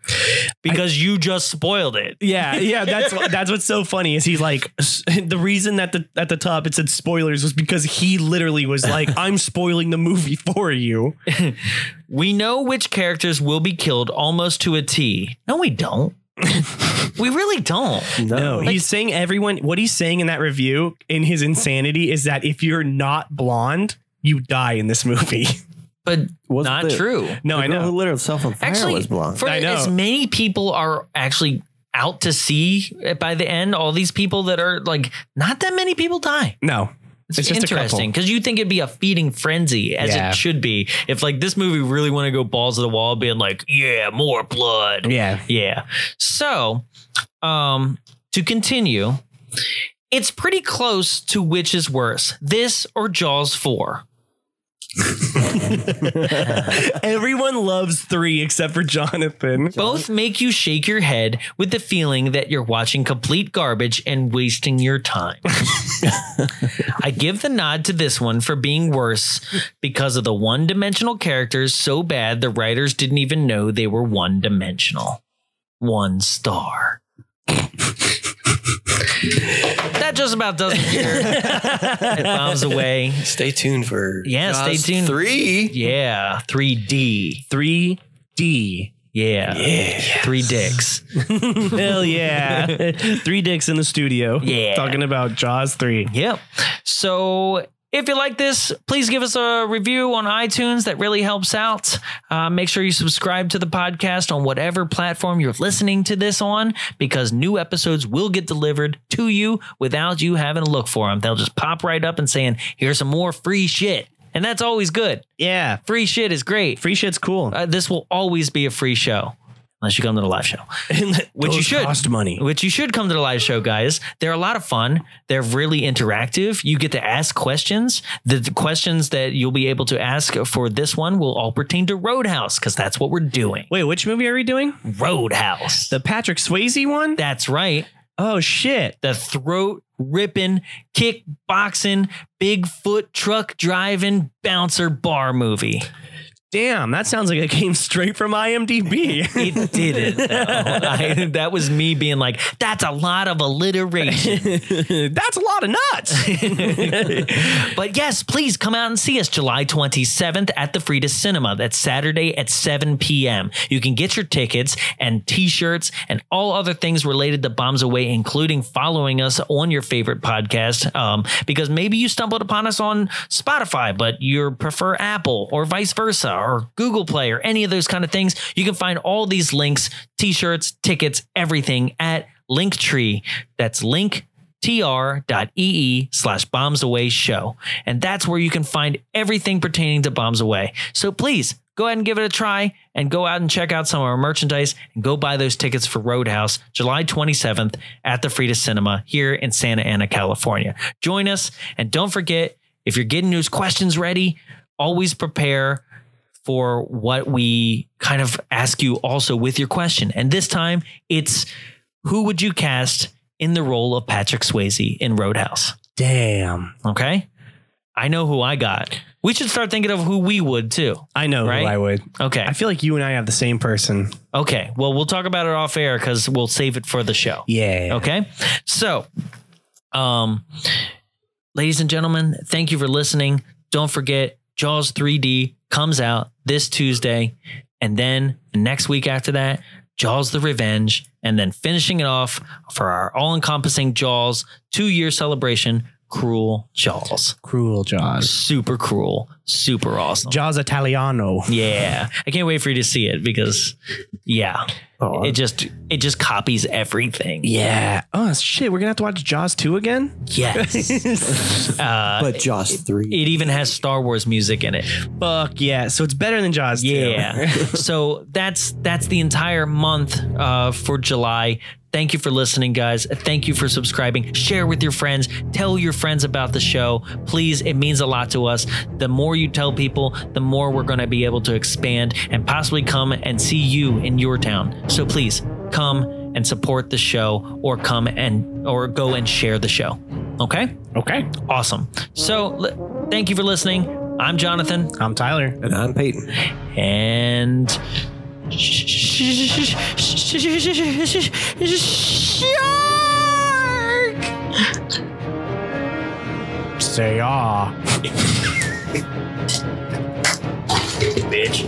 Because you just spoiled it. Yeah, yeah, that's what- that's what's so funny is he's like s- the reason that the at the top it said spoilers was because he literally was like I'm spoiling the movie for you. We know which characters will be killed almost to a T. No, we don't. We really don't. No, Oh. he's saying everyone. What he's saying in that review, in his insanity, is that if you're not blonde, you die in this movie. (laughs) But Was not the- true. No, The I girl know. Who lit herself on fire Actually, was blonde. for I know. as many people are actually out to sea by the end, all these people that are like, not that many people die. No, It's, It's just a interesting because you think it'd be a feeding frenzy as Yeah. it should be if like this movie really want to go balls to the wall, being like, yeah, more blood. yeah. (laughs) Yeah. So, um, to continue, it's pretty close to which is worse, this or Jaws 4. Everyone loves three except for Jonathan. Both make you shake your head with the feeling that you're watching complete garbage and wasting your time. I give the nod to this one for being worse because of the one dimensional characters so bad the writers didn't even know they were one dimensional. One star. that just about does it here. it bombs away. Stay tuned for Yeah, stay Jaws tuned. Three. Yeah, 3D. 3D. Yeah. Three dicks. (laughs) Hell yeah. three dicks in the studio. Yeah. Talking about Jaws 3. Yep. So if you like this, please give us a review on iTunes. That really helps out. Uh, make sure you subscribe to the podcast on whatever platform you're listening to this on, because new episodes will get delivered to you without you having to look for them. They'll just pop right up and saying, "Here's some more free shit," and that's always good. Yeah. Free shit is great. Free shit's cool. Uh, this will always be a free show, unless you come to the live show (laughs) Which you should. Uh, Cost money. which you should come to the live show, guys. They're a lot of fun. They're really interactive. You get to ask questions. The, the questions that you'll be able to ask for this one will all pertain to Roadhouse because that's what we're doing. Wait, which movie are we doing? Roadhouse. The Patrick Swayze one? that's right. Oh, shit. The throat ripping, kickboxing, Bigfoot truck driving, bouncer bar movie. Damn, that sounds like it came (laughs) straight from IMDb. (laughs) It didn't. though. (laughs) I, that was me being like, that's a lot of alliteration. That's a lot of nuts. But yes, please come out and see us July 27th at the Frida Cinema. That's Saturday at 7 p.m. You can get your tickets and t shirts and all other things related to Bombs Away, including following us on your favorite podcast. Um, because maybe you stumbled upon us on Spotify, but you prefer Apple or vice versa or Google Play or any of those kind of things. You can find all these links, t shirts, tickets, everything at Linktree. That's link tr.ee E slash bombs away show. And that's where you can find everything pertaining to bombs away. So please go ahead and give it a try and go out and check out some of our merchandise and go buy those tickets for Roadhouse July 27th at the Frida Cinema here in Santa Ana, California. Join us and don't forget if you're getting those questions ready, always prepare for what we kind of ask you also with your question. And this time it's who would you cast in the role of Patrick Swayze in Roadhouse? (laughs) Damn. Okay. I know who I got. We should start thinking of who we would too. I know Right? who I would. Okay. I feel like you and I have the same person. Okay. Well, we'll talk about it off air because we'll save it for the show. Yeah. Okay. So, um, ladies and gentlemen, thank you for listening. Don't forget, Jaws 3D comes out this Tuesday. And then next week after that, Jaws the Revenge. And then finishing it off for our all encompassing Jaws two year celebration, Cruel Jaws. Cruel Jaws. Super cruel, super awesome. Jaws Italiano. Yeah. I can't wait for you to see it because, yeah, it just it just copies everything. Yeah. Oh shit, we're gonna have to watch Jaws 2 (laughs) again? Yes. (laughs) uh, but Josh three. it even has Star Wars music in it. Fuck yeah. So it's better than Jaws 2. Yeah. so that's that's the entire month uh, for July. Thank you for listening, guys. Thank you for subscribing. Share with your friends. Tell your friends about the show. Please, it means a lot to us. The more you tell people, the more we're going to be able to expand and possibly come and see you in your town. So please come and support the show or come and or go and share the show. Okay? Okay. Awesome. So li- thank you for listening. I'm Jonathan I'm Tyler. And I'm Peyton. and Say ah. bitch.